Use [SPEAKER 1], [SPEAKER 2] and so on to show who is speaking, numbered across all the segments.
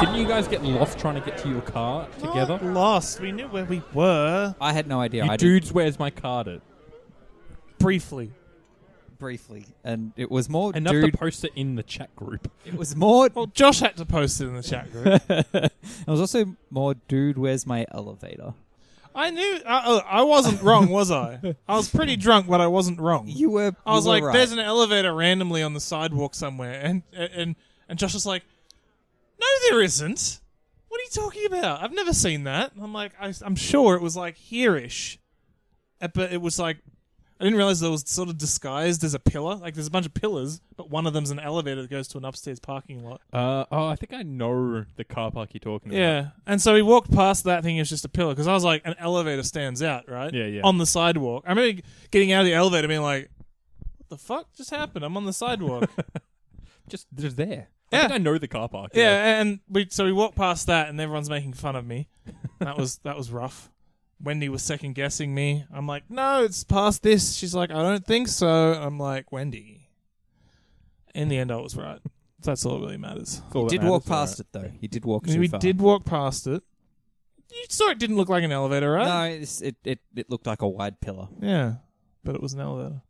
[SPEAKER 1] Didn't you guys get lost trying to get to your car together?
[SPEAKER 2] Not lost. We knew where we were
[SPEAKER 3] I had no idea.
[SPEAKER 1] you
[SPEAKER 3] I did
[SPEAKER 1] dudes, where's my card at?
[SPEAKER 2] briefly.
[SPEAKER 3] briefly, and it was more
[SPEAKER 1] Enough
[SPEAKER 3] dude.
[SPEAKER 1] to post it in the chat group.
[SPEAKER 3] it was more.
[SPEAKER 2] Well, Josh had to post it in the chat group.
[SPEAKER 3] it was also more. Dude, where's my elevator?
[SPEAKER 2] I knew. I, oh, I wasn't wrong, was I? I was pretty drunk, but I wasn't wrong.
[SPEAKER 3] You were.
[SPEAKER 2] I was
[SPEAKER 3] you were
[SPEAKER 2] like,
[SPEAKER 3] right.
[SPEAKER 2] "There's an elevator randomly on the sidewalk somewhere," and and and Josh was like, "No, there isn't. What are you talking about? I've never seen that." And I'm like, I, "I'm sure it was like here-ish, Uh, but it was like." I didn't realize there was sort of disguised as a pillar. Like there's a bunch of pillars, but one of them's an elevator that goes to an upstairs parking lot.
[SPEAKER 1] Uh, oh, I think I know the car park you're talking about.
[SPEAKER 2] Yeah, and so we walked past that thing. It's just a pillar because I was like, an elevator stands out, right?
[SPEAKER 1] Yeah, yeah.
[SPEAKER 2] On the sidewalk, I remember getting out of the elevator, and being like, "What the fuck just happened? I'm on the sidewalk."
[SPEAKER 1] Just, just there. I
[SPEAKER 2] Yeah.
[SPEAKER 1] think I know the car park.
[SPEAKER 2] yeah, and we so we walked past that, and everyone's making fun of me. That was that was rough. Wendy was second guessing me. I'm like, "No, it's past this." She's like, "I don't think so." I'm like, "Wendy." In the end, I was right. That's all that really matters.
[SPEAKER 1] That's all that
[SPEAKER 3] did
[SPEAKER 1] matters,
[SPEAKER 3] walk
[SPEAKER 1] all right.
[SPEAKER 3] past it though. You did walk too
[SPEAKER 2] we
[SPEAKER 3] far.
[SPEAKER 2] did walk past it. You saw it didn't look like an elevator, right?
[SPEAKER 3] No, it's, it, it it looked like a wide pillar.
[SPEAKER 2] Yeah, but it was an elevator.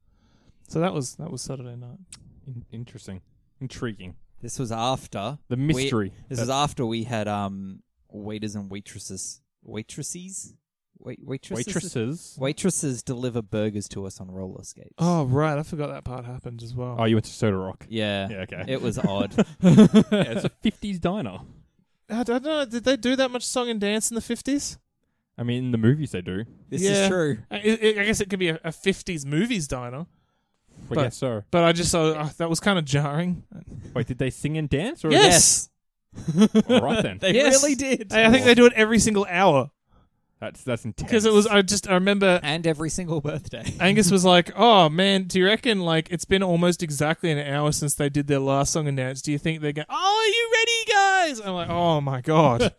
[SPEAKER 2] So that was that was Saturday night.
[SPEAKER 1] In- interesting, intriguing.
[SPEAKER 3] This was after
[SPEAKER 1] The
[SPEAKER 3] we-
[SPEAKER 1] mystery.
[SPEAKER 3] This was after we had um waiters and waitresses, waitresses, wait waitresses,
[SPEAKER 1] waitresses.
[SPEAKER 3] waitresses deliver burgers to us on roller skates.
[SPEAKER 2] Oh right, I forgot that part happened as well.
[SPEAKER 1] Oh, you went to Soda Rock.
[SPEAKER 3] yeah,
[SPEAKER 1] Yeah, okay.
[SPEAKER 3] it was odd.
[SPEAKER 1] yeah, it's a '50s diner.
[SPEAKER 2] I don't know. Did they do that much song and dance in the fifties?
[SPEAKER 1] I mean, in the movies they do.
[SPEAKER 3] This
[SPEAKER 2] Yeah.
[SPEAKER 3] is true.
[SPEAKER 2] I, I I guess it could be a fifties movies
[SPEAKER 1] I
[SPEAKER 2] diner, But-
[SPEAKER 1] guess so.
[SPEAKER 2] but I just saw uh, that was kind of jarring.
[SPEAKER 1] Wait, did they sing and dance? Or
[SPEAKER 2] Yes.
[SPEAKER 1] All right then.
[SPEAKER 3] They
[SPEAKER 2] Yes.
[SPEAKER 3] really did.
[SPEAKER 2] I, I think they do it every single hour
[SPEAKER 1] That's that's intense.
[SPEAKER 2] because it was. I just I remember
[SPEAKER 3] and every single birthday.
[SPEAKER 2] Angus was like, "Oh man, do you reckon like it's been almost exactly an hour since they did their last song and dance? Do you think they're going? Oh, are you ready, guys?" I'm like, "Oh my god."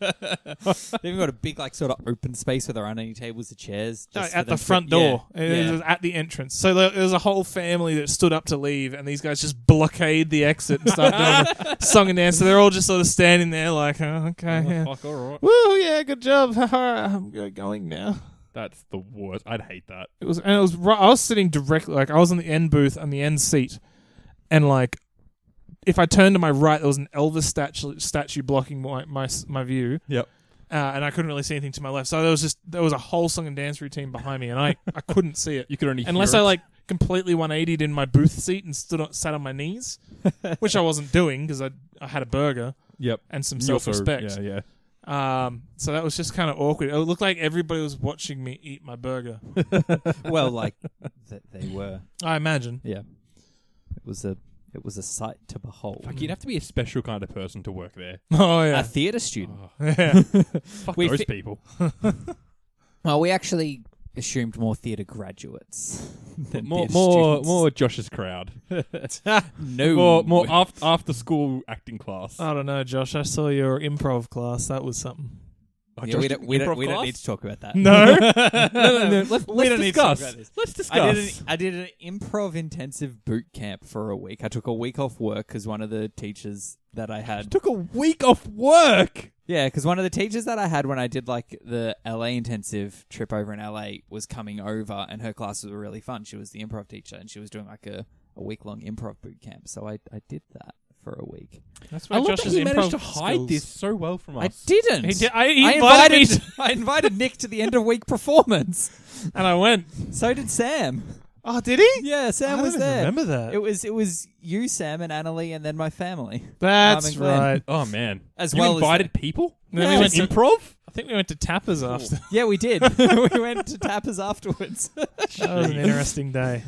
[SPEAKER 3] They even got a big like sort of open space where there aren't any tables or chairs.
[SPEAKER 2] No,
[SPEAKER 3] just for
[SPEAKER 2] at
[SPEAKER 3] them
[SPEAKER 2] the
[SPEAKER 3] to-
[SPEAKER 2] front door.
[SPEAKER 3] Yeah,
[SPEAKER 2] It
[SPEAKER 3] yeah.
[SPEAKER 2] was at the entrance. So there, there was a whole family that stood up to leave, and these guys just blockade the exit and start doing song and dance. So they're all just sort of standing there, like, oh, okay, yeah.
[SPEAKER 1] Fuck, all right.
[SPEAKER 2] woo, yeah, good job. I'm go- going now.
[SPEAKER 1] That's the worst. I'd hate that.
[SPEAKER 2] It was, and it was. ri- I was sitting directly, like, I was on the end booth on the end seat, and like, if I turned to my right, there was an Elvis statue statue blocking my my s- my view.
[SPEAKER 1] Yep.
[SPEAKER 2] Uh, and I couldn't really see anything to my left, so there was just there was a whole song and dance routine behind me, and I, I couldn't see it.
[SPEAKER 1] You could only
[SPEAKER 2] unless
[SPEAKER 1] hear
[SPEAKER 2] I
[SPEAKER 1] it.
[SPEAKER 2] like completely 180'd in my booth seat and stood on, sat on my knees, which I wasn't doing because I I had a burger
[SPEAKER 1] Yep.
[SPEAKER 2] and some
[SPEAKER 1] You also-
[SPEAKER 2] self respect.
[SPEAKER 1] Yeah, yeah.
[SPEAKER 2] Um, so that was just kind of awkward. It looked like everybody was watching me eat my burger.
[SPEAKER 3] well, like th- they were.
[SPEAKER 2] I imagine.
[SPEAKER 3] Yeah, it was a it was a sight to behold.
[SPEAKER 1] Fuck, you'd have to be a special kind of person to work there. Ah.
[SPEAKER 2] Oh
[SPEAKER 3] A
[SPEAKER 2] yeah.
[SPEAKER 3] theatre student.
[SPEAKER 2] yeah.
[SPEAKER 1] Fuck
[SPEAKER 3] We
[SPEAKER 1] those
[SPEAKER 3] fi-
[SPEAKER 1] people.
[SPEAKER 3] Well, we actually assumed more theatre graduates than
[SPEAKER 1] More,
[SPEAKER 3] theatre
[SPEAKER 1] more,
[SPEAKER 3] students.
[SPEAKER 1] more Josh's crowd.
[SPEAKER 3] no
[SPEAKER 1] More, more after, after school acting class.
[SPEAKER 3] Uh,
[SPEAKER 2] I don't know, Josh. I saw your improv class. That was something.
[SPEAKER 1] Oh,
[SPEAKER 3] Yeah,
[SPEAKER 1] Josh
[SPEAKER 3] we
[SPEAKER 1] did
[SPEAKER 3] don't, we,
[SPEAKER 1] improv
[SPEAKER 3] don't, we don't
[SPEAKER 1] class?
[SPEAKER 3] need to talk about that.
[SPEAKER 2] No.
[SPEAKER 1] no, no, no. Let's,
[SPEAKER 3] We
[SPEAKER 1] let's
[SPEAKER 3] don't need to talk
[SPEAKER 1] discuss.
[SPEAKER 3] about this.
[SPEAKER 1] let's discuss.
[SPEAKER 3] I did, an, I did an improv intensive boot camp for a week. I took a week off work because one of the teachers that I had,
[SPEAKER 1] Took a week off work.
[SPEAKER 3] yeah, because one of the teachers that I had when I did like the LA intensive trip over in LA was coming over, and her classes were really fun. She was the improv teacher, and she was doing like a, a week long improv boot camp. So I I did that for a week.
[SPEAKER 2] That's
[SPEAKER 1] I
[SPEAKER 2] where
[SPEAKER 1] love
[SPEAKER 2] Josh's
[SPEAKER 1] that he managed
[SPEAKER 2] improv
[SPEAKER 1] to hide
[SPEAKER 2] skills-
[SPEAKER 1] this so well from us.
[SPEAKER 3] I didn't.
[SPEAKER 2] He did- I- he
[SPEAKER 3] I
[SPEAKER 2] invited me
[SPEAKER 3] invited I invited Nick to the end of week performance.
[SPEAKER 2] and I went.
[SPEAKER 3] So did Sam.
[SPEAKER 2] Oh, did he?
[SPEAKER 3] Yeah,
[SPEAKER 2] I
[SPEAKER 3] Sam
[SPEAKER 2] don't
[SPEAKER 3] was
[SPEAKER 2] even
[SPEAKER 3] there.
[SPEAKER 2] remember that.
[SPEAKER 3] It was it was you, Sam, and Annalie, and then my family.
[SPEAKER 2] That's
[SPEAKER 3] Mum and Glenn.
[SPEAKER 2] right.
[SPEAKER 1] Oh man!
[SPEAKER 3] As
[SPEAKER 1] you
[SPEAKER 3] well as
[SPEAKER 1] invited people.
[SPEAKER 2] Then we
[SPEAKER 1] To
[SPEAKER 2] went to-
[SPEAKER 1] improv.
[SPEAKER 2] I think we went to Tappers after.
[SPEAKER 3] Yeah, we did. we went to Tappers afterwards.
[SPEAKER 2] That was an interesting day.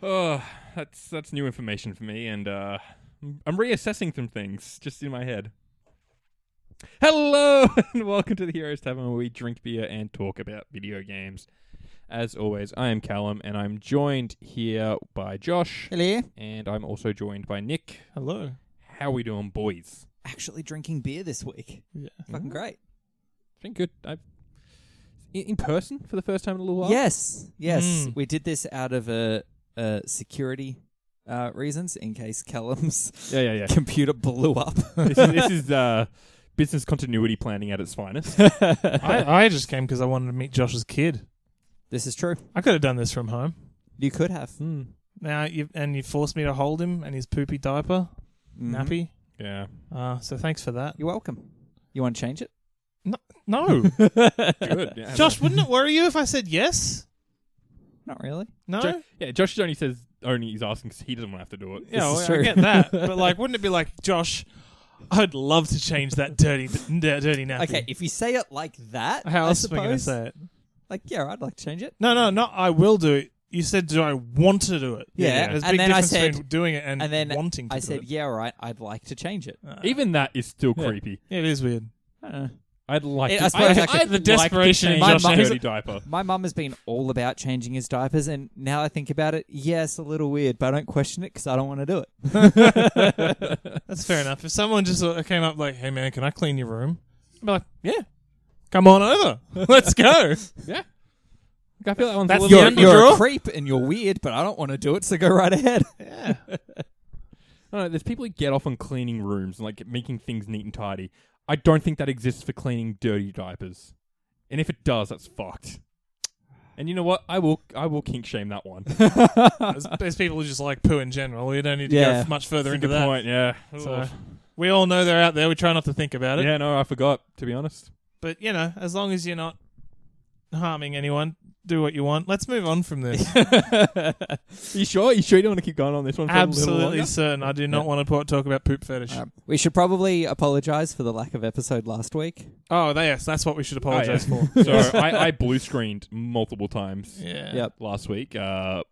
[SPEAKER 1] Oh, that's that's new information for me, and uh, I'm- I'm reassessing some things just in my head. Hello and welcome to the Heroes Tavern, where we drink beer and talk about video games. As always, I am Callum, and I'm joined here by Josh,
[SPEAKER 3] Hello.
[SPEAKER 1] and I'm also joined by Nick.
[SPEAKER 2] Hello.
[SPEAKER 1] How we doing, boys?
[SPEAKER 3] Actually, drinking beer this week.
[SPEAKER 2] Yeah.
[SPEAKER 3] Fucking great.
[SPEAKER 1] Been good. I've in, in person
[SPEAKER 2] Hmm.
[SPEAKER 1] for the first time in a little while.
[SPEAKER 3] Yes, yes.
[SPEAKER 2] Mm.
[SPEAKER 3] We did this out of a, a uh, security uh, reasons in case Callum's
[SPEAKER 1] Yeah, yeah, yeah.
[SPEAKER 3] computer blew up.
[SPEAKER 1] this is, this is uh, business continuity planning at its finest.
[SPEAKER 2] I, I just came because I wanted to meet Josh's kid.
[SPEAKER 3] this is true.
[SPEAKER 2] I could have done this from home.
[SPEAKER 3] You could have.
[SPEAKER 1] Hmm.
[SPEAKER 2] Now you and you forced me to hold him and his poopy diaper
[SPEAKER 3] Mhm.
[SPEAKER 2] nappy.
[SPEAKER 1] Yeah.
[SPEAKER 2] Uh, so thanks for that.
[SPEAKER 3] You're welcome. You want to change it?
[SPEAKER 2] No,
[SPEAKER 1] Good. Yeah,
[SPEAKER 2] Josh, wouldn't it worry you if I said yes?
[SPEAKER 3] Not really.
[SPEAKER 2] No,
[SPEAKER 1] Jo- yeah, Josh only says only he's asking because he doesn't want to have to do it.
[SPEAKER 2] yeah,
[SPEAKER 3] is
[SPEAKER 2] well, I
[SPEAKER 3] true.
[SPEAKER 2] get that, but like, wouldn't it be like Josh? I'd love to change that dirty, d- dirty nappy.
[SPEAKER 3] Okay, if you say it like that,
[SPEAKER 2] How
[SPEAKER 3] I
[SPEAKER 2] else am I
[SPEAKER 3] suppose,
[SPEAKER 2] going to say it?
[SPEAKER 3] Like, yeah, I'd like to change it.
[SPEAKER 2] No, no, no. I will do it. You said, "Do I want to do it?"
[SPEAKER 3] Yeah,
[SPEAKER 2] There's a
[SPEAKER 3] and
[SPEAKER 2] big
[SPEAKER 3] then I
[SPEAKER 2] difference between
[SPEAKER 3] said-
[SPEAKER 2] doing it and,
[SPEAKER 3] and then
[SPEAKER 2] wanting. to
[SPEAKER 3] I
[SPEAKER 2] do
[SPEAKER 3] said,
[SPEAKER 2] it.
[SPEAKER 3] yeah, all right, I'd like to change it.
[SPEAKER 2] Uh,
[SPEAKER 1] Even that is still
[SPEAKER 2] Yeah.
[SPEAKER 1] creepy.
[SPEAKER 2] yeah, it is weird.
[SPEAKER 3] I don't know.
[SPEAKER 1] I'd like
[SPEAKER 3] It-
[SPEAKER 1] to.
[SPEAKER 3] I suppose
[SPEAKER 1] I'd-
[SPEAKER 3] I could-
[SPEAKER 1] I'd
[SPEAKER 2] The
[SPEAKER 1] like
[SPEAKER 2] desperation
[SPEAKER 1] to
[SPEAKER 2] in
[SPEAKER 1] change
[SPEAKER 3] Josh
[SPEAKER 1] my
[SPEAKER 3] Andrews-
[SPEAKER 1] dirty diaper.
[SPEAKER 3] My mum has been all about changing his diapers, and now I think about it, yeah, it's a little weird, but I don't question it because I don't want to do it.
[SPEAKER 2] That's fair enough. If someone just uh, came up like, "Hey man, can I clean your room?" I'd be like, "Yeah, come on over. Let's go."
[SPEAKER 1] Yeah. I feel like one's
[SPEAKER 2] That's
[SPEAKER 1] a little
[SPEAKER 2] your- Yeah,
[SPEAKER 3] You're,
[SPEAKER 2] and
[SPEAKER 3] you're
[SPEAKER 2] draw.
[SPEAKER 3] a creep and you're weird, but I don't want to do it, so go right ahead.
[SPEAKER 2] yeah.
[SPEAKER 1] No, no, there's people who get off on cleaning rooms and like making things neat and tidy. I don't think that exists for cleaning dirty diapers. And if it does, that's fucked. And you know what? I will I will kink shame that one. That's
[SPEAKER 2] There's, there's people who just like poo in general. You don't need to
[SPEAKER 3] Yeah.
[SPEAKER 2] go much further
[SPEAKER 1] a
[SPEAKER 2] into
[SPEAKER 1] good
[SPEAKER 2] that.
[SPEAKER 1] point, yeah.
[SPEAKER 2] So, we all know they're out there. We try not to think about it.
[SPEAKER 1] Yeah, no, I forgot, to be honest.
[SPEAKER 2] But you know, as long as you're not harming anyone, do what you want. Let's move on from this.
[SPEAKER 1] you sure? You sure you don't want to keep going on this one? For A little
[SPEAKER 2] Absolutely
[SPEAKER 1] longer?
[SPEAKER 2] certain. I do not
[SPEAKER 1] Yeah.
[SPEAKER 2] want to talk about poop fetish.
[SPEAKER 3] Um, we should probably apologize for the lack of episode last week.
[SPEAKER 2] oh, that- yes, that's what we should apologize
[SPEAKER 1] Oh,
[SPEAKER 2] for.
[SPEAKER 1] yeah. so I, I blue screened multiple times
[SPEAKER 2] yeah.
[SPEAKER 3] Yep.
[SPEAKER 1] last week. Uh,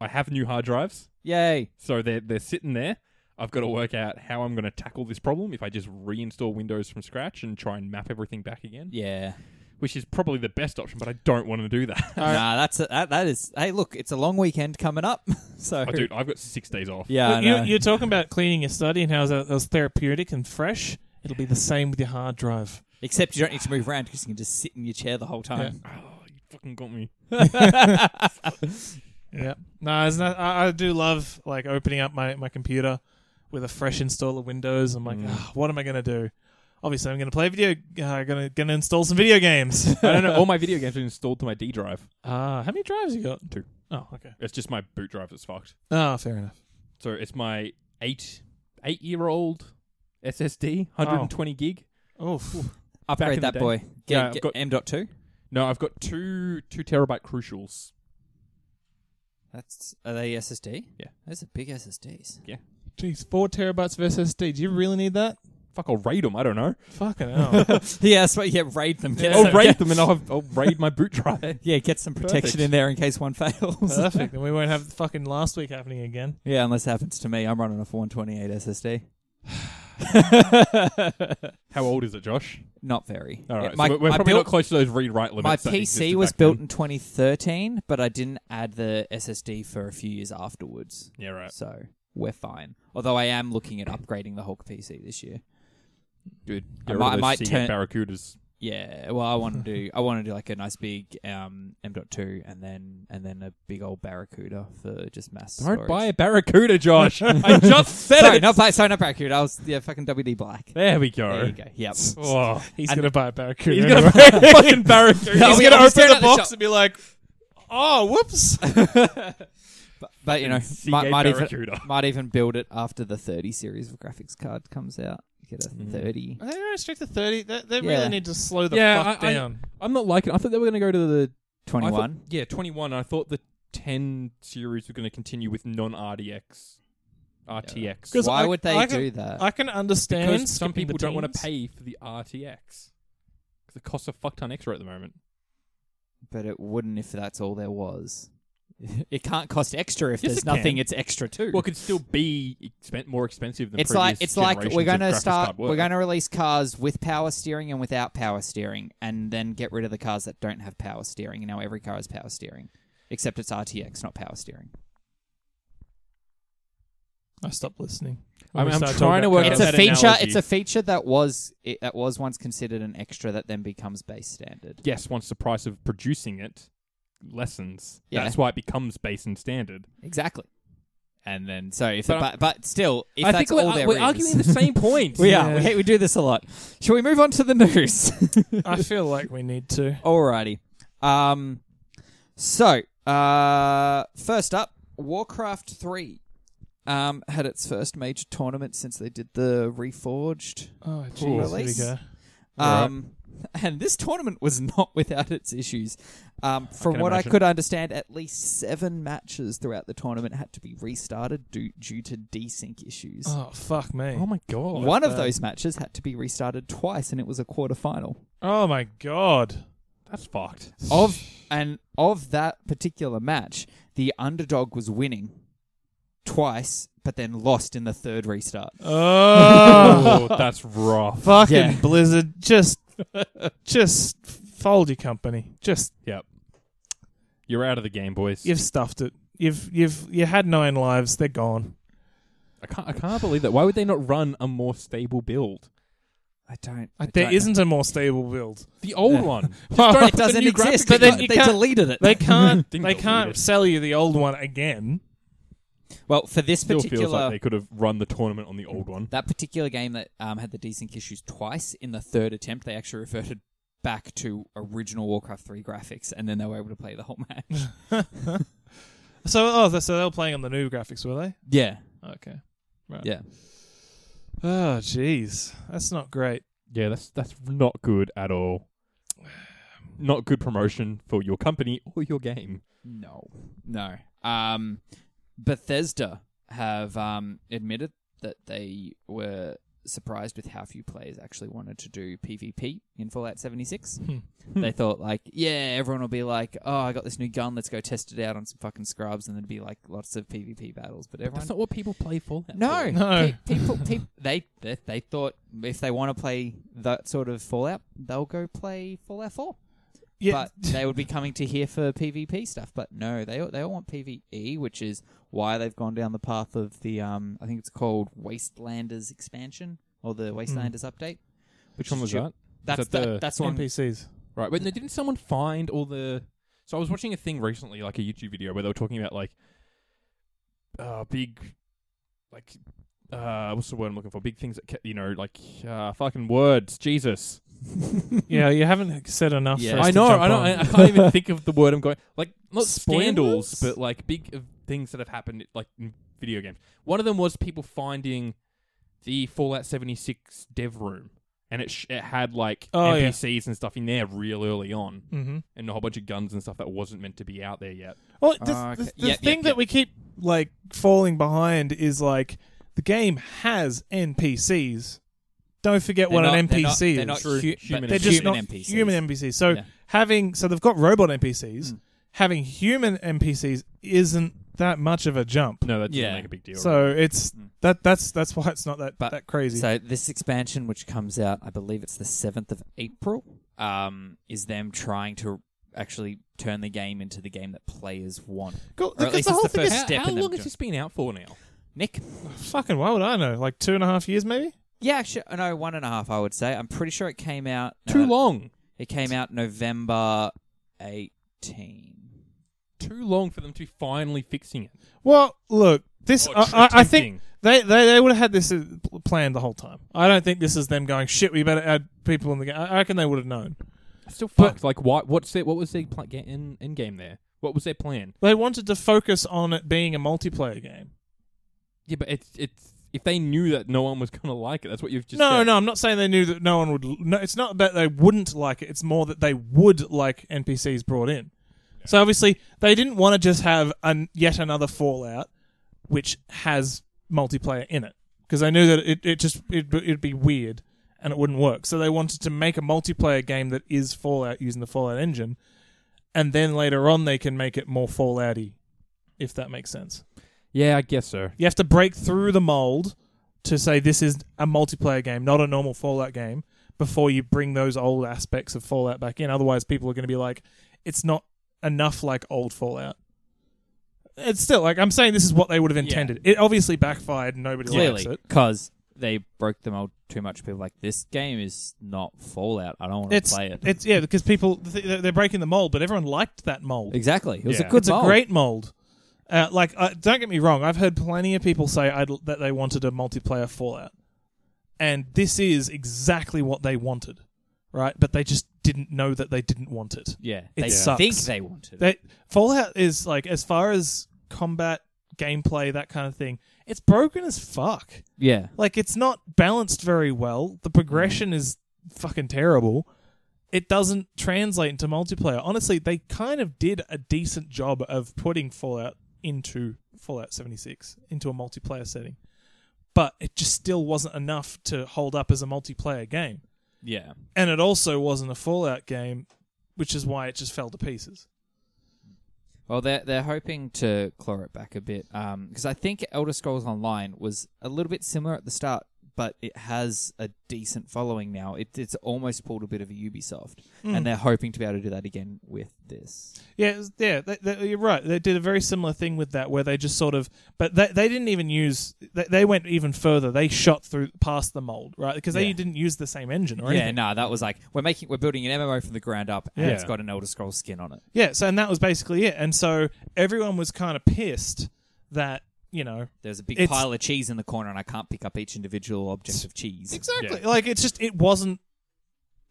[SPEAKER 1] I have new hard drives.
[SPEAKER 3] Yay.
[SPEAKER 1] So they're they're sitting there. I've got to work out how I'm going to tackle this problem if I just reinstall Windows from scratch and try and map everything back again,
[SPEAKER 3] Yeah.
[SPEAKER 1] which is probably the best option. But I don't want to do that.
[SPEAKER 3] Nah, that's a, that, that is. Hey, look, it's a long weekend coming up, so
[SPEAKER 1] oh, dude, I've got six days off.
[SPEAKER 3] yeah, I
[SPEAKER 2] Look, you,
[SPEAKER 3] know.
[SPEAKER 2] you're talking about cleaning your study and how that that was therapeutic and fresh. It'll be the same with your hard drive.
[SPEAKER 3] Except you don't need to move around because you can just sit in your chair the whole time.
[SPEAKER 1] Oh, you fucking got me.
[SPEAKER 2] Yeah. No, it's not, I, I do love like opening up my, my computer with a fresh install of Windows. I'm like, "Ah, what am I gonna do? Obviously, I'm gonna play video. Uh, gonna gonna install some video games.
[SPEAKER 1] I don't know. All my video games are installed to my D drive.
[SPEAKER 2] Ah, how many drives you got?
[SPEAKER 1] Two.
[SPEAKER 2] Oh, okay.
[SPEAKER 1] It's just my boot drive that's fucked.
[SPEAKER 2] Ah, fair enough.
[SPEAKER 1] So it's my eight eight year old SSD, 120 gig.
[SPEAKER 2] Oh,
[SPEAKER 1] Back in
[SPEAKER 3] Upgrade
[SPEAKER 1] the
[SPEAKER 3] that
[SPEAKER 1] day.
[SPEAKER 3] boy. Get,
[SPEAKER 1] Yeah, I've
[SPEAKER 3] get
[SPEAKER 1] got-
[SPEAKER 3] M dot two.
[SPEAKER 1] No, I've got two two terabyte crucials.
[SPEAKER 3] That's are they SSD?
[SPEAKER 1] Yeah.
[SPEAKER 3] those are big SSDs.
[SPEAKER 2] jeez, four terabytes of SSD. Do you really need that?
[SPEAKER 1] Fuck, I'll raid them. I don't know.
[SPEAKER 2] Fucking hell.
[SPEAKER 3] yeah, that's what. Yeah, raid them. Get
[SPEAKER 1] I'll
[SPEAKER 3] some-
[SPEAKER 1] Oh, raid them and I'll, have, I'll raid my boot drive.
[SPEAKER 3] Yeah, get some protection
[SPEAKER 1] Perfect.
[SPEAKER 3] in there in case one fails.
[SPEAKER 2] Perfect. Then we won't have fucking last week happening again.
[SPEAKER 3] yeah, unless it happens to me, I'm running off a 128 SSD.
[SPEAKER 1] How old is it, Josh?
[SPEAKER 3] Not very.
[SPEAKER 1] All
[SPEAKER 3] Yeah,
[SPEAKER 1] right,
[SPEAKER 3] my-
[SPEAKER 1] so we're, we're
[SPEAKER 3] I
[SPEAKER 1] probably
[SPEAKER 3] built-
[SPEAKER 1] not close to those read write
[SPEAKER 3] My
[SPEAKER 1] limits. that
[SPEAKER 3] PC
[SPEAKER 1] existed
[SPEAKER 3] was
[SPEAKER 1] back then.
[SPEAKER 3] built in 2013, but I didn't add the SSD for a few years afterwards.
[SPEAKER 1] Yeah, right.
[SPEAKER 3] So we're fine. Although I am looking at upgrading the Hulk PC this year.
[SPEAKER 1] Good.
[SPEAKER 3] I might- I might turn-
[SPEAKER 1] barracudas.
[SPEAKER 3] Yeah, well, I want to do I want to do like a nice big um M.2 and then and then a big old Barracuda for just mass.
[SPEAKER 1] Don't
[SPEAKER 3] storage.
[SPEAKER 1] buy a barracuda, Josh. I just said
[SPEAKER 3] Sorry,
[SPEAKER 1] it.
[SPEAKER 3] not black. Sorry, not Barracuda. I was yeah, fucking WD Black.
[SPEAKER 1] There we go.
[SPEAKER 3] There you go. Yep.
[SPEAKER 1] Oh,
[SPEAKER 2] He's
[SPEAKER 3] And-
[SPEAKER 2] gonna buy a barracuda.
[SPEAKER 1] he's
[SPEAKER 2] anyway.
[SPEAKER 1] gonna fucking barracuda.
[SPEAKER 3] Yeah,
[SPEAKER 2] He's
[SPEAKER 3] we-
[SPEAKER 2] gonna
[SPEAKER 3] I'm
[SPEAKER 2] open
[SPEAKER 3] staring
[SPEAKER 2] the
[SPEAKER 3] at the
[SPEAKER 2] box
[SPEAKER 3] shop.
[SPEAKER 2] and be like, "Oh, whoops."
[SPEAKER 3] But you know,
[SPEAKER 1] CA
[SPEAKER 3] might, might even
[SPEAKER 1] barracuda.
[SPEAKER 3] might even build it after the 30 series of graphics card comes out. Get a
[SPEAKER 1] Mm.
[SPEAKER 3] 30.
[SPEAKER 2] Are they going to restrict to 30? They, they
[SPEAKER 3] Yeah.
[SPEAKER 2] really need to slow the
[SPEAKER 1] Yeah,
[SPEAKER 2] fuck
[SPEAKER 1] I- I-
[SPEAKER 2] down.
[SPEAKER 1] I'm not liking. I thought they were gonna go to the I thought-
[SPEAKER 3] 21.
[SPEAKER 1] yeah, 21. I thought the 10 series were gonna continue with non RDX, RTX.
[SPEAKER 2] 'Cause
[SPEAKER 3] Why
[SPEAKER 2] I-
[SPEAKER 3] would they
[SPEAKER 2] I can-
[SPEAKER 3] do that?
[SPEAKER 2] I, can understand
[SPEAKER 1] Because some
[SPEAKER 2] skipping
[SPEAKER 1] people
[SPEAKER 2] the
[SPEAKER 1] don't want to
[SPEAKER 2] teens.
[SPEAKER 1] pay for the RTX. Because it costs a fuck ton extra at the moment.
[SPEAKER 3] but it wouldn't if that's all there was. It can't cost extra if
[SPEAKER 1] Yes,
[SPEAKER 3] there's
[SPEAKER 1] it can.
[SPEAKER 3] nothing. It's extra too.
[SPEAKER 1] Well, it could still be expen- more expensive than
[SPEAKER 3] it's
[SPEAKER 1] previous
[SPEAKER 3] like it's like we're
[SPEAKER 1] generations of
[SPEAKER 3] going to
[SPEAKER 1] graphics
[SPEAKER 3] start.
[SPEAKER 1] card were.
[SPEAKER 3] We're going to release cars with power steering and without power steering, and then get rid of the cars that don't have power steering. And now every car has power steering, except it's RTX, not power steering.
[SPEAKER 2] I stopped listening.
[SPEAKER 1] I mean,
[SPEAKER 2] When we
[SPEAKER 1] I'm
[SPEAKER 2] started
[SPEAKER 1] trying
[SPEAKER 2] talking
[SPEAKER 1] to
[SPEAKER 2] about
[SPEAKER 1] work
[SPEAKER 2] cars.
[SPEAKER 3] It's
[SPEAKER 1] out
[SPEAKER 3] a
[SPEAKER 1] that
[SPEAKER 3] feature.
[SPEAKER 1] analogy.
[SPEAKER 3] It's a feature that was it, that was once considered an extra that then becomes base standard.
[SPEAKER 1] yes, once the price of producing it lessens,
[SPEAKER 3] Yeah.
[SPEAKER 1] that's why it becomes base and standard.
[SPEAKER 3] Exactly. And then, so if but,
[SPEAKER 1] But
[SPEAKER 3] but, but still, if
[SPEAKER 1] I
[SPEAKER 3] that's
[SPEAKER 1] think we're,
[SPEAKER 3] all there
[SPEAKER 1] we're
[SPEAKER 3] is-
[SPEAKER 1] arguing the same point.
[SPEAKER 3] we
[SPEAKER 2] Yeah.
[SPEAKER 3] are. We, we do this a lot. Shall we move on to the news?
[SPEAKER 2] I feel like we need to.
[SPEAKER 3] Alrighty. Um, so, uh, first up, Warcraft 3 um, had its first major tournament since they did the Reforged.
[SPEAKER 2] Oh,
[SPEAKER 1] Ooh.
[SPEAKER 2] jeez. Here we
[SPEAKER 3] Release?
[SPEAKER 2] go.
[SPEAKER 1] Alright.
[SPEAKER 3] Um, And this tournament was not without its issues. Um, from
[SPEAKER 1] can
[SPEAKER 3] what
[SPEAKER 1] imagine.
[SPEAKER 3] I could understand, at least seven matches throughout the tournament had to be restarted due, due to desync issues. One
[SPEAKER 2] Oh, fuck me.
[SPEAKER 1] Oh my god.
[SPEAKER 3] of
[SPEAKER 2] bad.
[SPEAKER 3] those matches had to be restarted twice, and it was a quarterfinal.
[SPEAKER 2] Oh my god.
[SPEAKER 1] That's fucked.
[SPEAKER 3] Of and of that particular match, the underdog was winning twice, but then lost in the third restart.
[SPEAKER 2] Oh.
[SPEAKER 1] Oh, that's rough.
[SPEAKER 2] Fucking
[SPEAKER 3] Yeah.
[SPEAKER 2] Blizzard, just, just fold your company. Just
[SPEAKER 1] Yep. You're out of the game, boys.
[SPEAKER 2] you've stuffed it. You've you've you had nine lives. They're gone.
[SPEAKER 1] I can't. I can't believe that. Why would they not run a more stable build?
[SPEAKER 3] I don't. I
[SPEAKER 2] Like, Uh, there
[SPEAKER 3] don't
[SPEAKER 2] isn't a more stable build.
[SPEAKER 1] The old
[SPEAKER 3] Yeah.
[SPEAKER 1] one.
[SPEAKER 3] know.
[SPEAKER 1] don't-
[SPEAKER 3] It doesn't
[SPEAKER 1] the new
[SPEAKER 3] exist.
[SPEAKER 1] graphics-
[SPEAKER 2] But
[SPEAKER 3] But they,
[SPEAKER 2] then you
[SPEAKER 3] they
[SPEAKER 2] can't-
[SPEAKER 3] deleted it.
[SPEAKER 2] They can't.
[SPEAKER 1] Didn't
[SPEAKER 2] they
[SPEAKER 1] delete
[SPEAKER 2] can't
[SPEAKER 1] it.
[SPEAKER 2] sell you the old one again.
[SPEAKER 3] well, for this
[SPEAKER 1] Still
[SPEAKER 3] particular
[SPEAKER 1] feels like they could have run the tournament on the old one.
[SPEAKER 3] that particular game that um, had the desync issues twice in the third attempt, they actually reverted back to original Warcraft three graphics, and then they were able to play the whole match.
[SPEAKER 2] So oh, they- so they were playing on the new graphics, were they?
[SPEAKER 3] yeah.
[SPEAKER 2] Okay. Right.
[SPEAKER 3] Yeah.
[SPEAKER 2] Oh, jeez, that's not great.
[SPEAKER 1] Yeah, that's that's not good at all. Not good promotion for your company or your game.
[SPEAKER 3] No, no. Um, Bethesda have um, admitted that they were surprised with how few players actually wanted to do PvP in Fallout 76. They thought like, yeah, everyone will be like, oh, I got this new gun, let's go test it out on some fucking scrubs, and there'd be like lots of PvP battles. But everyone,
[SPEAKER 1] That's not what people play for.
[SPEAKER 3] no,
[SPEAKER 2] No.
[SPEAKER 3] pe- people, pe- they, they they thought if they want to play that sort of Fallout, they'll go play Fallout 4
[SPEAKER 2] Yeah.
[SPEAKER 3] but they would be coming to here for PvP stuff. But no, they all- they all want PvE, which is why they've gone down the path of the um I think it's called Wastelanders expansion or the Wastelanders update.
[SPEAKER 1] Which one was
[SPEAKER 3] Ju-
[SPEAKER 1] that?
[SPEAKER 3] That's
[SPEAKER 1] that
[SPEAKER 3] the,
[SPEAKER 1] the
[SPEAKER 3] that's the one.
[SPEAKER 2] NPCs.
[SPEAKER 1] Right, but no, didn't someone find all the? So I was watching a thing recently, like a YouTube video, where they were talking about like, uh, big, like, uh, what's the word I'm looking for? Big things that ca- you know, like, uh, fucking words. Jesus,
[SPEAKER 2] Yeah, you haven't said enough.
[SPEAKER 3] Yeah.
[SPEAKER 2] For us
[SPEAKER 1] I
[SPEAKER 2] to
[SPEAKER 1] know,
[SPEAKER 2] jump
[SPEAKER 1] I know,
[SPEAKER 2] on.
[SPEAKER 1] I, I can't even think of the word I'm going. Like, not
[SPEAKER 3] Scandals?
[SPEAKER 1] scandals, but like big uh, things that have happened, like in video games. One of them was people finding the Fallout 76 dev room, and it sh- it had like
[SPEAKER 2] Oh, yeah.
[SPEAKER 1] NPCs and stuff in there real early on
[SPEAKER 2] Mm-hmm.
[SPEAKER 1] and a whole bunch of guns and stuff that wasn't meant to be out there yet.
[SPEAKER 2] Well, the,
[SPEAKER 3] Ah,
[SPEAKER 2] the-
[SPEAKER 3] okay.
[SPEAKER 2] the
[SPEAKER 3] Yep, yep,
[SPEAKER 2] thing that
[SPEAKER 3] yep.
[SPEAKER 2] we keep like falling behind is like the game has NPCs. Don't forget
[SPEAKER 3] They're
[SPEAKER 2] what
[SPEAKER 3] not-
[SPEAKER 2] an
[SPEAKER 3] they're
[SPEAKER 2] NPC
[SPEAKER 3] not-
[SPEAKER 2] is.
[SPEAKER 3] they're not
[SPEAKER 1] True.
[SPEAKER 3] hu-
[SPEAKER 1] Human
[SPEAKER 3] but
[SPEAKER 2] They're
[SPEAKER 1] NPCs.
[SPEAKER 2] just
[SPEAKER 3] human
[SPEAKER 2] not
[SPEAKER 3] NPCs.
[SPEAKER 2] human NPCs. So
[SPEAKER 3] Yeah. Hmm.
[SPEAKER 2] having so they've got robot NPCs. Having human NPCs isn't that much of a jump.
[SPEAKER 1] No, that doesn't
[SPEAKER 3] Yeah.
[SPEAKER 1] make a big deal.
[SPEAKER 2] So it's that that's that's why it's not that
[SPEAKER 3] Hmm. But-
[SPEAKER 2] that crazy.
[SPEAKER 3] So this expansion, which comes out, I believe it's the seventh of April, um, is them trying to actually turn the game into the game that players want.
[SPEAKER 2] Cool.
[SPEAKER 3] Or at
[SPEAKER 2] Because
[SPEAKER 3] least
[SPEAKER 2] the
[SPEAKER 3] it's
[SPEAKER 2] whole
[SPEAKER 3] the
[SPEAKER 2] thing
[SPEAKER 1] how,
[SPEAKER 3] first
[SPEAKER 2] is-
[SPEAKER 3] step
[SPEAKER 1] how
[SPEAKER 3] in them.
[SPEAKER 1] long has this been out for now?
[SPEAKER 3] Nick,
[SPEAKER 2] fucking why would I know? Like two and a half years maybe.
[SPEAKER 3] yeah, sure, no, one and a half, I would say. I'm pretty sure it came out no,
[SPEAKER 1] Too
[SPEAKER 3] no,
[SPEAKER 1] long.
[SPEAKER 3] It came out November 18.
[SPEAKER 1] Too long for them to be finally fixing it.
[SPEAKER 2] Well, look, this
[SPEAKER 1] Or
[SPEAKER 2] I, I, I
[SPEAKER 1] attempting.
[SPEAKER 2] think They, they they would have had this uh, pl- planned the whole time. I don't think this is them going shit. We better add people in the game. I I reckon they would have known.
[SPEAKER 1] Still
[SPEAKER 2] But-
[SPEAKER 1] fucked. Like, why, what's their, what was their pl- get in, end game there? What was their plan?
[SPEAKER 2] They wanted to focus on it being a multiplayer game.
[SPEAKER 1] Yeah, but it's it's if they knew that no one was gonna like it, that's what you've just
[SPEAKER 2] no,
[SPEAKER 1] said.
[SPEAKER 2] no, I'm not saying they knew that no one would. l- No, it's not that they wouldn't like it. It's more that they would like NPCs brought in. So obviously they didn't want to just have an, yet another Fallout, which has multiplayer in it, because they knew that it, it just it, it'd be weird and it wouldn't work. So they wanted to make a multiplayer game that is Fallout using the Fallout engine, and then later on they can make it more Fallouty, if that makes sense.
[SPEAKER 1] Yeah, I guess so.
[SPEAKER 2] You have to break through the mold to say this is a multiplayer game, not a normal Fallout game, before you bring those old aspects of Fallout back in. Otherwise, people are going to be like, it's not enough like old Fallout. It's still like I'm saying this is what they would have intended. It obviously backfired. and Nobody likes
[SPEAKER 3] Clearly,
[SPEAKER 2] it.
[SPEAKER 3] because they broke the mold too much. People were like this game is not Fallout. I don't want to
[SPEAKER 2] It's
[SPEAKER 3] play it.
[SPEAKER 2] it's yeah because people th- they're breaking the mold, but everyone liked that mold.
[SPEAKER 3] exactly. It was
[SPEAKER 1] Yeah.
[SPEAKER 3] a good.
[SPEAKER 2] it's
[SPEAKER 3] mold.
[SPEAKER 2] a great mold. Uh, like, uh, don't get me wrong. I've heard plenty of people say I'd, that they wanted a multiplayer Fallout, and this is exactly what they wanted, right? But they just didn't know that they didn't want it.
[SPEAKER 3] Yeah,
[SPEAKER 2] It
[SPEAKER 3] they
[SPEAKER 2] sucks.
[SPEAKER 3] think they wanted. it.
[SPEAKER 2] They, Fallout is like, as far as combat, gameplay, that kind of thing, it's broken as fuck.
[SPEAKER 3] yeah,
[SPEAKER 2] Like it's not balanced very well. The progression is fucking terrible. It doesn't translate into multiplayer. Honestly, they kind of did a decent job of putting Fallout into Fallout 76 into a multiplayer setting. But it just still wasn't enough to hold up as a multiplayer game.
[SPEAKER 3] yeah,
[SPEAKER 2] And it also wasn't a Fallout game, which is why it just fell to pieces.
[SPEAKER 3] Well, they're they're hoping to claw it back a bit because I think Elder Scrolls Online was a little bit similar at the start, but it has a decent following now. It, it's almost pulled a bit of a Ubisoft,
[SPEAKER 2] Mm.
[SPEAKER 3] and they're hoping to be able to do that again with this.
[SPEAKER 2] Yeah, it was- yeah, they, they, you're right. They did a very similar thing with that, where they just sort of, but they, they didn't even use. They, they went even further. They shot through past the mold, right? Because they
[SPEAKER 3] Yeah.
[SPEAKER 2] didn't use the same engine or
[SPEAKER 3] Yeah,
[SPEAKER 2] anything.
[SPEAKER 3] no, that was like we're making we're building an MMO from the ground up, and
[SPEAKER 1] Yeah.
[SPEAKER 3] it's got an Elder Scrolls skin on it.
[SPEAKER 2] Yeah. So and that was basically it. And so everyone was kind of pissed that you know
[SPEAKER 3] There's a big
[SPEAKER 2] It's-
[SPEAKER 3] pile of cheese in the corner, and I can't pick up each individual object of cheese.
[SPEAKER 2] exactly like it's just it wasn't.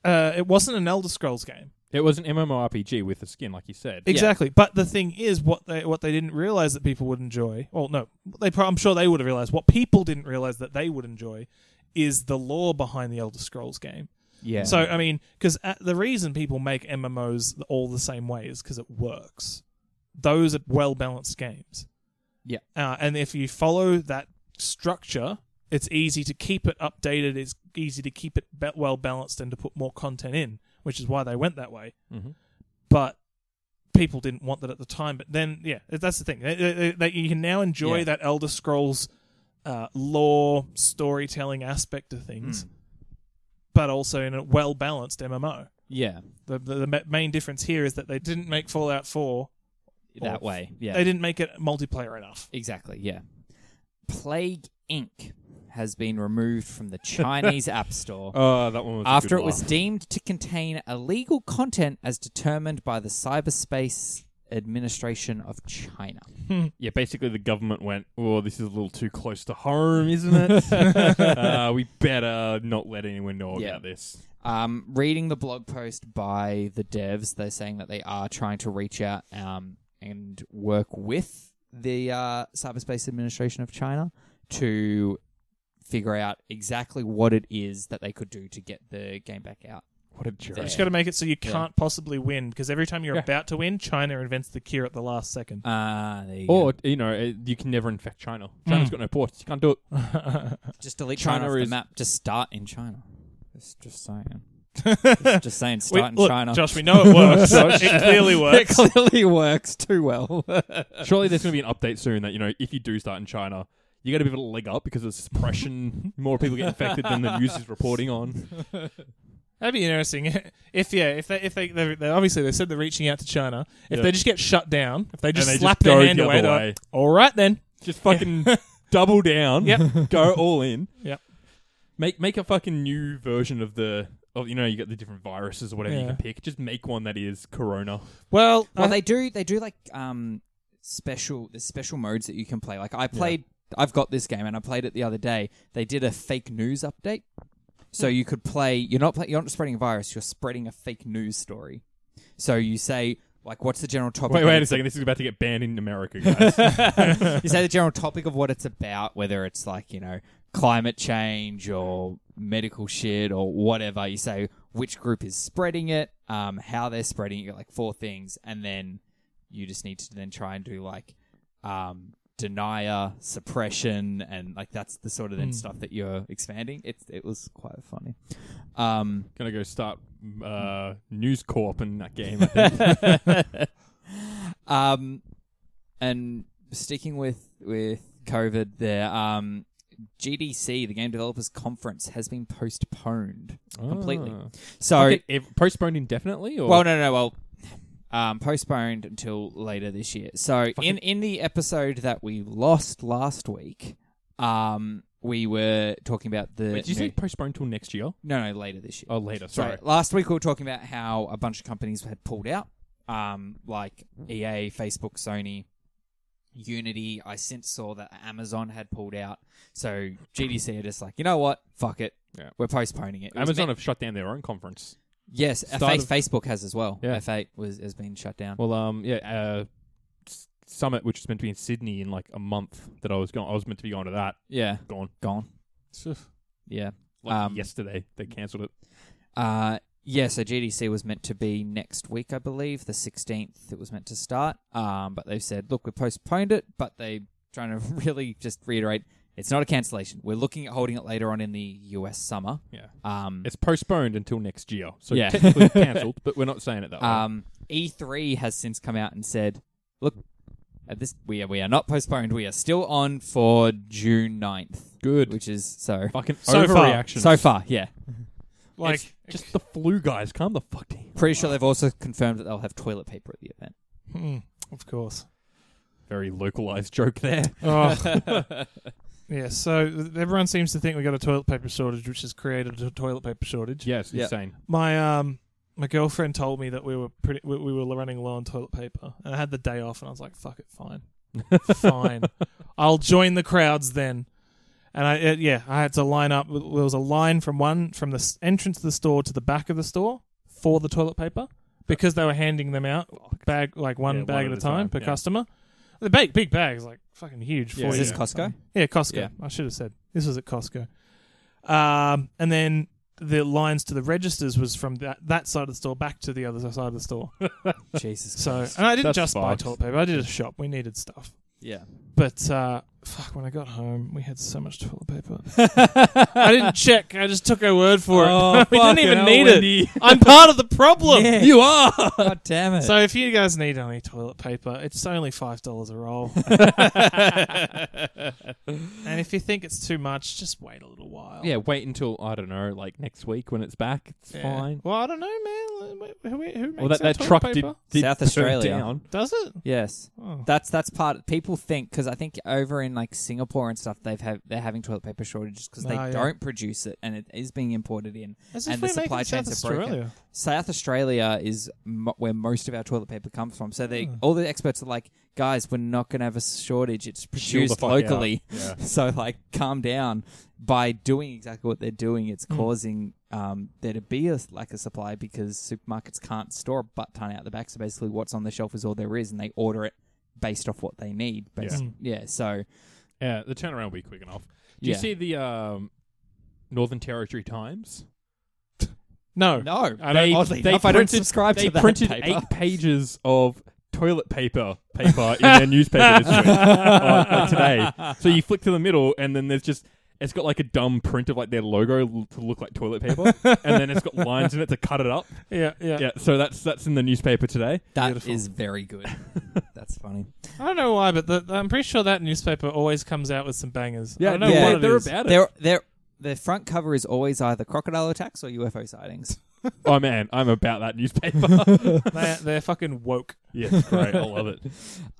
[SPEAKER 2] Uh, it wasn't an Elder Scrolls game.
[SPEAKER 1] It was an MMORPG with a skin, like you said.
[SPEAKER 2] Exactly. But the thing is, what they what they didn't realize that people would enjoy. Well, no, they. pro- I'm sure they would have realized what people didn't realize that they would enjoy is the lore behind the Elder Scrolls game.
[SPEAKER 3] Yeah. Mm.
[SPEAKER 2] So I mean, because the reason people make MMOs all the same way is because it works. Those are well balanced games.
[SPEAKER 3] Yeah.
[SPEAKER 2] uh, and if you follow that structure, it's easy to keep it updated. It's easy to keep it ba- well balanced and to put more content in, which is why they went that way.
[SPEAKER 1] Mhm.
[SPEAKER 2] But people didn't want that at the time. But then, yeah, that's the thing. They, they, they, you can now enjoy
[SPEAKER 3] Yeah.
[SPEAKER 2] that Elder Scrolls uh, lore storytelling aspect of things,
[SPEAKER 3] Hmm.
[SPEAKER 2] but also in a well balanced MMO.
[SPEAKER 3] yeah,
[SPEAKER 2] The, the, the ma- main difference here is that they didn't make Fallout 4.
[SPEAKER 3] that way. Yeah,
[SPEAKER 2] They didn't make it multiplayer enough.
[SPEAKER 3] Exactly, yeah. Plague Inc. has been removed from the Chinese App Store
[SPEAKER 1] Oh, that one was a
[SPEAKER 3] after
[SPEAKER 1] good
[SPEAKER 3] it was
[SPEAKER 1] laugh.
[SPEAKER 3] deemed to contain illegal content as determined by the Cyberspace Administration of China.
[SPEAKER 1] Yeah, basically the government went, "Oh, this is a little too close to home, isn't it? uh, we better not let anyone know
[SPEAKER 3] Yeah.
[SPEAKER 1] about this."
[SPEAKER 3] Um, reading the blog post by the devs, they're saying that they are trying to reach out um, and work with the uh, Cyberspace Administration of China to figure out exactly what it is that they could do to get the game back out.
[SPEAKER 1] What a jerk!
[SPEAKER 2] You just got to make it so you can't possibly win because every time you're
[SPEAKER 1] Yeah.
[SPEAKER 2] about to win, China invents the cure at the last second.
[SPEAKER 3] Ah, there you
[SPEAKER 1] Or you know, uh, you can never infect China. China's got no ports; you can't do it.
[SPEAKER 3] Just delete
[SPEAKER 1] China
[SPEAKER 3] China, off
[SPEAKER 1] is-
[SPEAKER 3] the map. Just start in China. Just, just saying. just, just saying.
[SPEAKER 2] We-
[SPEAKER 3] Start in
[SPEAKER 2] look,
[SPEAKER 3] China.
[SPEAKER 2] Josh, we know it works. it clearly
[SPEAKER 3] it
[SPEAKER 2] works.
[SPEAKER 3] clearly works too well.
[SPEAKER 1] Surely there's going to be an update soon that you know, if you do start in China, you got a bit of a leg up because of suppression. more people get infected than the news is reporting on.
[SPEAKER 2] That'd be interesting. If yeah, if they if they, they, they obviously they said they're reaching out to China. If
[SPEAKER 1] Yeah.
[SPEAKER 2] they just get shut down, if they just
[SPEAKER 1] they
[SPEAKER 2] slap
[SPEAKER 1] just
[SPEAKER 2] their
[SPEAKER 1] go
[SPEAKER 2] hand
[SPEAKER 1] the
[SPEAKER 2] away,
[SPEAKER 1] other
[SPEAKER 2] they're
[SPEAKER 1] way.
[SPEAKER 2] like, all right then.
[SPEAKER 1] Just fucking double down.
[SPEAKER 2] Yep.
[SPEAKER 1] go all in.
[SPEAKER 2] Yep.
[SPEAKER 1] Make make a fucking new version of the. Of, you know, you got the different viruses or whatever you
[SPEAKER 2] Yeah.
[SPEAKER 1] can pick. Just make one that is Corona.
[SPEAKER 2] Well,
[SPEAKER 3] well,
[SPEAKER 2] I-
[SPEAKER 3] they do. They do like um special. There's special modes that you can play. Like I played. I've got this game and I played it the other day. They did a fake news update, so
[SPEAKER 1] Hmm.
[SPEAKER 3] you could play. You're not. Play, you're not spreading a virus. You're spreading a fake news story. So you say like, what's the general topic?
[SPEAKER 1] Wait,
[SPEAKER 3] and
[SPEAKER 1] wait a
[SPEAKER 3] it's
[SPEAKER 1] second. This is about to get banned in America, guys.
[SPEAKER 3] you say the general topic of what it's about, whether it's like, you know, climate change or medical shit or whatever. You say which group is spreading it, um, how they're spreading it, you got, like four things, and then you just need to then try and do like um, denier, suppression, and like that's the sort of then stuff that you're expanding. It, it was quite funny. Um,
[SPEAKER 1] Gonna go start uh, News Corp in that game. I think.
[SPEAKER 3] Um, and sticking with with COVID, there, um, GDC, the Game Developers Conference, has been postponed completely.
[SPEAKER 1] Ah.
[SPEAKER 3] So,
[SPEAKER 1] Okay, if- postponed indefinitely, or
[SPEAKER 3] well, no, no, no, well, um, postponed until later this year. So, in in the episode that we lost last week, um, we were talking about the
[SPEAKER 1] Wait, did you say
[SPEAKER 3] new-
[SPEAKER 1] postponed till next year?
[SPEAKER 3] no, no, later this year.
[SPEAKER 1] Oh, later. Sorry.
[SPEAKER 3] Sorry. Last week we were talking about how a bunch of companies had pulled out, um, like EA, Facebook, E Sony, Unity. I since saw that Amazon had pulled out, so GDC are just like, you know what, fuck it,
[SPEAKER 1] Yeah.
[SPEAKER 3] we're postponing it. It was
[SPEAKER 1] Amazon
[SPEAKER 3] meant-
[SPEAKER 1] have shut down their own conference.
[SPEAKER 3] yes, F-
[SPEAKER 1] Start of-
[SPEAKER 3] Facebook has as well.
[SPEAKER 1] Yeah.
[SPEAKER 3] F8 was has been shut down.
[SPEAKER 1] Well, um, yeah, uh, S- Summit, which is meant to be in Sydney in like a month, that I was going, I was meant to be going to that.
[SPEAKER 3] yeah,
[SPEAKER 1] Gone
[SPEAKER 3] gone. Yeah,
[SPEAKER 1] like
[SPEAKER 3] Um,
[SPEAKER 1] yesterday. They cancelled it.
[SPEAKER 3] Uh, yeah, so GDC was meant to be next week, I believe, the 16th it was meant to start. Um, but they've said, look, we postponed it, but they trying to really just reiterate it's not a cancellation. We're looking at holding it later on in the US summer.
[SPEAKER 1] Yeah,
[SPEAKER 3] Um,
[SPEAKER 1] it's postponed until next year. So
[SPEAKER 3] Yeah.
[SPEAKER 1] technically cancelled, but we're not saying it that way.
[SPEAKER 3] um, E3 has since come out and said, look, at this we are, we are not postponed. We are still on for June 9th,
[SPEAKER 1] Good.
[SPEAKER 3] which is so
[SPEAKER 1] Fucking
[SPEAKER 2] So far.
[SPEAKER 1] overreaction.
[SPEAKER 3] so far, yeah.
[SPEAKER 2] Like,
[SPEAKER 1] It's just the flu guys. Calm the fuck down.
[SPEAKER 3] Pretty sure they've also confirmed that they'll have toilet paper at the event.
[SPEAKER 2] hmm, of course.
[SPEAKER 1] Very localized joke there.
[SPEAKER 2] Oh. yeah, so th- everyone seems to think we got a toilet paper shortage, which has created a toilet paper shortage.
[SPEAKER 1] Yes,
[SPEAKER 3] Yeah.
[SPEAKER 1] insane.
[SPEAKER 2] My um, my girlfriend told me that we were pretty, we, we were running low on toilet paper, and I had the day off, and I was like, "Fuck it, fine, fine, I'll join the crowds then." And I uh, yeah, I had to line up. There was a line from one from the s- entrance of the store to the back of the store for the toilet paper because they were handing them out bag like one
[SPEAKER 1] Yeah,
[SPEAKER 2] bag at, a time, per
[SPEAKER 1] yeah.
[SPEAKER 2] customer. The big big bags like fucking huge.
[SPEAKER 1] Yeah,
[SPEAKER 2] for
[SPEAKER 3] Is
[SPEAKER 2] you.
[SPEAKER 3] this Costco?
[SPEAKER 2] Yeah, Costco.
[SPEAKER 3] Yeah.
[SPEAKER 2] I should have said this was at Costco. Um, and then the lines to the registers was from that, that side of the store back to the other side of the store.
[SPEAKER 3] Jesus
[SPEAKER 2] So, uh,
[SPEAKER 3] Christ.
[SPEAKER 2] and I didn't
[SPEAKER 1] That's
[SPEAKER 2] just buy
[SPEAKER 1] fucked.
[SPEAKER 2] toilet paper. I did a shop. We needed stuff.
[SPEAKER 3] Yeah.
[SPEAKER 2] But uh, fuck, when I got home, we had so much toilet paper. I didn't check. I just took her word for it.
[SPEAKER 3] Oh,
[SPEAKER 2] we didn't
[SPEAKER 3] fucking
[SPEAKER 2] even
[SPEAKER 3] hell,
[SPEAKER 2] need
[SPEAKER 1] Wendy.
[SPEAKER 2] it. I'm part of the problem.
[SPEAKER 3] Yeah.
[SPEAKER 1] You are.
[SPEAKER 3] God damn it.
[SPEAKER 2] So if you guys need any toilet paper, it's only five dollars a roll. and if you think it's too much, just wait a little while.
[SPEAKER 1] yeah, wait until I don't know, like next week when it's back. It's
[SPEAKER 2] Yeah.
[SPEAKER 1] fine.
[SPEAKER 2] Well, I don't know, man. Who, who- who makes
[SPEAKER 1] Well, that,
[SPEAKER 2] our
[SPEAKER 1] that
[SPEAKER 2] toilet
[SPEAKER 1] truck did,
[SPEAKER 2] paper?
[SPEAKER 1] did
[SPEAKER 3] South
[SPEAKER 1] go
[SPEAKER 3] Australia.
[SPEAKER 1] down.
[SPEAKER 2] Does it?
[SPEAKER 3] yes.
[SPEAKER 2] Oh.
[SPEAKER 3] That's that's part people think because I think over in like Singapore and stuff they've have they're having toilet paper shortages because they
[SPEAKER 2] Ah, yeah.
[SPEAKER 3] don't produce it and it is being imported in.
[SPEAKER 2] As
[SPEAKER 3] and
[SPEAKER 2] if
[SPEAKER 3] the
[SPEAKER 2] we make
[SPEAKER 3] supply
[SPEAKER 2] it South
[SPEAKER 3] chains are broken.
[SPEAKER 2] Australia.
[SPEAKER 3] South Australia is mo where most of our toilet paper comes from, so
[SPEAKER 2] Hmm.
[SPEAKER 3] they all the experts are like, guys, we're not gonna have a shortage. It's
[SPEAKER 1] Chill the
[SPEAKER 3] produced
[SPEAKER 1] fuck out.
[SPEAKER 3] locally,
[SPEAKER 1] Yeah.
[SPEAKER 3] so like calm down. By doing exactly what they're doing,
[SPEAKER 1] Hmm.
[SPEAKER 3] it's causing um, there to be a, like a supply because supermarkets can't store a butt ton out the back. So basically, what's on the shelf is all there is, and they order it based off what they need. Based,
[SPEAKER 2] Mm.
[SPEAKER 3] yeah. So
[SPEAKER 1] Yeah, the turnaround will be quick enough. Do you
[SPEAKER 3] Yeah.
[SPEAKER 1] see the um, Northern Territory Times?
[SPEAKER 2] No.
[SPEAKER 3] no,
[SPEAKER 2] I don't-
[SPEAKER 1] oddly they
[SPEAKER 3] enough, I don't
[SPEAKER 1] printed-
[SPEAKER 3] subscribe
[SPEAKER 1] They
[SPEAKER 3] to that
[SPEAKER 1] printed
[SPEAKER 3] paper.
[SPEAKER 1] eight pages of toilet paper paper in their newspaper this week on- on Oh, today. So you flick to the middle, and then there's just it's got like a dumb print of like their logo l- to look like toilet paper, and then it's got lines in it to cut it up.
[SPEAKER 2] Yeah, yeah,
[SPEAKER 1] Yeah, so that's that's in the newspaper today.
[SPEAKER 3] That is
[SPEAKER 2] Beautiful.
[SPEAKER 3] very good. That's funny.
[SPEAKER 2] I don't know why, but the, I'm pretty sure that newspaper always comes out with some bangers. I don't know
[SPEAKER 3] yeah.
[SPEAKER 2] what
[SPEAKER 1] they're, they're
[SPEAKER 2] it is.
[SPEAKER 1] about it.
[SPEAKER 3] Their their their front cover is always either crocodile attacks or UFO sightings.
[SPEAKER 1] oh man, I'm about that newspaper.
[SPEAKER 2] They're, they're fucking woke.
[SPEAKER 1] yeah, it's great. I love it.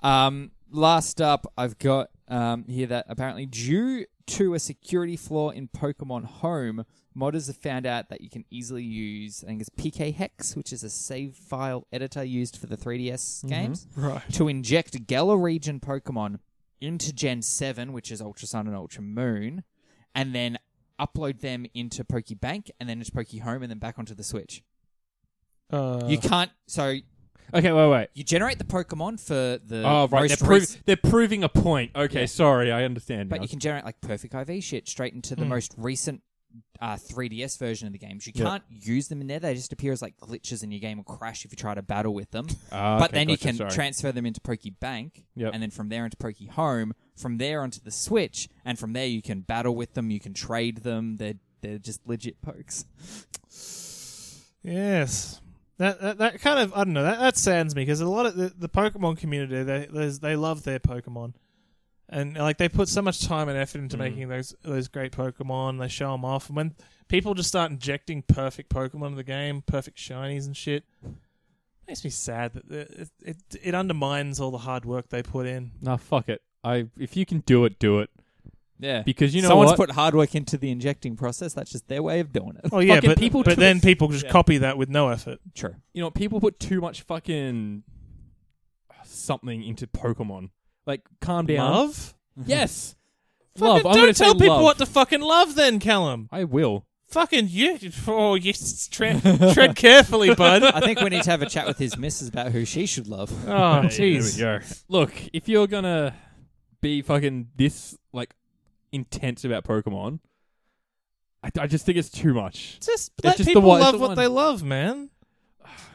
[SPEAKER 3] Um, last up, I've got um, here that apparently due to a security flaw in Pokemon Home, modders have found out that you can easily use, I think it's PK Hex, which is a save file editor used for the 3DS
[SPEAKER 1] Mm-hmm.
[SPEAKER 3] games,
[SPEAKER 2] Right.
[SPEAKER 3] to inject Galar region Pokemon into Gen 7, which is Ultra Sun and Ultra Moon, and then upload them into Pokebank and then into Poke Home and then back onto the Switch.
[SPEAKER 2] Uh,
[SPEAKER 3] you can't, so
[SPEAKER 1] Okay, wait, wait.
[SPEAKER 3] you generate the Pokemon for the
[SPEAKER 1] Oh right,
[SPEAKER 3] most
[SPEAKER 1] they're, prov-
[SPEAKER 3] rec-
[SPEAKER 1] they're proving a point. Okay,
[SPEAKER 3] Yeah.
[SPEAKER 1] sorry, I understand.
[SPEAKER 3] But
[SPEAKER 1] now.
[SPEAKER 3] you can generate like perfect IV shit straight into the most recent uh, 3DS version of the games. You
[SPEAKER 1] Hmm. Yeah.
[SPEAKER 3] can't use them in there; they just appear as like glitches, and your game will crash if you try to battle with them.
[SPEAKER 1] Ah,
[SPEAKER 3] but
[SPEAKER 1] okay,
[SPEAKER 3] then
[SPEAKER 1] gotcha,
[SPEAKER 3] you can
[SPEAKER 1] sorry.
[SPEAKER 3] transfer them into Pokebank,
[SPEAKER 1] Yep.
[SPEAKER 3] and then from there into Poke Home, from there onto the Switch, and from there you can battle with them, you can trade them. They're they're just legit pokes.
[SPEAKER 2] Yes. That, that that kind of I don't know that, that saddens me because a lot of the, the Pokemon community they there's- they love their Pokemon, and like they put so much time and effort into making those those great Pokemon. They show them off, and when people just start injecting perfect Pokemon in the game, perfect shinies and shit, makes me sad that the- it it, it undermines all the hard work they put in.
[SPEAKER 1] Nah, fuck it. I if you can do it, do it.
[SPEAKER 3] Yeah,
[SPEAKER 1] Because you know
[SPEAKER 3] someone's
[SPEAKER 1] what?
[SPEAKER 3] put hard work into the injecting process. That's just their way of doing it.
[SPEAKER 2] Oh yeah,
[SPEAKER 1] Fucking
[SPEAKER 2] but
[SPEAKER 1] people
[SPEAKER 2] but
[SPEAKER 1] took
[SPEAKER 2] then
[SPEAKER 1] it-
[SPEAKER 2] people just
[SPEAKER 1] yeah.
[SPEAKER 2] copy that with no effort.
[SPEAKER 3] True.
[SPEAKER 1] you know, people put too much fucking something into Pokemon. Like, calm down.
[SPEAKER 2] Love?
[SPEAKER 1] Yes.
[SPEAKER 2] Fucking
[SPEAKER 1] love. I'm gonna
[SPEAKER 2] don't tell
[SPEAKER 1] say
[SPEAKER 2] people
[SPEAKER 1] love.
[SPEAKER 2] what to fucking love then, Callum.
[SPEAKER 1] I will.
[SPEAKER 2] Fucking you. Oh, yes. Tread, tread carefully, bud.
[SPEAKER 3] I think we need to have a chat with his missus about who she should love.
[SPEAKER 2] Oh,
[SPEAKER 1] Hey, there we
[SPEAKER 2] jeez.
[SPEAKER 1] go. Look, if you're gonna be fucking this like intense about Pokemon, I, I just think it's too much.
[SPEAKER 2] Just let
[SPEAKER 1] just the
[SPEAKER 2] people
[SPEAKER 1] one- it's
[SPEAKER 2] love
[SPEAKER 1] the
[SPEAKER 2] what
[SPEAKER 1] one.
[SPEAKER 2] they love, man.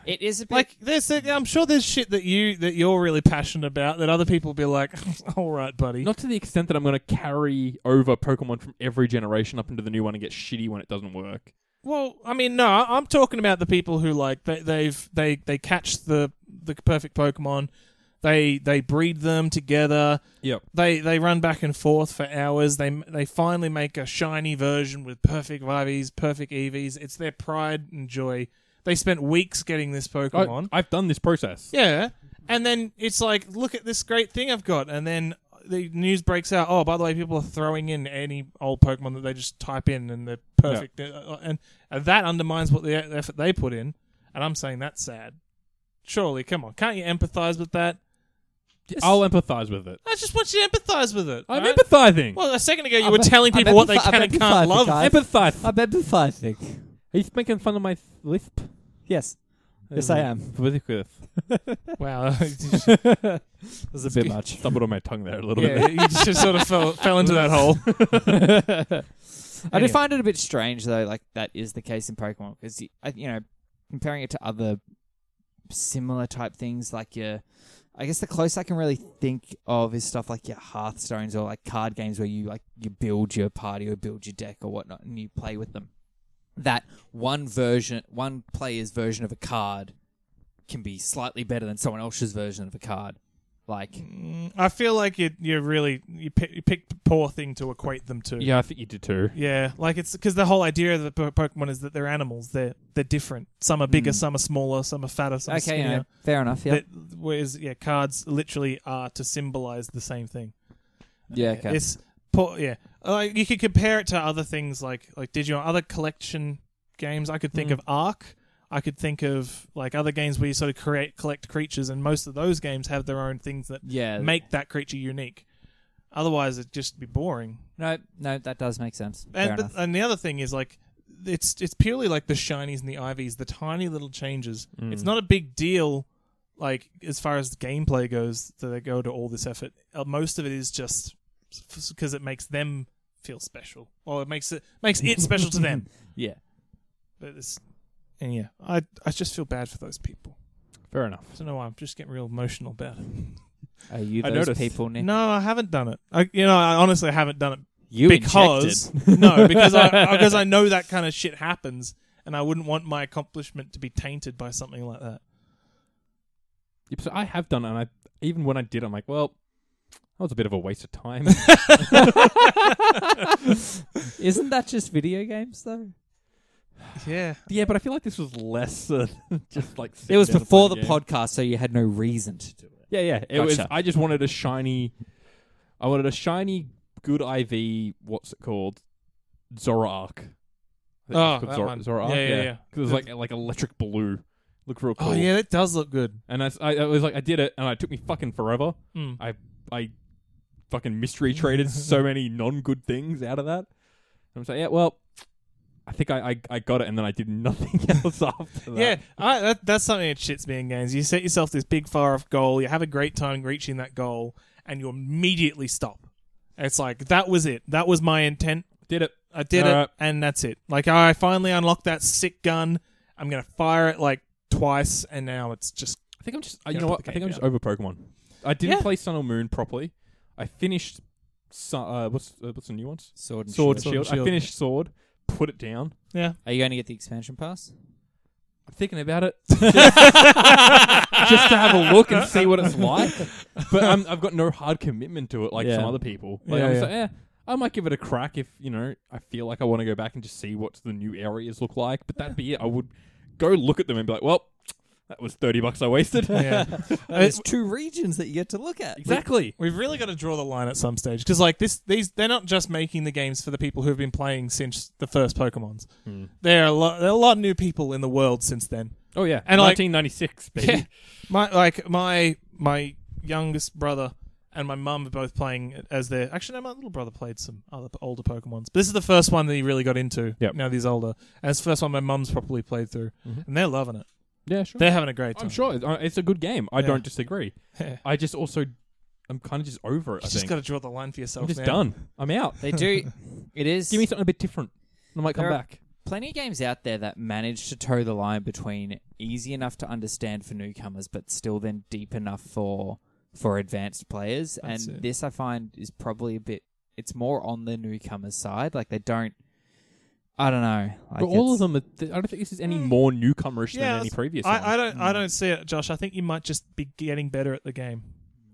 [SPEAKER 3] It is a bit
[SPEAKER 2] Like, there's, I'm sure there's shit that you that you're really passionate about that other people will be like, all right, buddy.
[SPEAKER 1] Not to the extent that I'm gonna carry over Pokemon from every generation up into the new one and get shitty when it doesn't work.
[SPEAKER 2] Well, I mean, no, I- I'm talking about the people who like they, they've they they catch the the perfect Pokemon, they they breed them together,
[SPEAKER 1] Yep.
[SPEAKER 2] they they run back and forth for hours. They they finally make a shiny version with perfect Vives, perfect EVs. It's their pride and joy. They spent weeks getting this
[SPEAKER 1] I,
[SPEAKER 2] Pokemon.
[SPEAKER 1] I've done this process.
[SPEAKER 2] Yeah. And then it's like, look at this great thing I've got. And then the news breaks out. Oh, by the way, people are throwing in any old Pokemon that they just type in and they're perfect. Uh, And, and that undermines what the e- effort they put in. And I'm saying that's sad. Surely, come on. Can't you empathize with that?
[SPEAKER 1] I'll empathize with it.
[SPEAKER 2] I just want you to empathize with it.
[SPEAKER 1] I'm
[SPEAKER 2] alright?
[SPEAKER 1] empathizing.
[SPEAKER 2] Well, a second ago you
[SPEAKER 3] I'm
[SPEAKER 2] were
[SPEAKER 3] em-
[SPEAKER 2] telling
[SPEAKER 3] I'm
[SPEAKER 2] people what they
[SPEAKER 3] empathi-
[SPEAKER 2] can
[SPEAKER 3] I'm
[SPEAKER 2] and can't love.
[SPEAKER 3] empathizing.
[SPEAKER 1] empathize.
[SPEAKER 3] I'm empathizing.
[SPEAKER 1] Are you making fun of my th- lisp?
[SPEAKER 3] Yes. Yes, I am.
[SPEAKER 2] Wow.
[SPEAKER 3] That was a bit much.
[SPEAKER 1] Stumbled on my tongue there a little
[SPEAKER 2] yeah, you just sort of fell, fell into that hole.
[SPEAKER 3] I do find it a bit strange though, like that is the case in Pokemon because you, I- you know comparing it to other similar type things like your. I guess the closest I can really think of is stuff like your Hearthstones or like card games where you like you build your party or build your deck or whatnot and you play with them. That one version, one player's version of a card can be slightly better than someone else's version of a card. Like,
[SPEAKER 2] Mm, I feel like you you really you, pick, you picked poor thing to equate them to.
[SPEAKER 1] bit. Yeah, I think you did too.
[SPEAKER 2] Yeah, like it's because the whole idea of the po- Pokemon is that they're animals. They're they're different. Some are bigger,
[SPEAKER 3] Mm.
[SPEAKER 2] some are smaller, some are fatter, some
[SPEAKER 3] okay,
[SPEAKER 2] are
[SPEAKER 3] you
[SPEAKER 2] skinnier.
[SPEAKER 3] know, fair enough. Yeah,
[SPEAKER 2] That, whereas yeah, cards literally are to symbolize the same thing.
[SPEAKER 3] yeah, okay.
[SPEAKER 2] It's poor. Yeah, like you could compare it to other things like like Digimon, other collection games. I could think
[SPEAKER 1] Mm.
[SPEAKER 3] Hmm.
[SPEAKER 2] of Ark. I could think of like other games where you sort of create collect creatures, and most of those games have their own things that
[SPEAKER 3] yeah,
[SPEAKER 2] make that creature unique. Otherwise, it'd just be boring.
[SPEAKER 3] No, no, that does make sense. Fair
[SPEAKER 2] And but,
[SPEAKER 3] enough.
[SPEAKER 2] and the other thing is like it's it's purely like the shinies and the IVs, the tiny little changes. It's
[SPEAKER 1] Mm.
[SPEAKER 2] not a big deal, like as far as the gameplay goes, that they go to all this effort. Uh, most of it is just because it makes them feel special, or it makes it makes it special to them.
[SPEAKER 3] yeah.
[SPEAKER 2] But it's and yeah, I I just feel bad for those people.
[SPEAKER 1] Fair enough.
[SPEAKER 2] I don't know why I'm just getting real emotional about it.
[SPEAKER 3] Are you
[SPEAKER 1] I
[SPEAKER 3] those
[SPEAKER 1] noticed.
[SPEAKER 3] people, Nick?
[SPEAKER 2] No, I haven't done it. I, you know, I honestly haven't done it
[SPEAKER 3] you
[SPEAKER 2] because no, because I because I know that kind of shit happens, and I wouldn't want my accomplishment to be tainted by something like that.
[SPEAKER 1] Yep, so I have done it, and I even when I did, I'm like, well, that was a bit of a waste of time.
[SPEAKER 3] Isn't that just video games though?
[SPEAKER 2] Yeah,
[SPEAKER 1] yeah, but I feel like this was less uh, just like
[SPEAKER 3] It
[SPEAKER 1] sitting
[SPEAKER 3] was
[SPEAKER 1] down and
[SPEAKER 3] before the
[SPEAKER 1] playing a game.
[SPEAKER 3] podcast, so you had no reason to do it.
[SPEAKER 1] Yeah, yeah. It was.
[SPEAKER 3] Gotcha.
[SPEAKER 1] I just wanted a shiny. I wanted a shiny, good IV. What's it called? Zoroark.
[SPEAKER 2] Oh, that one. Yeah, yeah, yeah.
[SPEAKER 1] Because it was like like electric blue. Looked real cool.
[SPEAKER 2] Oh yeah, that does look good.
[SPEAKER 1] And I, s- I- I was like, I did it, and it took me fucking forever.
[SPEAKER 2] Mm.
[SPEAKER 1] I I fucking mystery traded so many non good things out of that. And I'm saying, yeah, well, I think I, I, I got it, and then I did nothing else after that.
[SPEAKER 2] Yeah, I, that, that's something that shits me in games. You set yourself this big far off goal, you have a great time reaching that goal, and you immediately stop. It's like that was it. That was my intent.
[SPEAKER 1] did it.
[SPEAKER 2] I did it,
[SPEAKER 1] Alright.
[SPEAKER 2] and that's it. Like I finally unlocked that sick gun. I'm gonna fire it like twice, and now it's just
[SPEAKER 1] I think I'm just. I
[SPEAKER 2] Yeah,
[SPEAKER 1] you know
[SPEAKER 2] put
[SPEAKER 1] what?
[SPEAKER 2] the
[SPEAKER 1] I think
[SPEAKER 2] game
[SPEAKER 1] I'm just over Pokemon. I didn't
[SPEAKER 2] Yeah.
[SPEAKER 1] play Sun or Moon properly. I finished. Su- uh, what's uh, what's the new ones?
[SPEAKER 3] Sword and
[SPEAKER 1] Sword,
[SPEAKER 3] shield.
[SPEAKER 1] Shield.
[SPEAKER 2] Sword and Shield,
[SPEAKER 1] I finished Sword. Put it down.
[SPEAKER 2] yeah.
[SPEAKER 3] Are you going to get the expansion pass?
[SPEAKER 1] I'm thinking about it just to have a look and see what it's like. But um, I've got no hard commitment to it like
[SPEAKER 3] Yeah.
[SPEAKER 1] some other people. Like,
[SPEAKER 2] Yeah,
[SPEAKER 1] I'm
[SPEAKER 2] yeah.
[SPEAKER 1] just like, eh, I might give it a crack if you know I feel like I want to go back and just see what the new areas look like. But that'd be it. I would go look at them and be like, well, that was thirty bucks I wasted.
[SPEAKER 2] Yeah.
[SPEAKER 3] There's two regions that you get to look at.
[SPEAKER 1] exactly.
[SPEAKER 2] We've really got to draw the line at some stage because, like this, these they're not just making the games for the people who have been playing since the first Pokemon's.
[SPEAKER 1] Hmm.
[SPEAKER 2] There are a lot, there are a lot of new people in the world since then.
[SPEAKER 1] Oh yeah,
[SPEAKER 2] And, like-
[SPEAKER 1] 1996. baby.
[SPEAKER 2] my like my my youngest brother and my mum were both playing as their. Actually, no, my little brother played some other p- older Pokemons. But this is the first one that he really got into.
[SPEAKER 1] Yep.
[SPEAKER 2] Now that he's older, and it's the first one my mum's properly played through,
[SPEAKER 1] Mhm.
[SPEAKER 2] and they're loving it.
[SPEAKER 1] Yeah, sure.
[SPEAKER 2] They're having a great time.
[SPEAKER 1] I'm sure it- uh, it's a good game. I
[SPEAKER 2] Yeah.
[SPEAKER 1] don't disagree.
[SPEAKER 2] Yeah.
[SPEAKER 1] I just also, I'm kind of just over it.
[SPEAKER 2] You
[SPEAKER 1] I
[SPEAKER 2] just
[SPEAKER 1] think
[SPEAKER 2] got to draw the line for yourself.
[SPEAKER 1] I'm just
[SPEAKER 2] now.
[SPEAKER 1] done. I'm out.
[SPEAKER 3] They do. It is.
[SPEAKER 1] Give me something a bit different. and I might come
[SPEAKER 3] There are-
[SPEAKER 1] back.
[SPEAKER 3] plenty of games out there that manage to toe the line between easy enough to understand for newcomers, but still then deep enough for for advanced players.
[SPEAKER 2] That's
[SPEAKER 3] and
[SPEAKER 2] it.
[SPEAKER 3] this I find is probably a bit. It's more on the newcomers side. Like they don't. I don't know. Like
[SPEAKER 1] but all
[SPEAKER 3] it's-
[SPEAKER 1] of them, are, th- I don't think this is any more newcomerish
[SPEAKER 2] Yeah,
[SPEAKER 1] than any
[SPEAKER 2] that's-
[SPEAKER 1] previous one.
[SPEAKER 2] I, I don't. I don't see it, Josh. I think you might just be getting better at the game.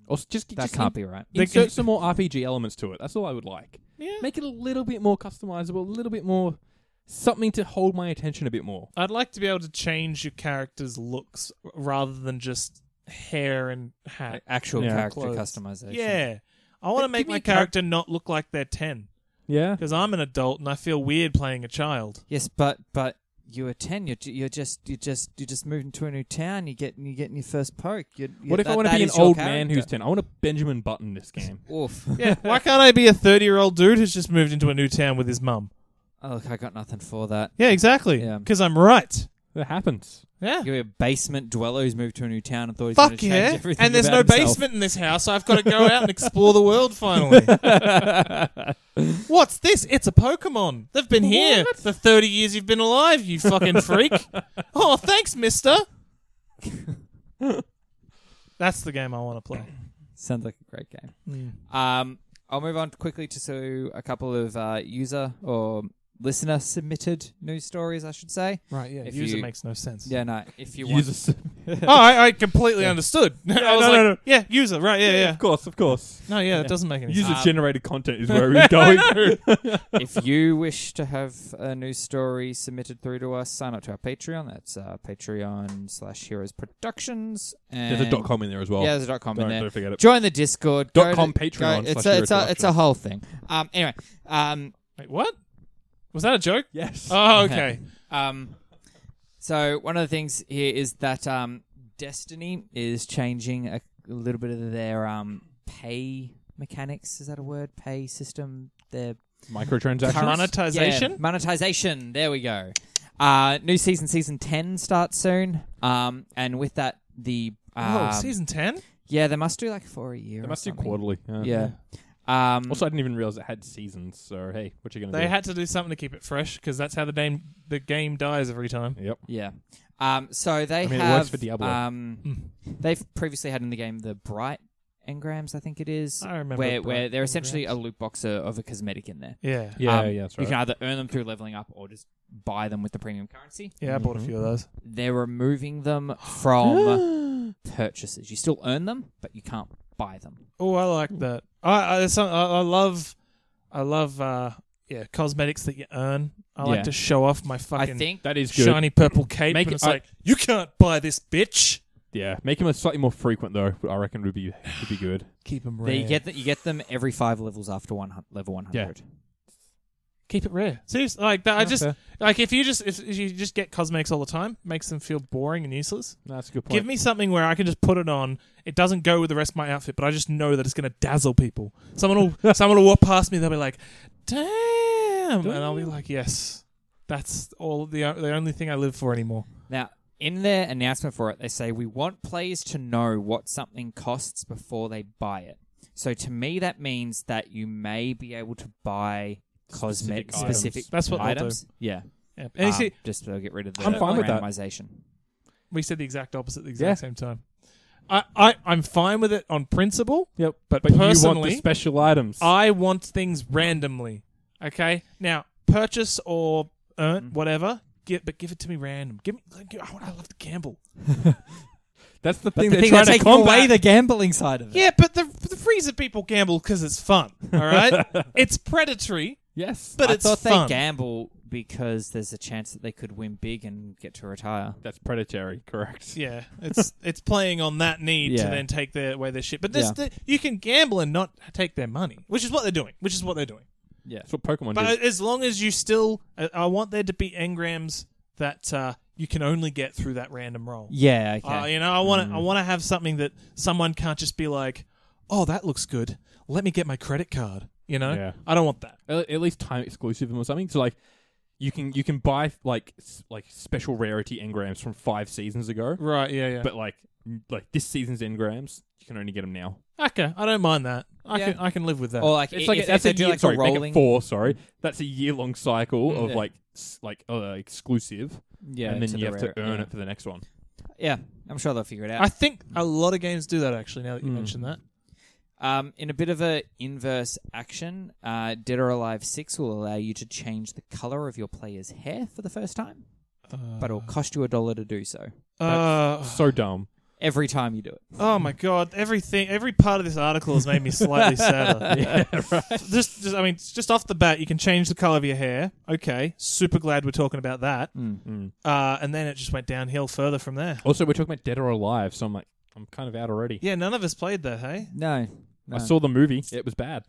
[SPEAKER 1] Or s- just,
[SPEAKER 3] That
[SPEAKER 1] just
[SPEAKER 3] can't
[SPEAKER 1] in-
[SPEAKER 3] be right.
[SPEAKER 2] They
[SPEAKER 1] insert
[SPEAKER 2] can-
[SPEAKER 1] some more RPG elements to it. That's all I would like.
[SPEAKER 2] Yeah.
[SPEAKER 1] Make it a little bit more customizable, a little bit more something to hold my attention a bit more.
[SPEAKER 2] I'd like to be able to change your character's looks r- rather than just hair and hat.
[SPEAKER 3] Like actual
[SPEAKER 1] Yeah.
[SPEAKER 3] character
[SPEAKER 2] Clothes.
[SPEAKER 3] customization.
[SPEAKER 2] Yeah. I want to
[SPEAKER 1] Like,
[SPEAKER 2] make
[SPEAKER 1] give me
[SPEAKER 2] my
[SPEAKER 1] a charac-
[SPEAKER 2] character not look like they're 10
[SPEAKER 1] Yeah.
[SPEAKER 2] because I'm an adult and I feel weird playing a child.
[SPEAKER 3] Yes, but but you are ten. You're, ju- you're just you just you just moving to a new town. You get you getting your first poke. you you-
[SPEAKER 1] What if I
[SPEAKER 3] that-
[SPEAKER 1] want to
[SPEAKER 3] that
[SPEAKER 1] be an
[SPEAKER 3] is your
[SPEAKER 1] old man
[SPEAKER 3] character.
[SPEAKER 1] who's ten? I want to Benjamin Button this game.
[SPEAKER 3] Oof.
[SPEAKER 2] Yeah. Why can't I be a 30 year old dude who's just moved into a new town with his mum?
[SPEAKER 3] oh, look, I got nothing for that.
[SPEAKER 2] Yeah, exactly.
[SPEAKER 3] Yeah.
[SPEAKER 2] Because I'm right.
[SPEAKER 1] That happens.
[SPEAKER 2] Yeah.
[SPEAKER 3] You're a basement dweller who's moved to a new town and thought he's going to
[SPEAKER 2] Fuck
[SPEAKER 3] change
[SPEAKER 2] yeah.
[SPEAKER 3] everything
[SPEAKER 2] And there's no
[SPEAKER 3] about himself.
[SPEAKER 2] basement in this house, so I've got to go out and explore the world finally. What's this? It's a Pokemon. They've been here for 30 years you've been alive, you fucking freak. oh, thanks, mister. That's the game I want to play.
[SPEAKER 3] Sounds like a great game. Um, I'll move on quickly to so a couple of uh, user or listener submitted news stories, I should say.
[SPEAKER 2] Right, yeah.
[SPEAKER 3] If
[SPEAKER 2] user
[SPEAKER 3] you-
[SPEAKER 2] makes no sense.
[SPEAKER 3] Yeah, no. If you want,
[SPEAKER 1] User sub-
[SPEAKER 2] Oh, I, I completely understood. I was
[SPEAKER 1] no,
[SPEAKER 2] like,
[SPEAKER 1] no, no.
[SPEAKER 2] yeah, user, right, yeah, yeah.
[SPEAKER 1] Of course, of course.
[SPEAKER 2] No, yeah, it doesn't make any sense.
[SPEAKER 1] User
[SPEAKER 3] Um,
[SPEAKER 1] generated content is where we're going.
[SPEAKER 3] if you wish to have a news story submitted through to us, sign up to our Patreon. That's uh, Patreon slash Heroes Productions. And
[SPEAKER 1] There's a dot com in there as well.
[SPEAKER 3] Yeah, there's a dot com
[SPEAKER 1] don't,
[SPEAKER 3] in there.
[SPEAKER 1] don't forget it.
[SPEAKER 3] Join the Discord.
[SPEAKER 1] Dot
[SPEAKER 3] go
[SPEAKER 1] com
[SPEAKER 3] to-
[SPEAKER 1] Patreon
[SPEAKER 3] go- It's
[SPEAKER 1] slash
[SPEAKER 3] a, it's
[SPEAKER 1] Heroes
[SPEAKER 3] a it's a
[SPEAKER 1] Productions.
[SPEAKER 3] whole thing. Um. Anyway. Um.
[SPEAKER 2] Wait, what? Was that a joke?
[SPEAKER 1] Yes.
[SPEAKER 2] Oh, okay.
[SPEAKER 3] Um, so one of the things here is that um, Destiny is changing a, a little bit of their um, pay mechanics. Is that a word? Pay system. Their
[SPEAKER 1] Microtransactions.
[SPEAKER 2] Monetization?
[SPEAKER 3] yeah, monetization. There we go. Uh, new season, season ten starts soon. Um, and with that, the um,
[SPEAKER 2] oh, season 10?
[SPEAKER 3] yeah, they must do like four a year.
[SPEAKER 1] They
[SPEAKER 3] or
[SPEAKER 1] must do
[SPEAKER 3] something.
[SPEAKER 1] quarterly.
[SPEAKER 3] Yeah. Um,
[SPEAKER 1] Also, I didn't even realize it had seasons. So hey, what you gonna
[SPEAKER 2] They
[SPEAKER 1] do?
[SPEAKER 2] had to do something to keep it fresh because that's how the game the game dies every time.
[SPEAKER 1] yep.
[SPEAKER 3] yeah. Um, so they
[SPEAKER 1] I mean, it
[SPEAKER 3] have
[SPEAKER 1] works for Diablo.
[SPEAKER 3] um.
[SPEAKER 2] Mm.
[SPEAKER 3] They've previously had in the game the bright engrams, I think it is.
[SPEAKER 2] I remember
[SPEAKER 3] where where
[SPEAKER 2] bright
[SPEAKER 3] they're essentially
[SPEAKER 2] engrams.
[SPEAKER 3] a loot box of- of a cosmetic in there.
[SPEAKER 2] Yeah, yeah,
[SPEAKER 1] Yeah,
[SPEAKER 3] Um,
[SPEAKER 1] yeah, that's
[SPEAKER 3] You
[SPEAKER 1] right.
[SPEAKER 3] can either earn them through leveling up or just buy them with the premium currency.
[SPEAKER 2] I bought a few of those.
[SPEAKER 3] They're removing them Mm-hmm. from uh, purchases. You still earn them, but you can't buy them.
[SPEAKER 2] Oh, I like that. I I, there's some, I, I love, I love, uh, yeah, cosmetics that you earn. I
[SPEAKER 3] Yeah.
[SPEAKER 2] like to show off my fucking
[SPEAKER 3] I think
[SPEAKER 1] That is good.
[SPEAKER 2] shiny purple cape.
[SPEAKER 1] Make
[SPEAKER 2] and
[SPEAKER 1] it-
[SPEAKER 2] it's
[SPEAKER 1] I-
[SPEAKER 2] like you can't buy this, bitch.
[SPEAKER 1] Yeah, make them slightly more frequent though. I reckon would be would be good.
[SPEAKER 2] Keep them rare.
[SPEAKER 3] they get that you get them every five levels after one hun- level one hundred.
[SPEAKER 2] Keep it rare. Seriously, like that. I just
[SPEAKER 1] fair.
[SPEAKER 2] like if you just if, if you just get cosmetics all the time, makes them feel boring and useless.
[SPEAKER 1] No, that's a good point.
[SPEAKER 2] Give me something where I can just put it on. It doesn't go with the rest of my outfit, but I just know that it's going to dazzle people. Someone will someone will walk past me. They'll be like, "Damn!" And I'll be like, "Yes, that's all the the only thing I live for anymore."
[SPEAKER 3] Now, in their announcement for it, they say we want players to know what something costs before they buy it. So to me, that means that you may be able to buy cosmetic
[SPEAKER 1] Specific items.
[SPEAKER 3] specific
[SPEAKER 2] That's what they'll do.
[SPEAKER 3] items. Yeah,
[SPEAKER 2] Yeah. And
[SPEAKER 1] Ah.
[SPEAKER 2] you
[SPEAKER 3] Um,
[SPEAKER 2] see,
[SPEAKER 3] just to get rid of the
[SPEAKER 1] I'm fine with that.
[SPEAKER 3] randomization.
[SPEAKER 2] we said the exact opposite at the exact
[SPEAKER 1] Yeah.
[SPEAKER 2] same time. I, I I'm fine with it on principle.
[SPEAKER 1] Yep.
[SPEAKER 2] But
[SPEAKER 1] But you want
[SPEAKER 2] personally,
[SPEAKER 1] the special items.
[SPEAKER 3] uh,
[SPEAKER 2] I want things randomly. Okay, now purchase or earn whatever. Give, but give it to me random. Give me. Like, I want- I love to gamble.
[SPEAKER 1] that's the
[SPEAKER 3] But
[SPEAKER 1] thing
[SPEAKER 3] the
[SPEAKER 1] they're
[SPEAKER 3] thing
[SPEAKER 1] trying
[SPEAKER 3] that's
[SPEAKER 1] to
[SPEAKER 3] taking
[SPEAKER 1] combat.
[SPEAKER 3] away the gambling side of it.
[SPEAKER 2] Yeah, but the the freezer people gamble because it's fun. All right, it's predatory,
[SPEAKER 1] yes.
[SPEAKER 2] but
[SPEAKER 3] I
[SPEAKER 2] it's
[SPEAKER 3] thought
[SPEAKER 2] fun.
[SPEAKER 3] they gamble because there's a chance that they could win big and get to retire.
[SPEAKER 1] that's predatory, correct?
[SPEAKER 2] yeah, it's it's playing on that need to
[SPEAKER 3] Yeah.
[SPEAKER 2] then take their away their shit. But this,
[SPEAKER 3] Yeah.
[SPEAKER 2] the, you can gamble and not take their money, which is what they're doing. Which is what they're doing.
[SPEAKER 3] Yeah,
[SPEAKER 1] That's what Pokemon
[SPEAKER 2] But
[SPEAKER 1] did.
[SPEAKER 2] as long as you still, I, I want there to be engrams that uh, you can only get through that random roll.
[SPEAKER 3] yeah, okay.
[SPEAKER 2] Uh, you know, I want to I want to have something that someone can't just be like, oh, that looks good. Let me get my credit card. You know,
[SPEAKER 1] Yeah.
[SPEAKER 2] I don't want that.
[SPEAKER 1] at, at least time exclusive them or something. So like, you can you can buy like s- like special rarity engrams from five seasons ago,
[SPEAKER 2] Right? Yeah, yeah.
[SPEAKER 1] but like n- like this season's engrams, you can only get them now.
[SPEAKER 2] okay, I don't mind that. I
[SPEAKER 3] Yeah. Oh,
[SPEAKER 2] can I can live with that.
[SPEAKER 3] Or like
[SPEAKER 1] It's
[SPEAKER 3] if,
[SPEAKER 1] like
[SPEAKER 3] if
[SPEAKER 1] that's
[SPEAKER 3] they
[SPEAKER 1] a
[SPEAKER 3] do
[SPEAKER 1] year.
[SPEAKER 3] like
[SPEAKER 1] sorry,
[SPEAKER 3] a
[SPEAKER 1] make
[SPEAKER 3] rolling.
[SPEAKER 1] it four. Sorry, that's a year long cycle
[SPEAKER 3] Mm,
[SPEAKER 1] of
[SPEAKER 3] yeah.
[SPEAKER 1] like s- like uh, exclusive,
[SPEAKER 3] yeah,
[SPEAKER 1] and then
[SPEAKER 3] to
[SPEAKER 1] you
[SPEAKER 3] the
[SPEAKER 1] have
[SPEAKER 3] rare-
[SPEAKER 1] to earn
[SPEAKER 3] yeah.
[SPEAKER 1] it for the next one.
[SPEAKER 3] Yeah, I'm sure they'll figure it out.
[SPEAKER 2] I think a lot of games do that actually. Now that you
[SPEAKER 1] Mm.
[SPEAKER 2] mention that,
[SPEAKER 3] Um, in a bit of a inverse action, uh, Dead or Alive 6 will allow you to change the color of your player's hair for the first time, Uh, but it'll cost you a dollar to do so
[SPEAKER 2] uh,
[SPEAKER 1] So dumb.
[SPEAKER 3] every time you do it.
[SPEAKER 2] Oh my god! Everything, every part of this article has made me slightly sadder. Just, just, I mean, just off the bat, you can change the color of your hair. Okay, super glad we're talking about that.
[SPEAKER 1] Mm.
[SPEAKER 2] Uh, and then it just went downhill further from there.
[SPEAKER 1] Also, we're talking about Dead or Alive, so I'm like, I'm kind of out already.
[SPEAKER 2] Yeah, none of us played that. Hey,
[SPEAKER 3] No, no.
[SPEAKER 1] I saw the movie; it was bad.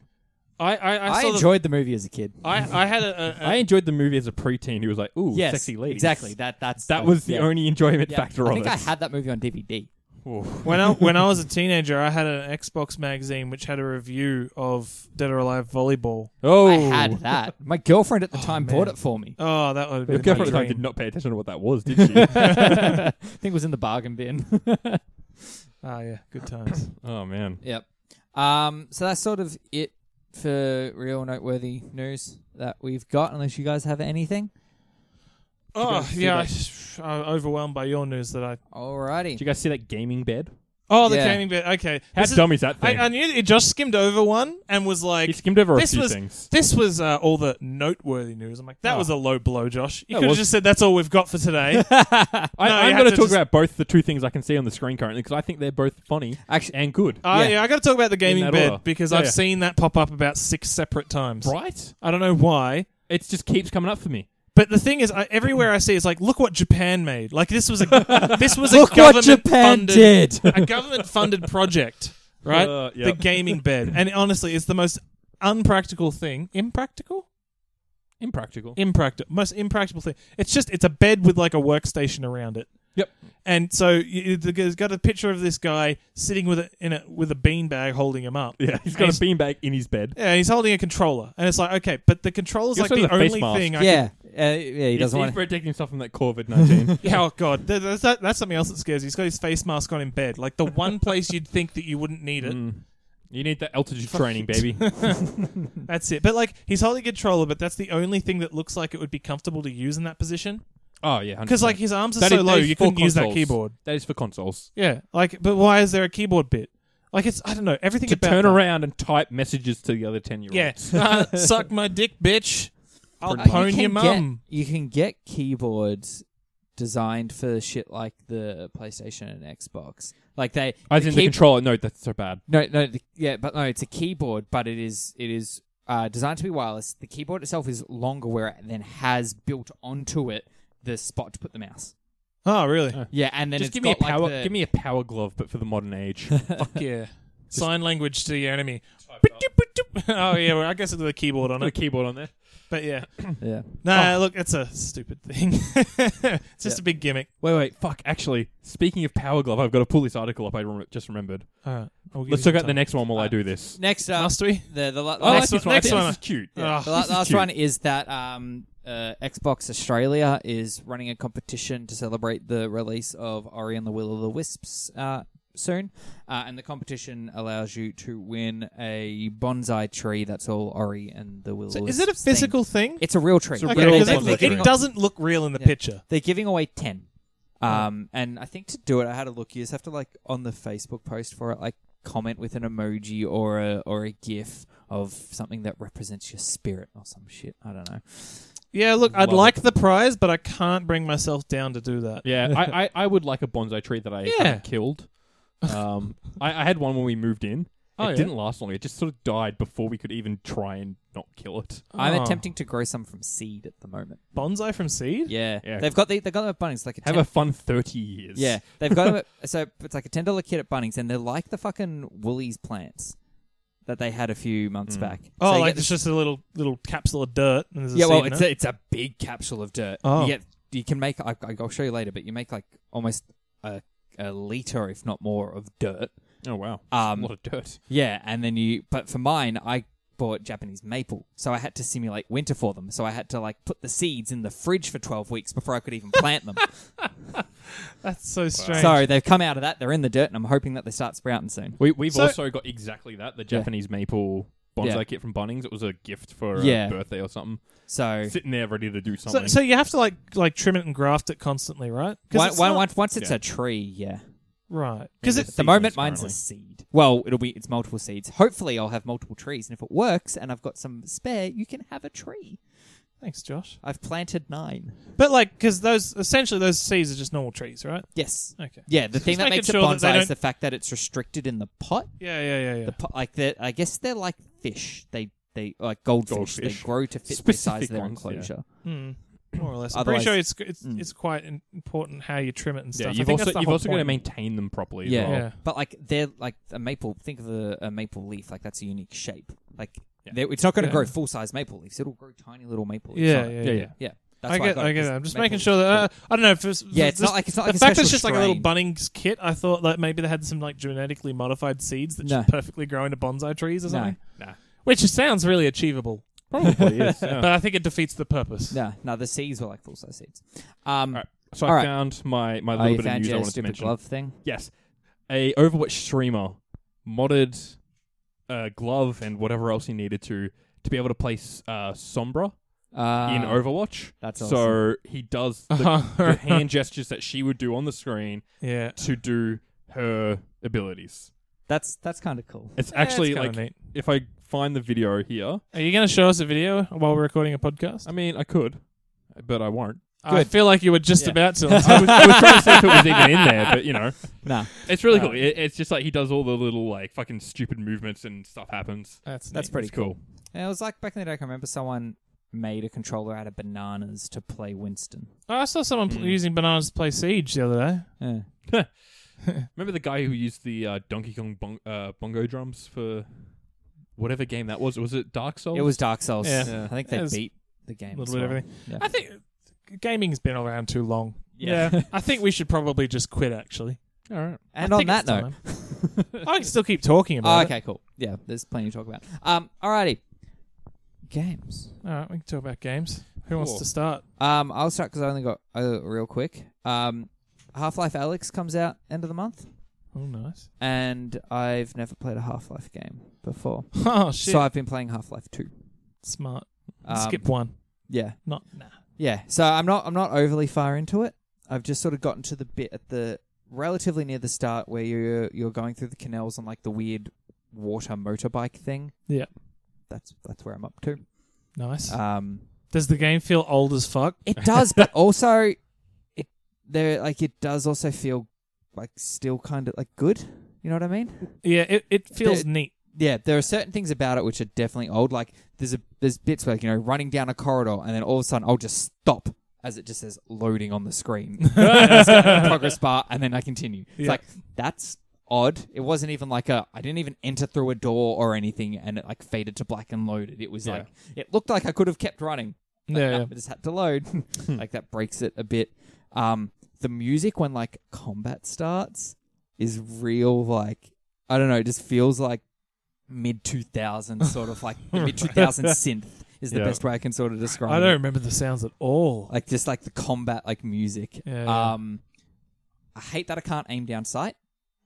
[SPEAKER 2] I, I, I,
[SPEAKER 3] I
[SPEAKER 2] saw the-
[SPEAKER 3] enjoyed the movie as a kid.
[SPEAKER 2] I, I had a, a, a
[SPEAKER 1] I enjoyed the movie as a preteen who was like, "Ooh,
[SPEAKER 3] yes,
[SPEAKER 1] sexy ladies."
[SPEAKER 3] exactly. That that's
[SPEAKER 1] That was the
[SPEAKER 3] yeah.
[SPEAKER 1] only enjoyment
[SPEAKER 3] Yeah.
[SPEAKER 1] factor
[SPEAKER 3] I
[SPEAKER 1] of
[SPEAKER 3] think
[SPEAKER 1] it.
[SPEAKER 3] I had that movie on DVD.
[SPEAKER 1] Oof.
[SPEAKER 2] when I when I was a teenager, I had an Xbox magazine which had a review of Dead or Alive volleyball.
[SPEAKER 1] Oh,
[SPEAKER 3] I had that. My girlfriend at the time bought
[SPEAKER 2] man.
[SPEAKER 3] it for me.
[SPEAKER 2] Oh, that
[SPEAKER 1] Your
[SPEAKER 2] would have been my
[SPEAKER 1] girlfriend at the time did
[SPEAKER 2] dream.
[SPEAKER 1] not pay attention to what that was, did she?
[SPEAKER 3] I think it was in the bargain bin.
[SPEAKER 2] Ah, yeah, good times.
[SPEAKER 1] oh man.
[SPEAKER 3] Yep. Um, so that's sort of it for real noteworthy news that we've got, unless you guys have anything.
[SPEAKER 2] oh,
[SPEAKER 3] see
[SPEAKER 2] yeah, I, I'm overwhelmed by your news that I.
[SPEAKER 3] Alrighty.
[SPEAKER 1] Did you guys see that gaming bed?
[SPEAKER 2] Oh, the
[SPEAKER 3] Yeah.
[SPEAKER 2] gaming bit. Okay,
[SPEAKER 1] How
[SPEAKER 2] This is-
[SPEAKER 1] dumb is that
[SPEAKER 2] I,
[SPEAKER 1] thing?
[SPEAKER 2] I knew it just skimmed over one and was
[SPEAKER 1] he
[SPEAKER 2] like,
[SPEAKER 1] skimmed over a
[SPEAKER 2] this
[SPEAKER 1] few
[SPEAKER 2] was-
[SPEAKER 1] things.
[SPEAKER 2] "This was uh, all the noteworthy news." I'm like, "That
[SPEAKER 1] Oh.
[SPEAKER 2] was a low blow, Josh.
[SPEAKER 1] That
[SPEAKER 2] You could have
[SPEAKER 1] was-
[SPEAKER 2] just said that's all we've got for today." Uh,
[SPEAKER 1] I,
[SPEAKER 2] No, you
[SPEAKER 1] I'm
[SPEAKER 2] had
[SPEAKER 1] going
[SPEAKER 2] to
[SPEAKER 1] to talk
[SPEAKER 2] just-
[SPEAKER 1] about both the two things I can see on the screen currently because I think they're both funny
[SPEAKER 3] Actually,
[SPEAKER 1] and good.
[SPEAKER 2] Uh,
[SPEAKER 3] Yeah.
[SPEAKER 2] yeah. I got to talk about the gaming
[SPEAKER 1] that
[SPEAKER 2] bed
[SPEAKER 1] order.
[SPEAKER 2] because
[SPEAKER 1] Yeah,
[SPEAKER 2] I've
[SPEAKER 1] yeah.
[SPEAKER 2] seen that pop up about six separate times.
[SPEAKER 1] right?
[SPEAKER 2] I don't know why.
[SPEAKER 1] It just keeps coming up for me.
[SPEAKER 2] But the thing is, I, everywhere I see is like, look what Japan made. Like this was a this was
[SPEAKER 3] look
[SPEAKER 2] a
[SPEAKER 3] what
[SPEAKER 2] government
[SPEAKER 3] Japan
[SPEAKER 2] funded
[SPEAKER 3] did.
[SPEAKER 2] a government funded project, right?
[SPEAKER 1] Uh, yep.
[SPEAKER 2] The gaming bed, and honestly, it's the most unpractical thing. Impractical,
[SPEAKER 1] Impractical.
[SPEAKER 2] impractical, most impractical thing. It's just it's a bed with like a workstation around it.
[SPEAKER 1] Yep.
[SPEAKER 2] And so you, there's got a picture of this guy sitting with a, in a with a beanbag holding him up.
[SPEAKER 1] Yeah, he's got
[SPEAKER 2] He's-
[SPEAKER 1] a beanbag in his bed.
[SPEAKER 2] Yeah, he's holding a controller, and it's like okay, but the controller's
[SPEAKER 1] He
[SPEAKER 2] like
[SPEAKER 1] also
[SPEAKER 2] the
[SPEAKER 1] has a face
[SPEAKER 2] only
[SPEAKER 1] mask.
[SPEAKER 2] thing. I
[SPEAKER 3] yeah. Uh, yeah, he
[SPEAKER 1] he's,
[SPEAKER 3] doesn't
[SPEAKER 1] he's
[SPEAKER 3] want to.
[SPEAKER 1] protecting himself from that COVID nineteen.
[SPEAKER 2] Yeah, oh god, Th- that's, that, that's something else that scares you. He's got his face mask on in bed, like the one place you'd think that you wouldn't need it.
[SPEAKER 1] Mm. You need that altitude training, baby.
[SPEAKER 2] That's it. But like, he's holding a controller, but that's the only thing that looks like it would be comfortable to use in that position.
[SPEAKER 1] oh yeah,
[SPEAKER 2] Because like
[SPEAKER 1] 100%.
[SPEAKER 2] his arms are
[SPEAKER 1] That
[SPEAKER 2] so
[SPEAKER 1] is- that
[SPEAKER 2] low,
[SPEAKER 1] is
[SPEAKER 2] you
[SPEAKER 1] for
[SPEAKER 2] couldn't use that
[SPEAKER 1] consoles.
[SPEAKER 2] keyboard.
[SPEAKER 1] that is for consoles.
[SPEAKER 2] Yeah, like, but why is there a keyboard bit? Like, it's I don't know everything
[SPEAKER 1] To
[SPEAKER 2] about
[SPEAKER 1] turn
[SPEAKER 2] that-
[SPEAKER 1] around Ah, and type messages to the other ten year olds.
[SPEAKER 2] Yeah, Uh, suck my dick, bitch. I'll
[SPEAKER 3] Uh,
[SPEAKER 2] pwn
[SPEAKER 3] you
[SPEAKER 2] your
[SPEAKER 3] can get-
[SPEAKER 2] mum.
[SPEAKER 3] You can get keyboards designed for shit like the PlayStation and Xbox. Like they,
[SPEAKER 1] I was in the
[SPEAKER 3] key-
[SPEAKER 1] controller. No, that's so bad.
[SPEAKER 3] No, no, the, yeah, but no, it's a keyboard, but it is it is uh, designed to be wireless. The keyboard itself is longer, where it then has built onto it the spot to put the mouse.
[SPEAKER 2] Oh, really?
[SPEAKER 1] Oh.
[SPEAKER 3] Yeah, and then
[SPEAKER 1] Just
[SPEAKER 3] it's
[SPEAKER 1] give me a
[SPEAKER 3] got, like,
[SPEAKER 1] power.
[SPEAKER 3] the-
[SPEAKER 1] Give me a power glove, but for the modern age.
[SPEAKER 2] Fuck yeah. Sign language to the enemy. oh yeah, well, I guess it's with a keyboard on
[SPEAKER 1] Put a
[SPEAKER 2] it.
[SPEAKER 1] keyboard on there.
[SPEAKER 2] But yeah.
[SPEAKER 3] yeah.
[SPEAKER 2] No, look, it's a stupid thing. it's just a
[SPEAKER 3] Yeah.
[SPEAKER 2] big gimmick.
[SPEAKER 1] Wait, wait, fuck. Actually, speaking of Power Glove, I've got to pull this article up. I rem- just remembered.
[SPEAKER 2] All right,
[SPEAKER 1] Let's look at the next one while I do this.
[SPEAKER 3] Next up,
[SPEAKER 2] Must we?
[SPEAKER 3] the the
[SPEAKER 1] I
[SPEAKER 3] la-
[SPEAKER 1] like
[SPEAKER 3] last,
[SPEAKER 2] one-
[SPEAKER 1] this one. I
[SPEAKER 2] next
[SPEAKER 1] think
[SPEAKER 2] one.
[SPEAKER 1] This is cute.
[SPEAKER 2] Yeah.
[SPEAKER 3] the la-
[SPEAKER 1] Oh, this is
[SPEAKER 3] last
[SPEAKER 1] cute.
[SPEAKER 3] one is that um, uh, Xbox Australia is running a competition to celebrate the release of Ori and the Will of the Wisps uh, soon, uh, and the competition allows you to win a bonsai tree that's all Ori and the Will of the Wisps.
[SPEAKER 2] is it a
[SPEAKER 3] themed.
[SPEAKER 2] physical thing?
[SPEAKER 3] It's a real tree.
[SPEAKER 1] It's a
[SPEAKER 2] okay,
[SPEAKER 1] real
[SPEAKER 2] because
[SPEAKER 1] one
[SPEAKER 2] it,
[SPEAKER 1] that's
[SPEAKER 2] look- it
[SPEAKER 1] real.
[SPEAKER 2] doesn't look real in the
[SPEAKER 3] Yeah.
[SPEAKER 2] picture.
[SPEAKER 3] They're giving away ten. Um, and I think to do it, I had a look. You just have to like on the Facebook post for it, like comment with an emoji or a or a GIF of something that represents your spirit or some shit. I don't know.
[SPEAKER 2] Yeah, look, I'd
[SPEAKER 1] Love
[SPEAKER 2] like the prize, but I can't bring myself down to do that.
[SPEAKER 1] Yeah, I, I, I would like a bonsai tree that I
[SPEAKER 2] Yeah.
[SPEAKER 1] haven't killed. Um, I, I had one when we moved in.
[SPEAKER 2] Oh,
[SPEAKER 1] it
[SPEAKER 2] yeah.
[SPEAKER 1] didn't last long. It just sort of died before we could even try and not kill it.
[SPEAKER 3] I'm
[SPEAKER 2] Oh.
[SPEAKER 3] attempting to grow some from seed at the moment.
[SPEAKER 2] bonsai from seed.
[SPEAKER 3] Yeah,
[SPEAKER 1] Yeah.
[SPEAKER 3] they've got the they've got them at Bunnings like a
[SPEAKER 1] Have
[SPEAKER 3] ten,
[SPEAKER 1] a fun thirty years.
[SPEAKER 3] yeah they've got them at, so it's like a ten dollar kit at Bunnings, and they're like the fucking Woolies plants that they had a few months back.
[SPEAKER 2] Oh,
[SPEAKER 3] So you
[SPEAKER 2] like
[SPEAKER 3] get
[SPEAKER 2] it's
[SPEAKER 3] this-
[SPEAKER 2] just a little little capsule of dirt. And there's a
[SPEAKER 3] yeah,
[SPEAKER 2] seed
[SPEAKER 3] well,
[SPEAKER 2] in
[SPEAKER 3] it's
[SPEAKER 2] it.
[SPEAKER 3] a, it's a big capsule of dirt.
[SPEAKER 2] Oh.
[SPEAKER 3] You get you can make. I, I'll show you later, but you make like almost a, a liter, if not more, of dirt,
[SPEAKER 1] Oh wow,
[SPEAKER 3] Um,
[SPEAKER 1] a lot of dirt.
[SPEAKER 3] Yeah, and then you. But for mine, I bought Japanese maple, so I had to simulate winter for them. So I had to like put the seeds in the fridge for twelve weeks before I could even plant them.
[SPEAKER 2] That's so strange.
[SPEAKER 3] so they've come out of that; they're in the dirt, and I'm hoping that they start sprouting soon.
[SPEAKER 1] We we've
[SPEAKER 2] So-
[SPEAKER 1] also got exactly that the Japanese maple bonsai
[SPEAKER 3] Yeah.
[SPEAKER 1] kit from Bunnings. It was a gift for a
[SPEAKER 3] Yeah.
[SPEAKER 1] birthday or something.
[SPEAKER 3] So
[SPEAKER 1] Sitting there ready to do
[SPEAKER 2] So,
[SPEAKER 1] something.
[SPEAKER 2] so you have to like like trim it and graft it constantly, right? 'Cause
[SPEAKER 3] once,
[SPEAKER 2] it's not-
[SPEAKER 3] once, once it's
[SPEAKER 1] Yeah.
[SPEAKER 3] a tree, yeah.
[SPEAKER 2] right? Because
[SPEAKER 1] Maybe it's-
[SPEAKER 2] it
[SPEAKER 3] At the
[SPEAKER 1] Seedlings
[SPEAKER 3] moment, mine's
[SPEAKER 1] currently.
[SPEAKER 3] a seed. Well, it'll be it's multiple seeds. Hopefully, I'll have multiple trees, and if it works, and I've got some spare, you can have a tree.
[SPEAKER 2] thanks, Josh.
[SPEAKER 3] I've planted nine.
[SPEAKER 2] But like, because those essentially those seeds are just normal trees, right?
[SPEAKER 3] Yes.
[SPEAKER 2] Okay.
[SPEAKER 3] Yeah, the thing that
[SPEAKER 2] making
[SPEAKER 3] makes a
[SPEAKER 2] sure that they
[SPEAKER 3] bonsai
[SPEAKER 2] don't-
[SPEAKER 3] is the fact that it's restricted in the pot.
[SPEAKER 2] Yeah, yeah, yeah, yeah.
[SPEAKER 3] The pot, like they're, I guess they're like fish. They they like goldfish.
[SPEAKER 1] Goldfish.
[SPEAKER 3] They grow to fit the size
[SPEAKER 1] Specific
[SPEAKER 3] of their
[SPEAKER 1] ones, yeah.
[SPEAKER 3] enclosure.
[SPEAKER 2] Hmm. More or less. I'm pretty
[SPEAKER 3] Otherwise-
[SPEAKER 2] sure it's it's,
[SPEAKER 3] Mm.
[SPEAKER 2] it's quite in- important how you trim it and
[SPEAKER 1] yeah,
[SPEAKER 2] stuff. I
[SPEAKER 1] you've
[SPEAKER 2] think
[SPEAKER 1] also
[SPEAKER 2] that's the
[SPEAKER 1] you've
[SPEAKER 2] whole
[SPEAKER 1] also got to
[SPEAKER 2] point.
[SPEAKER 1] maintain them properly.
[SPEAKER 3] Yeah.
[SPEAKER 1] as well.
[SPEAKER 2] Yeah.
[SPEAKER 3] But like they're like a maple. Think of a, a maple leaf. Like that's a unique shape. Like
[SPEAKER 1] Yeah.
[SPEAKER 3] they're it's not going to
[SPEAKER 2] Yeah.
[SPEAKER 3] grow full size maple leaves. It'll grow tiny little maple leaves.
[SPEAKER 2] Yeah,
[SPEAKER 3] on it.
[SPEAKER 2] yeah,
[SPEAKER 1] yeah,
[SPEAKER 2] yeah.
[SPEAKER 1] yeah.
[SPEAKER 3] yeah. That's
[SPEAKER 2] I
[SPEAKER 3] why
[SPEAKER 2] get,
[SPEAKER 3] got
[SPEAKER 2] I get
[SPEAKER 3] this
[SPEAKER 2] it. I'm just
[SPEAKER 3] maple
[SPEAKER 2] making
[SPEAKER 3] leaf
[SPEAKER 2] sure that
[SPEAKER 3] called-
[SPEAKER 2] uh, I don't know if it's,
[SPEAKER 3] Yeah, it's
[SPEAKER 2] this-
[SPEAKER 3] not like- it's not like
[SPEAKER 2] the
[SPEAKER 3] a
[SPEAKER 2] fact that it's
[SPEAKER 3] special
[SPEAKER 2] just like a little
[SPEAKER 3] strain.
[SPEAKER 2] Bunnings kit. I thought that maybe they had some like genetically modified seeds that
[SPEAKER 3] No.
[SPEAKER 2] just perfectly grow into bonsai trees or
[SPEAKER 3] No.
[SPEAKER 2] something,
[SPEAKER 1] Nah.
[SPEAKER 2] which sounds really achievable.
[SPEAKER 1] Probably is. yeah.
[SPEAKER 2] But I think it defeats the purpose.
[SPEAKER 3] No, no, the seeds were like full size seeds. Um,
[SPEAKER 1] Alright, So
[SPEAKER 3] All
[SPEAKER 1] I
[SPEAKER 3] right.
[SPEAKER 1] found my my
[SPEAKER 3] oh,
[SPEAKER 1] little
[SPEAKER 3] you
[SPEAKER 1] bit of
[SPEAKER 3] found
[SPEAKER 1] news I
[SPEAKER 3] your
[SPEAKER 1] wanted to
[SPEAKER 3] stupid
[SPEAKER 1] mention.
[SPEAKER 3] glove thing.
[SPEAKER 1] Yes, a Overwatch streamer modded uh, glove and whatever else he needed to to be able to play s- uh, Sombra
[SPEAKER 3] Uh,
[SPEAKER 1] in Overwatch.
[SPEAKER 3] That's awesome.
[SPEAKER 1] So he does the, the hand gestures that she would do on the screen
[SPEAKER 2] yeah.
[SPEAKER 1] to do her abilities.
[SPEAKER 3] That's that's kind of cool.
[SPEAKER 1] It's actually
[SPEAKER 2] That's kinda
[SPEAKER 1] like
[SPEAKER 2] neat.
[SPEAKER 1] if I find the video here,
[SPEAKER 2] Are you going to show us a video while we're recording a podcast?
[SPEAKER 1] I mean I could, but I won't.
[SPEAKER 2] I feel like you were just
[SPEAKER 3] Yeah.
[SPEAKER 2] about to.
[SPEAKER 1] I was, I was trying to see if it was even in there, but you know,
[SPEAKER 3] Nah,
[SPEAKER 1] it's really
[SPEAKER 2] Uh,
[SPEAKER 1] cool. It, it's just like he does all the little like fucking stupid movements and stuff happens.
[SPEAKER 2] that's
[SPEAKER 3] that's
[SPEAKER 2] neat.
[SPEAKER 3] pretty
[SPEAKER 1] It's cool.
[SPEAKER 3] Yeah, it was like back in the day. I can remember someone made a controller out of bananas to play Winston.
[SPEAKER 2] Oh, I saw someone pl- using bananas to play Siege the other day.
[SPEAKER 3] Yeah.
[SPEAKER 1] Remember the guy who used the uh, Donkey Kong bong- uh, bongo drums for whatever game that was? Was it Dark Souls?
[SPEAKER 3] It was Dark Souls.
[SPEAKER 2] Yeah.
[SPEAKER 1] Yeah.
[SPEAKER 3] I think
[SPEAKER 2] It
[SPEAKER 3] they
[SPEAKER 2] was
[SPEAKER 3] beat the game.
[SPEAKER 2] A little
[SPEAKER 3] as
[SPEAKER 2] bit of
[SPEAKER 3] well.
[SPEAKER 2] everything.
[SPEAKER 3] Yeah.
[SPEAKER 2] I think gaming's been around too long.
[SPEAKER 3] Yeah.
[SPEAKER 2] I think we should probably just quit. Actually,
[SPEAKER 1] all right.
[SPEAKER 3] And
[SPEAKER 2] I
[SPEAKER 3] on
[SPEAKER 2] think
[SPEAKER 3] that
[SPEAKER 2] it's
[SPEAKER 3] note,
[SPEAKER 2] time. I can still keep talking about
[SPEAKER 3] oh, okay, cool. Yeah, there's plenty to talk about. Um, alrighty, games.
[SPEAKER 2] it. All right, we can talk about games. Who wants
[SPEAKER 1] Cool.
[SPEAKER 2] to start?
[SPEAKER 3] Um, I'll start because I only got uh, real quick. Um, Half Life Alex comes out end of the month,
[SPEAKER 2] Oh, nice.
[SPEAKER 3] and I've never played a Half Life game before,
[SPEAKER 2] Oh shit,
[SPEAKER 3] so I've been playing Half Life Two.
[SPEAKER 2] smart.
[SPEAKER 3] Um,
[SPEAKER 2] Skip one.
[SPEAKER 3] Yeah,
[SPEAKER 2] Not nah.
[SPEAKER 3] Yeah, so I'm not I'm not overly far into it. I've just sort of gotten to the bit at the relatively near the start where you're you're going through the canals on like the weird water motorbike thing.
[SPEAKER 2] Yeah.
[SPEAKER 3] That's that's where I'm up to.
[SPEAKER 2] Nice.
[SPEAKER 3] Um
[SPEAKER 2] Does the game feel old as fuck?
[SPEAKER 3] it does, but also it there like it does also feel like still kind of like good. You know what I mean?
[SPEAKER 2] Yeah, it, it feels
[SPEAKER 3] The-
[SPEAKER 2] neat.
[SPEAKER 3] Yeah, there are certain things about it which are definitely old. Like there's a there's bits where like, you know running down a corridor and then all of a sudden I'll just stop as it just says loading on the screen. And it's got a progress bar and then I continue. It's
[SPEAKER 2] Yeah.
[SPEAKER 3] like that's odd. It wasn't even like a I didn't even enter through a door or anything and it like faded to black and loaded. It was
[SPEAKER 1] Yeah.
[SPEAKER 3] like it looked like I could have kept running. Like,
[SPEAKER 2] Yeah, Hmm.
[SPEAKER 3] no,
[SPEAKER 2] yeah.
[SPEAKER 3] I just had to load. like that breaks it a bit. Um the music when like combat starts is real like I don't know, it just feels like mid 2000s sort of like the mid 2000s synth is the
[SPEAKER 1] Yeah.
[SPEAKER 3] best way I can sort of describe
[SPEAKER 2] I
[SPEAKER 3] it
[SPEAKER 2] don't remember the sounds at all.
[SPEAKER 3] like just like the combat like music.
[SPEAKER 2] Yeah, yeah.
[SPEAKER 3] Um, I hate that I can't aim down sight.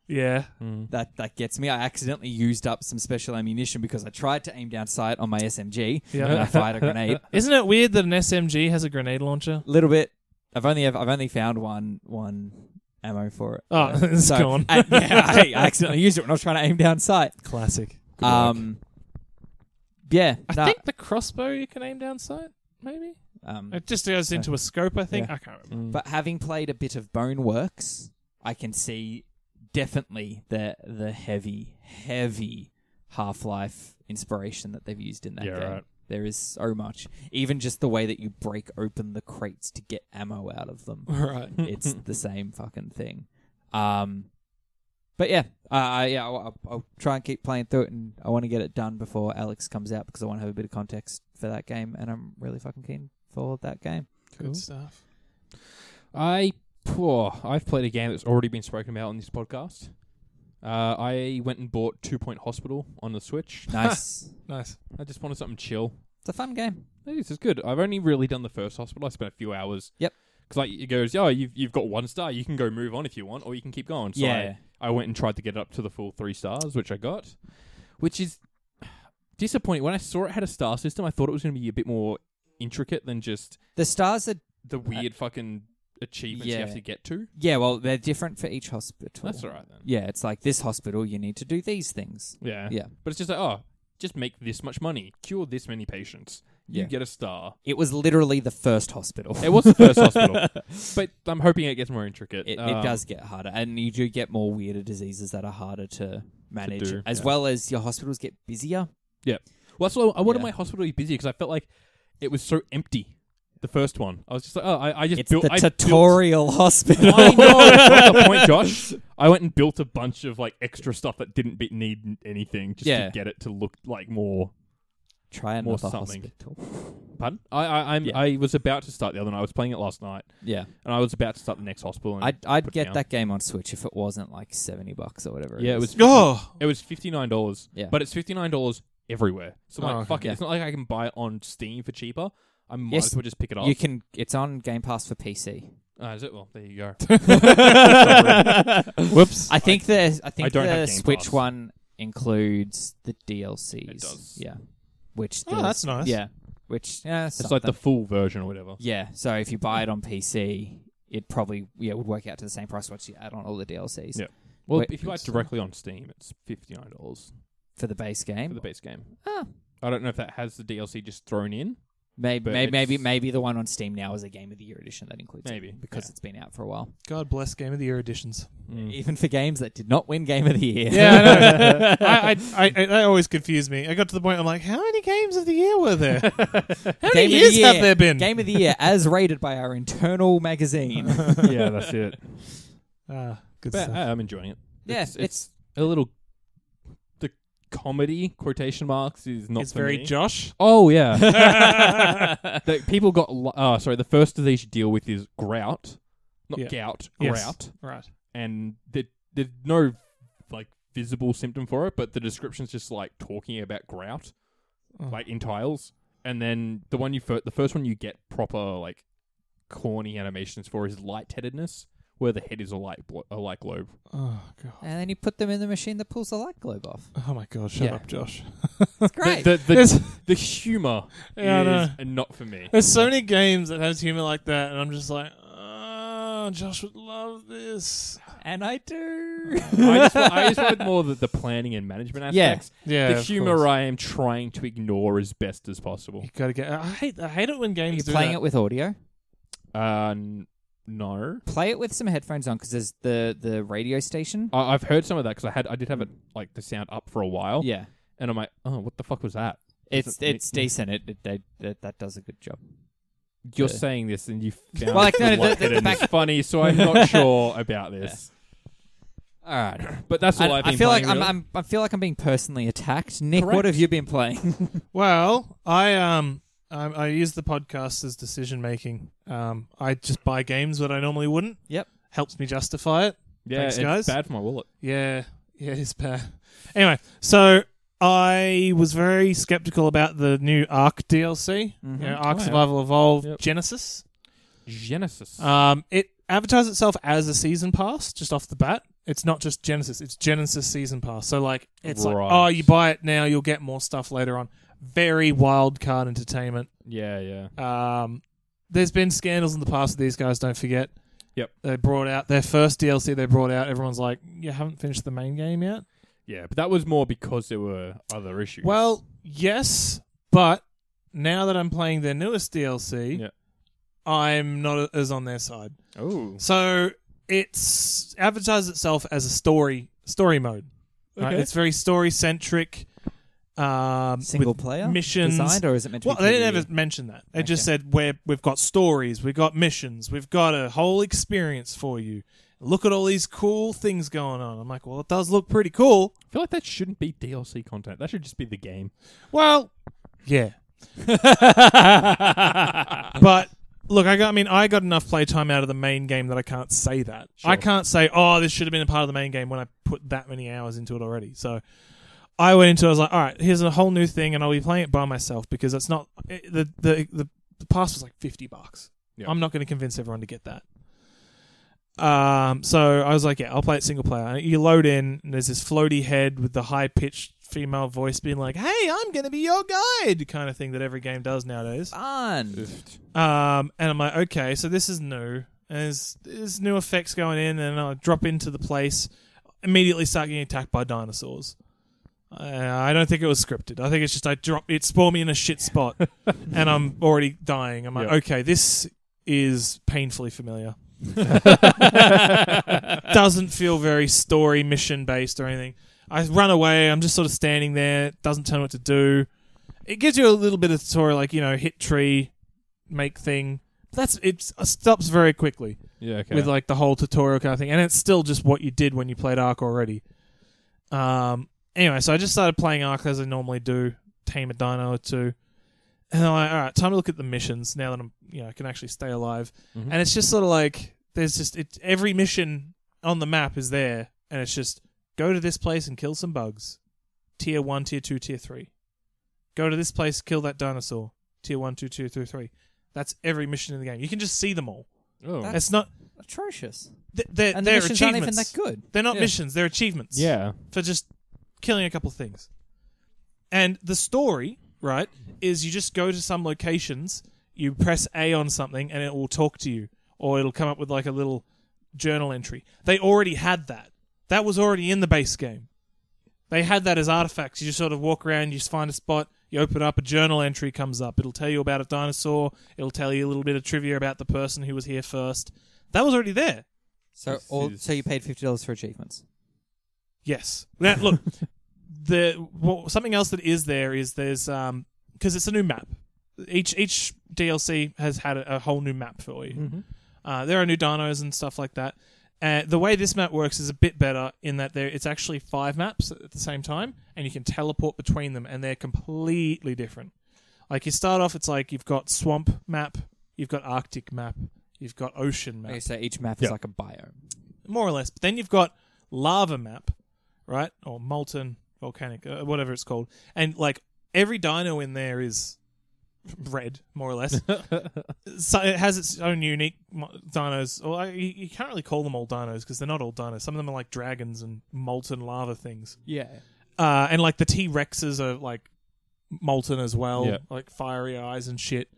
[SPEAKER 2] yeah.
[SPEAKER 1] Hmm.
[SPEAKER 3] That that gets me. I accidentally used up some special ammunition because I tried to aim down sight on my SMG
[SPEAKER 2] Yeah.
[SPEAKER 3] and I fired a grenade.
[SPEAKER 2] Isn't it weird that an SMG has a grenade launcher?
[SPEAKER 3] Little bit. I've only ever, I've only found one one ammo for it.
[SPEAKER 2] Oh, it's
[SPEAKER 3] So-
[SPEAKER 2] gone.
[SPEAKER 3] and, yeah, I, I accidentally used it when I was trying to aim down sight.
[SPEAKER 2] Classic.
[SPEAKER 3] um, yeah,
[SPEAKER 2] I
[SPEAKER 3] no,
[SPEAKER 2] think the crossbow you can aim down sight, maybe?
[SPEAKER 3] um,
[SPEAKER 2] It just goes into a scope, I think.
[SPEAKER 3] Yeah.
[SPEAKER 2] I
[SPEAKER 1] Hmm.
[SPEAKER 2] can't remember.
[SPEAKER 3] But having played a bit of Boneworks, I can see definitely the the heavy, heavy Half Life inspiration that they've used in that
[SPEAKER 1] Yeah,
[SPEAKER 3] game.
[SPEAKER 1] right.
[SPEAKER 3] There is so much. Even just the way that you break open the crates to get ammo out of them.
[SPEAKER 2] Right.
[SPEAKER 3] it's the same fucking thing. Um, but yeah, uh, I, yeah, I'll, I'll- I'll try and keep playing through it, and I want to get it done before Alex comes out because I want to have a bit of context for that game, and I'm really fucking keen for that game.
[SPEAKER 2] Good stuff.
[SPEAKER 1] I poor. I've played a game that's already been spoken about on this podcast. Uh, I went and bought Two Point Hospital on the Switch.
[SPEAKER 3] Nice.
[SPEAKER 2] Nice.
[SPEAKER 1] I just wanted something chill.
[SPEAKER 3] it's a fun game.
[SPEAKER 1] This is good. I've only really done the first hospital. I spent a few hours.
[SPEAKER 3] Yep.
[SPEAKER 1] Because like it goes, oh, you've you've got one star. You can go move on if you want, or you can keep going. So
[SPEAKER 3] Yeah.
[SPEAKER 1] I, I went and tried to get it up to the full three stars, which I got, which is disappointing. When I saw it had a star system, I thought it was going to be a bit more intricate than just
[SPEAKER 3] The stars are
[SPEAKER 1] the weird fucking achievements you
[SPEAKER 3] Uh, yeah.
[SPEAKER 1] have to get to.
[SPEAKER 3] yeah, well, they're different for each hospital.
[SPEAKER 1] That's all right then.
[SPEAKER 3] Yeah, it's like this hospital you need to do these things.
[SPEAKER 1] Yeah.
[SPEAKER 3] Yeah.
[SPEAKER 1] But it's just like, oh, just make this much money, cure this many patients. You
[SPEAKER 3] Yeah.
[SPEAKER 1] get a star.
[SPEAKER 3] It was literally the first hospital.
[SPEAKER 1] It was the first hospital, but I'm hoping it gets more intricate.
[SPEAKER 3] It,
[SPEAKER 1] Um,
[SPEAKER 3] it does get harder, and you do get more weirder diseases that are harder to manage,
[SPEAKER 1] do,
[SPEAKER 3] as
[SPEAKER 1] yeah.
[SPEAKER 3] well as your hospitals get busier.
[SPEAKER 1] Well, that's why I wanted
[SPEAKER 3] Yeah.
[SPEAKER 1] my hospital to be busy because I felt like it was so empty. The first one, I was just like, oh, I, I just
[SPEAKER 3] It's
[SPEAKER 1] built
[SPEAKER 3] the
[SPEAKER 1] I built-
[SPEAKER 3] tutorial hospital.
[SPEAKER 1] I know that's not the point, Josh. I went and built a bunch of like extra stuff that didn't be, need anything just
[SPEAKER 3] Yeah.
[SPEAKER 1] to get it to look like more.
[SPEAKER 3] Try
[SPEAKER 1] More
[SPEAKER 3] another
[SPEAKER 1] something.
[SPEAKER 3] hospital.
[SPEAKER 1] Pardon? I I, I'm,
[SPEAKER 3] Yeah.
[SPEAKER 1] I was about to start the other night. I was playing it last night,
[SPEAKER 3] Yeah,
[SPEAKER 1] and I was about to start the next hospital. And
[SPEAKER 3] I'd, I'd
[SPEAKER 1] put
[SPEAKER 3] get
[SPEAKER 1] down.
[SPEAKER 3] that game on Switch if it wasn't like seventy bucks or whatever.
[SPEAKER 1] Yeah, it
[SPEAKER 3] is.
[SPEAKER 1] was
[SPEAKER 2] Oh,
[SPEAKER 1] It was fifty nine dollars.
[SPEAKER 3] Yeah.
[SPEAKER 1] But it's fifty nine dollars everywhere. So I'm
[SPEAKER 2] Oh,
[SPEAKER 1] like,
[SPEAKER 2] okay.
[SPEAKER 1] fuck it.
[SPEAKER 3] Yeah.
[SPEAKER 1] It's not like I can buy it on Steam for cheaper. I might
[SPEAKER 3] Yes,
[SPEAKER 1] as well just pick it up.
[SPEAKER 3] You can. It's on Game Pass for PC.
[SPEAKER 1] Ah, is it? Well, there you go.
[SPEAKER 2] whoops.
[SPEAKER 3] I think the I think
[SPEAKER 1] I don't
[SPEAKER 3] the
[SPEAKER 1] have Game
[SPEAKER 3] Switch
[SPEAKER 1] Pass.
[SPEAKER 3] one includes the DLCs.
[SPEAKER 1] It does.
[SPEAKER 3] Yeah, which
[SPEAKER 2] Oh, that's nice.
[SPEAKER 3] Yeah, which yeah,
[SPEAKER 1] it's like the full version or whatever.
[SPEAKER 3] yeah. So if you buy it on PC, it probably yeah would work out to the same price once you add on all the DLCs
[SPEAKER 1] Yeah. Well,
[SPEAKER 3] Wait,
[SPEAKER 1] if you buy it
[SPEAKER 3] it's-
[SPEAKER 1] directly on Steam, it's fifty nine dollars
[SPEAKER 3] for the base
[SPEAKER 1] for
[SPEAKER 3] game.
[SPEAKER 1] the base game.
[SPEAKER 3] Ah.
[SPEAKER 1] I don't know if that has the DLC just thrown in.
[SPEAKER 3] Maybe
[SPEAKER 1] but
[SPEAKER 3] maybe, maybe
[SPEAKER 1] it's-
[SPEAKER 3] maybe the one on Steam now is a Game of the Year edition that includes it,
[SPEAKER 1] Maybe,
[SPEAKER 3] because
[SPEAKER 1] yeah. Mm-hmm.
[SPEAKER 3] it's been out for a while.
[SPEAKER 2] God bless Game of the Year editions.
[SPEAKER 3] Even for games that did not win Game of the Year.
[SPEAKER 2] Yeah, I know. I, I, I, that always confused me. I got to the point I'm like, how many games of the year were there? How many
[SPEAKER 3] Game of
[SPEAKER 2] years
[SPEAKER 3] the
[SPEAKER 2] have
[SPEAKER 3] Year.
[SPEAKER 2] there been?
[SPEAKER 3] Game of the Year as rated by our internal magazine.
[SPEAKER 1] yeah, that's it.
[SPEAKER 2] ah, good
[SPEAKER 1] But
[SPEAKER 3] uh,
[SPEAKER 2] stuff.
[SPEAKER 1] I, I'm enjoying it.
[SPEAKER 3] Yeah,
[SPEAKER 1] it's, it's a little. The comedy quotation marks is not
[SPEAKER 2] it's
[SPEAKER 1] for
[SPEAKER 2] very
[SPEAKER 1] me.
[SPEAKER 2] Josh.
[SPEAKER 1] Oh yeah. The- people got. Li- oh, sorry. The first disease you deal with is grout, not
[SPEAKER 2] Yeah.
[SPEAKER 1] gout.
[SPEAKER 2] Yes.
[SPEAKER 1] Grout,
[SPEAKER 2] Right.
[SPEAKER 1] and there, there's no like visible symptom for it, but the description's just like talking about grout,
[SPEAKER 2] Oh.
[SPEAKER 1] like in tiles. And then the one you fir- the first one you get proper like corny animations for is lightheadedness, where the head is a light blo- a light globe.
[SPEAKER 2] Oh god.
[SPEAKER 3] And then you put them in the machine that pulls the light globe off.
[SPEAKER 2] Oh my god. Shut
[SPEAKER 1] Yeah.
[SPEAKER 2] up, Josh.
[SPEAKER 3] It's great.
[SPEAKER 1] The the,
[SPEAKER 2] There's-
[SPEAKER 1] the, humor
[SPEAKER 2] Yeah, I
[SPEAKER 1] is not for me.
[SPEAKER 2] There's so many games that has humor like that, and I'm just like, oh, Josh would love this.
[SPEAKER 3] and I do.
[SPEAKER 1] I just, want, I just wanted more the, the planning and management
[SPEAKER 3] Yeah.
[SPEAKER 1] aspects.
[SPEAKER 2] Yeah.
[SPEAKER 1] the
[SPEAKER 2] of
[SPEAKER 1] humor
[SPEAKER 2] course.
[SPEAKER 1] I am trying to ignore as best as possible.
[SPEAKER 2] You gotta get. I hate. I hate it when games
[SPEAKER 3] You're
[SPEAKER 2] do
[SPEAKER 3] playing
[SPEAKER 2] that.
[SPEAKER 3] it with audio.
[SPEAKER 1] Uh, n- no,
[SPEAKER 3] Play it with some headphones on because there's the, the radio station.
[SPEAKER 1] I- I've heard some of that because I had I did have it like the sound up for a while,
[SPEAKER 3] Mm. Yeah.
[SPEAKER 1] and I'm like, oh, what the fuck was that?
[SPEAKER 3] It's
[SPEAKER 1] Doesn't-
[SPEAKER 3] it's decent. It, it they, that that does a good job.
[SPEAKER 1] You're
[SPEAKER 3] Yeah.
[SPEAKER 1] saying this, and you found
[SPEAKER 3] Well, like,
[SPEAKER 1] the
[SPEAKER 3] no, the- the-
[SPEAKER 1] light
[SPEAKER 3] the
[SPEAKER 1] and it's
[SPEAKER 3] back-
[SPEAKER 1] funny, so I'm not sure about this.
[SPEAKER 3] All right.
[SPEAKER 1] But that's all
[SPEAKER 3] I,
[SPEAKER 1] I've been
[SPEAKER 3] I feel like
[SPEAKER 1] playing,
[SPEAKER 3] I'm,
[SPEAKER 1] really.
[SPEAKER 3] I'm I feel like I'm being personally attacked. Nick, what
[SPEAKER 1] Correct.
[SPEAKER 3] have you been playing?
[SPEAKER 2] Well, I um, I, I use the podcast as decision making. Um, I just buy games that I normally wouldn't.
[SPEAKER 3] Yep.
[SPEAKER 2] Helps me justify it.
[SPEAKER 1] yeah,
[SPEAKER 2] thanks,
[SPEAKER 1] it's
[SPEAKER 2] guys.
[SPEAKER 1] bad for my wallet.
[SPEAKER 2] Yeah, yeah, it's bad. Anyway, so I was very skeptical about the new Ark DLC,
[SPEAKER 3] Mhm.
[SPEAKER 2] you know, Ark
[SPEAKER 1] Oh, yeah.
[SPEAKER 2] Survival Evolved
[SPEAKER 1] Yep.
[SPEAKER 2] Genesis.
[SPEAKER 1] Genesis.
[SPEAKER 2] Um, it advertises itself as a season pass just off the bat. It's not just Genesis; it's Genesis season pass. So like, it's like,
[SPEAKER 1] Right.
[SPEAKER 2] oh, you buy it now, you'll get more stuff later on. Very wild card entertainment.
[SPEAKER 1] yeah, yeah.
[SPEAKER 2] Um, there's been scandals in the past with these guys. Don't forget.
[SPEAKER 1] Yep.
[SPEAKER 2] They brought out their first DLC. They brought out. Everyone's like, you haven't finished the main game yet.
[SPEAKER 1] Yeah, but that was more because there were other issues.
[SPEAKER 2] Well, yes, but now that I'm playing their newest DLC,
[SPEAKER 1] Yeah.
[SPEAKER 2] I'm not as on their side.
[SPEAKER 1] oh,
[SPEAKER 2] So it's advertised itself as a story story mode. right?
[SPEAKER 1] Okay.
[SPEAKER 2] It's very story centric. Um,
[SPEAKER 3] Single
[SPEAKER 2] with
[SPEAKER 3] player
[SPEAKER 2] missions.
[SPEAKER 3] designed, or is it meant to
[SPEAKER 2] Well,
[SPEAKER 3] be?
[SPEAKER 2] they
[SPEAKER 3] PvE?
[SPEAKER 2] didn't ever mention that. They just said we're, we've got stories, we've got missions, we've got a whole experience for you. Look at all these cool things going on. I'm like, well, it does look pretty cool.
[SPEAKER 1] I feel like that shouldn't be DLC content. That should just be the game.
[SPEAKER 2] Well, yeah. but Look, I got. I mean, I got enough playtime out of the main game that I can't say that. I can't say, oh, this should have been a part of the main game when I put that many hours into it already. So I went into. it, I was like, all right, here's a whole new thing, and I'll be playing it by myself because it's not it, the the the the pass was like fifty bucks.
[SPEAKER 1] Yeah.
[SPEAKER 2] I'm not going to convince everyone to get that. Um, so I was like, yeah, I'll play it single player. And you load in, and there's this floaty head with the high pitched female voice being like, "Hey, I'm going to be your guide," kind of thing that every game does nowadays.
[SPEAKER 3] Fun.
[SPEAKER 2] Um, and I'm like, okay, so this is new. And there's, there's new effects going in, and I drop into the place, immediately start getting attacked by dinosaurs. Uh, I don't think it was scripted. I think it's just I drop it spawned me in a shit spot, and I'm already dying. I'm like,
[SPEAKER 1] Yeah.
[SPEAKER 2] okay, this is painfully familiar.
[SPEAKER 1] Oof.
[SPEAKER 2] Doesn't feel very story mission based or anything. I run away. I'm just sort of standing there. Doesn't tell me what to do. It gives you a little bit of tutorial, like you know, hit tree, make thing. That's it's- it stops very quickly
[SPEAKER 1] yeah, okay.
[SPEAKER 2] with like the whole tutorial kind of thing, and it's still just what you did when you played Ark already. Um. Anyway, so I just started playing Ark as I normally do, tame a dino or two, and I'm like, all right, time to look at the missions now that I'm, you know, I can actually stay alive.
[SPEAKER 1] Mhm.
[SPEAKER 2] And it's just sort of like there's just it, every mission on the map is there, and it's just go to this place and kill some bugs, tier one, tier two, tier three. Go to this place, kill that dinosaur, tier one, two, two, three, three. That's every mission in the game. You can just see them all.
[SPEAKER 1] oh.
[SPEAKER 3] That's-
[SPEAKER 2] It's not
[SPEAKER 3] Atrocious.
[SPEAKER 2] th- they're,
[SPEAKER 3] And the
[SPEAKER 2] they're
[SPEAKER 3] missions aren't even
[SPEAKER 2] achievements.
[SPEAKER 3] that good.
[SPEAKER 2] They're not
[SPEAKER 3] Yeah.
[SPEAKER 2] missions. They're achievements.
[SPEAKER 1] yeah.
[SPEAKER 2] For just killing a couple of things. And the story, right, is you just go to some locations, you press A on something, and it will talk to you, or it'll come up with like a little journal entry. They already had that. That was already in the base game. They had that as artifacts. You just sort of walk around, you just find a spot, you open up, a journal entry comes up. It'll tell you about a dinosaur, it'll tell you a little bit of trivia about the person who was here first. That was already there.
[SPEAKER 3] So
[SPEAKER 1] This
[SPEAKER 3] all,
[SPEAKER 1] is-
[SPEAKER 3] so you paid fifty dollars for achievements.
[SPEAKER 2] Yes. Now, look, the well, something else that is there is there's um because it's a new map. Each each DLC has had a, a whole new map for you.
[SPEAKER 3] Mm-hmm.
[SPEAKER 2] Uh, there are new dinos and stuff like that. Uh, the way this map works is a bit better in that there it's actually five maps at the same time, and you can teleport between them, and they're completely different. Like you start off, it's like you've got swamp map, you've got Arctic map, you've got ocean map
[SPEAKER 3] Okay, so each map
[SPEAKER 1] Yeah.
[SPEAKER 3] is like a biome.
[SPEAKER 2] more or less. But then you've got lava map, right, or molten volcanic, uh, whatever it's called, and like every dino in there is red, more or less. so it has its own unique mo- dinos. Or I you, you can't really call them all dinos because they're not all dinos. Some of them are like dragons and molten lava things,
[SPEAKER 3] Yeah.
[SPEAKER 2] uh, and like the T Rexes are like molten as well,
[SPEAKER 1] Yeah.
[SPEAKER 2] like fiery eyes and shit.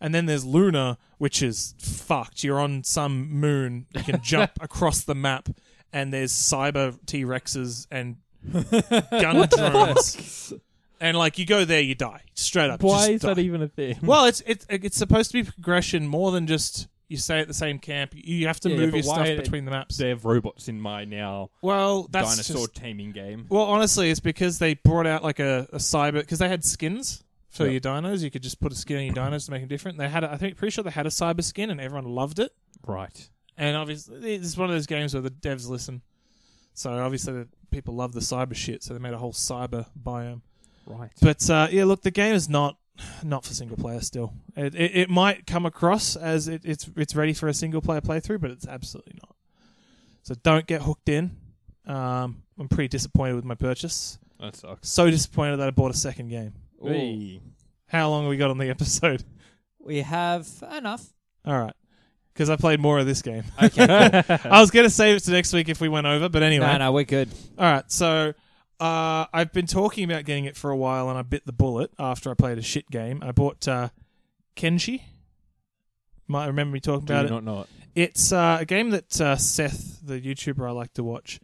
[SPEAKER 2] And then there's Luna, which is fucked. You're on some moon. You can jump across the map, and there's cyber T Rexes and gun drones. And like you go there, you die straight up.
[SPEAKER 1] Why
[SPEAKER 2] Just
[SPEAKER 1] is that
[SPEAKER 2] die.
[SPEAKER 1] even a thing?
[SPEAKER 2] Well, it's it's it's supposed to be progression more than just you stay at the same camp. You have to
[SPEAKER 1] Yeah,
[SPEAKER 2] move
[SPEAKER 1] but
[SPEAKER 2] your
[SPEAKER 1] why
[SPEAKER 2] stuff
[SPEAKER 1] are they-
[SPEAKER 2] between the maps.
[SPEAKER 1] they have robots in my now
[SPEAKER 2] Well, that's
[SPEAKER 1] dinosaur
[SPEAKER 2] just-
[SPEAKER 1] taming game.
[SPEAKER 2] Well, honestly, it's because they brought out like a, a cyber because they had skins for
[SPEAKER 1] Yeah.
[SPEAKER 2] your dinos. You could just put a skin on your dinos to make them different. They had, a, I think, pretty sure they had a cyber skin, and everyone loved it.
[SPEAKER 1] Right.
[SPEAKER 2] And obviously, it's one of those games where the devs listen. So obviously, the people love the cyber shit. So they made a whole cyber biome.
[SPEAKER 1] Right.
[SPEAKER 2] But uh, yeah, look, the game is not not for single player still. It it, it might come across as it, it's it's ready for a single player playthrough, but it's absolutely not. So don't get hooked in. Um, I'm pretty disappointed with my purchase.
[SPEAKER 1] That sucks.
[SPEAKER 2] So disappointed that I bought a second game.
[SPEAKER 3] Ooh.
[SPEAKER 1] Hey.
[SPEAKER 2] How long have we got on the episode?
[SPEAKER 3] We have enough.
[SPEAKER 2] All right, because I played more of this game.
[SPEAKER 3] Okay.
[SPEAKER 2] I was going to save it to next week if we went over, but anyway.
[SPEAKER 3] no, no, we're good.
[SPEAKER 2] All right, so uh, I've been talking about getting it for a while, and I bit the bullet after I played a shit game. I bought uh, Kenshi. Might remember me talking
[SPEAKER 1] Do
[SPEAKER 2] about
[SPEAKER 1] you
[SPEAKER 2] it.
[SPEAKER 1] not know it?
[SPEAKER 2] It's uh, a game that uh, Seth, the YouTuber I like to watch,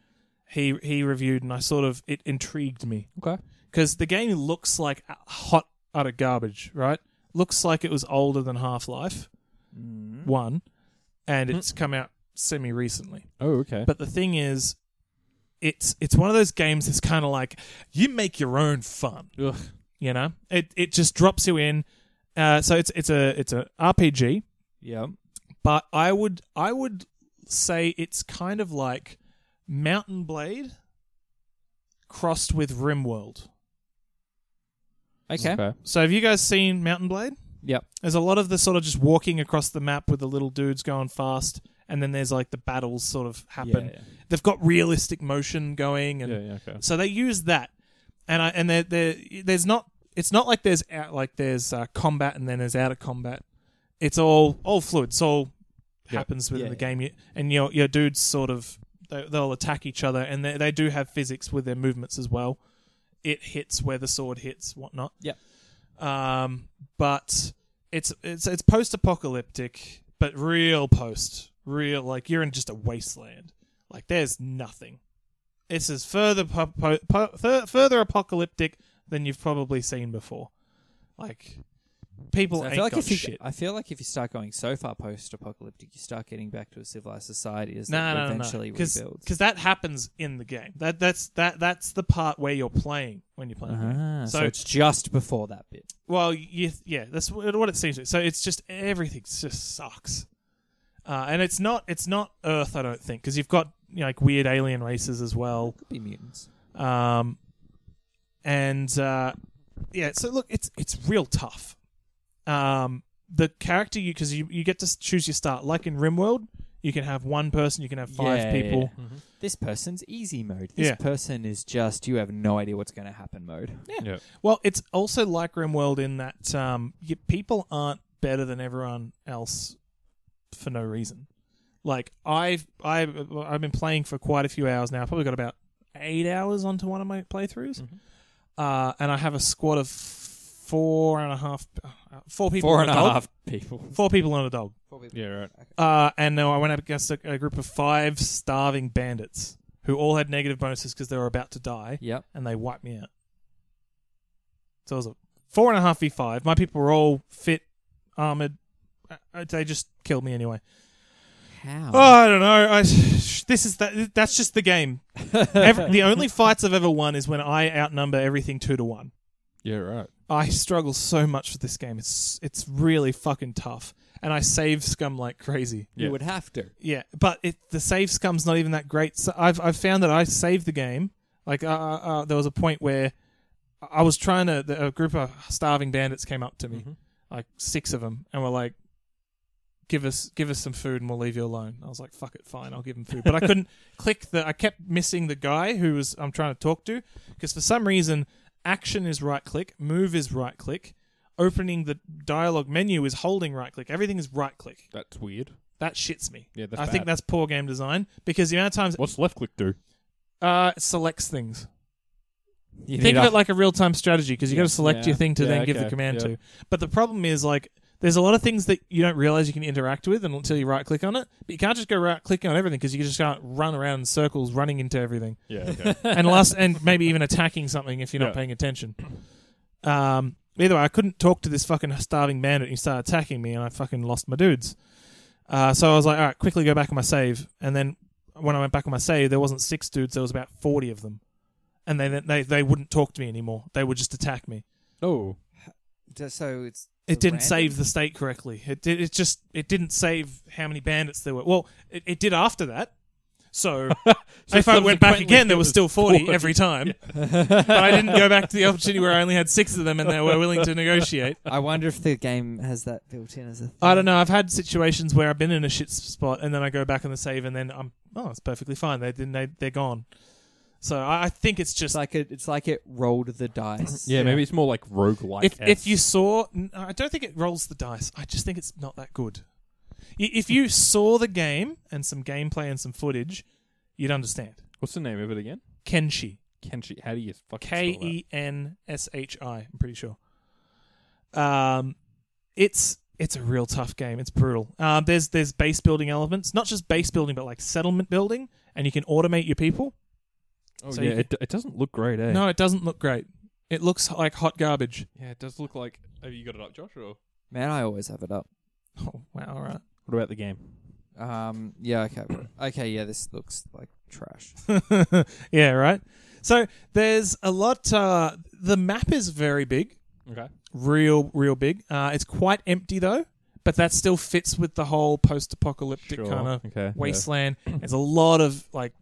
[SPEAKER 2] he he reviewed, and I sort of it intrigued me
[SPEAKER 1] Okay.
[SPEAKER 2] because the game looks like a- hot out of garbage, right? Looks like it was older than Half Life One, and it's come out semi recently.
[SPEAKER 1] Oh, okay.
[SPEAKER 2] But the thing is, it's it's one of those games that's kind of like you make your own fun.
[SPEAKER 1] Ugh.
[SPEAKER 2] You know, it it just drops you in. Uh, so it's it's a it's a RPG,
[SPEAKER 3] Yeah.
[SPEAKER 2] but I would I would say it's kind of like Mountain Blade crossed with RimWorld.
[SPEAKER 3] Okay.
[SPEAKER 1] Okay.
[SPEAKER 2] So have you guys seen Mountain Blade?
[SPEAKER 3] Yep.
[SPEAKER 2] There's a lot of the sort of just walking across the map with the little dudes going fast, and then there's like the battles sort of happen.
[SPEAKER 3] Yeah, yeah.
[SPEAKER 2] They've got realistic motion going, and
[SPEAKER 1] Yeah, yeah, okay.
[SPEAKER 2] so they use that, and I and there there there's not it's not like there's out like there's uh, combat and then there's out of combat. It's all all fluid. It's all
[SPEAKER 1] Yeah.
[SPEAKER 2] happens within
[SPEAKER 3] Yeah,
[SPEAKER 2] the
[SPEAKER 3] yeah.
[SPEAKER 2] game. You, and your your dudes sort of they, they'll attack each other, and they they do have physics with their movements as well. It hits where the sword hits, whatnot.
[SPEAKER 3] Yep.
[SPEAKER 2] Um, but it's it's it's post apocalyptic, but real post, real like you're in just a wasteland. Like there's nothing. This is further po- po- po- fur- further apocalyptic than you've probably seen before. Like people
[SPEAKER 3] So I
[SPEAKER 2] ain't
[SPEAKER 3] feel like
[SPEAKER 2] got
[SPEAKER 3] if you,
[SPEAKER 2] shit.
[SPEAKER 3] I feel like if you start going so far post-apocalyptic, you start getting back to a civilized society as
[SPEAKER 2] no,
[SPEAKER 3] that
[SPEAKER 2] no,
[SPEAKER 3] eventually
[SPEAKER 2] no,
[SPEAKER 3] rebuilds.
[SPEAKER 2] because that happens in the game. That that's that that's the part where you're playing when you're playing. the game.
[SPEAKER 3] Ah, so,
[SPEAKER 2] So-
[SPEAKER 3] it's just before that bit.
[SPEAKER 2] Well, you, yeah, that's what what it seems. to So it's just everything just sucks, uh, and it's not it's not Earth, I don't think, because you've got you know, like weird alien races as well.
[SPEAKER 3] Could be mutants.
[SPEAKER 2] Um, and uh, yeah, so look, it's it's real tough. Um, the character you because you, you get to choose your start. Like in RimWorld, you can have one person, you can have five
[SPEAKER 3] Yeah,
[SPEAKER 2] people.
[SPEAKER 3] yeah. This person's easy mode. This
[SPEAKER 2] Yeah.
[SPEAKER 3] person is just you have no idea what's going to happen mode.
[SPEAKER 1] Yeah.
[SPEAKER 2] Well, it's also like RimWorld in that um, y people aren't better than everyone else for no reason. Like I've I've I've been playing for quite a few hours now. I've probably got about eight hours onto one of my playthroughs,
[SPEAKER 1] Mhm.
[SPEAKER 2] uh, and I have a squad of four and a half, uh, four people,
[SPEAKER 3] Four
[SPEAKER 2] and
[SPEAKER 3] and a half people.
[SPEAKER 2] dog, four people and a dog.
[SPEAKER 1] Yeah, right.
[SPEAKER 2] Uh, and now I went up against a, a group of five starving bandits who all had negative bonuses because they were about to die
[SPEAKER 3] Yep.
[SPEAKER 2] and they wiped me out. So it was a four and a half v five. My people were all fit, armored. Uh, uh, They just killed me anyway.
[SPEAKER 3] How?
[SPEAKER 2] Oh, I don't know. I, this is that. That's just the game. Every, the only fights I've ever won is when I outnumber everything two to one.
[SPEAKER 1] Yeah, right.
[SPEAKER 2] I struggle so much with this game. It's it's really fucking tough, and I save scum like crazy.
[SPEAKER 1] Yeah.
[SPEAKER 3] You would have to.
[SPEAKER 2] Yeah, but it, the save scum's not even that great. So I've I've found that I saved the game. Like uh, uh, uh, there was a point where I was trying to. The, a group of starving bandits came up to me,
[SPEAKER 1] Mhm.
[SPEAKER 2] like six of them, and were like, "Give us give us some food, and we'll leave you alone." I was like, "Fuck it, fine, I'll give them food." But I couldn't click the. I kept missing the guy who was I'm trying to talk to because for some reason action is right click, move is right click, opening the dialogue menu is holding right click. Everything is right click.
[SPEAKER 1] That's weird.
[SPEAKER 2] That shits me.
[SPEAKER 1] Yeah, that's
[SPEAKER 2] I think
[SPEAKER 1] bad.
[SPEAKER 2] that's poor game design because the amount of times
[SPEAKER 1] What's left click do?
[SPEAKER 2] uh, it selects things.
[SPEAKER 3] You
[SPEAKER 2] think
[SPEAKER 3] need
[SPEAKER 2] of
[SPEAKER 3] a-
[SPEAKER 2] it like a real time strategy because you got to select
[SPEAKER 1] Yeah.
[SPEAKER 2] your thing to
[SPEAKER 1] Yeah,
[SPEAKER 2] then give
[SPEAKER 1] okay.
[SPEAKER 2] the command
[SPEAKER 1] Yeah.
[SPEAKER 2] to. But the problem is like there's a lot of things that you don't realize you can interact with until you right click on it. But you can't just go right clicking on everything because you just can't run around in circles running into everything
[SPEAKER 1] Yeah, okay.
[SPEAKER 2] and last and maybe even attacking something if you're not
[SPEAKER 1] Yeah.
[SPEAKER 2] paying attention. Um, either way, I couldn't talk to this fucking starving bandit. He started attacking me, and I fucking lost my dudes. Uh, so I was like, all right, quickly go back on my save. And then when I went back on my save, there wasn't six dudes; there was about forty of them, and they they they wouldn't talk to me anymore. They would just attack me.
[SPEAKER 1] oh.
[SPEAKER 3] D- So it's
[SPEAKER 2] It didn't
[SPEAKER 3] random?
[SPEAKER 2] save the state correctly. It did. It just it didn't save how many bandits there were. Well, it, it did after that. So, if I went back
[SPEAKER 1] subsequently
[SPEAKER 2] again, there was
[SPEAKER 1] it
[SPEAKER 2] still
[SPEAKER 1] was
[SPEAKER 2] 40,
[SPEAKER 1] 40.
[SPEAKER 2] every time. but I didn't go back to the opportunity where I only had six of them and they were willing to negotiate.
[SPEAKER 3] I wonder if the game has that built in as a. Thing.
[SPEAKER 2] I don't know. I've had situations where I've been in a shit spot and then I go back on the save and then I'm oh, it's perfectly fine. They didn't. They, they're gone. So I, I think it's
[SPEAKER 3] It's
[SPEAKER 2] just
[SPEAKER 3] like it. It's like it rolled the dice.
[SPEAKER 1] Yeah, maybe it's more like roguelike.
[SPEAKER 2] if if you saw, n- I don't think it rolls the dice. I just think it's not that good. Y- If you saw the game and some gameplay and some footage, you'd understand.
[SPEAKER 1] What's the name of it again?
[SPEAKER 2] Kenshi,
[SPEAKER 1] Kenshi. How do you fucking spell
[SPEAKER 2] K
[SPEAKER 1] that?
[SPEAKER 2] E N S H I. I'm pretty sure. Um, it's it's a real tough game. It's brutal. Um, there's there's base building elements, not just base building, but like settlement building, and you can automate your people.
[SPEAKER 1] Oh,
[SPEAKER 2] so
[SPEAKER 1] yeah,
[SPEAKER 2] you
[SPEAKER 1] it, it doesn't look great, eh?
[SPEAKER 2] No, it doesn't look great. It looks like hot garbage.
[SPEAKER 1] Yeah, it does look like. Have you got it up, Josh? Or
[SPEAKER 3] Man, I always have it up.
[SPEAKER 2] Oh wow! All right.
[SPEAKER 1] what about the game?
[SPEAKER 3] Um. Yeah. Okay. okay. Yeah. This looks like trash.
[SPEAKER 2] yeah, right. So there's a lot. Uh, the map is very big,
[SPEAKER 1] Okay.
[SPEAKER 2] real, real big. Uh, it's quite empty though, but that still fits with the whole post-apocalyptic
[SPEAKER 1] Sure.
[SPEAKER 2] kind of
[SPEAKER 1] okay.
[SPEAKER 2] wasteland. There's a lot of like,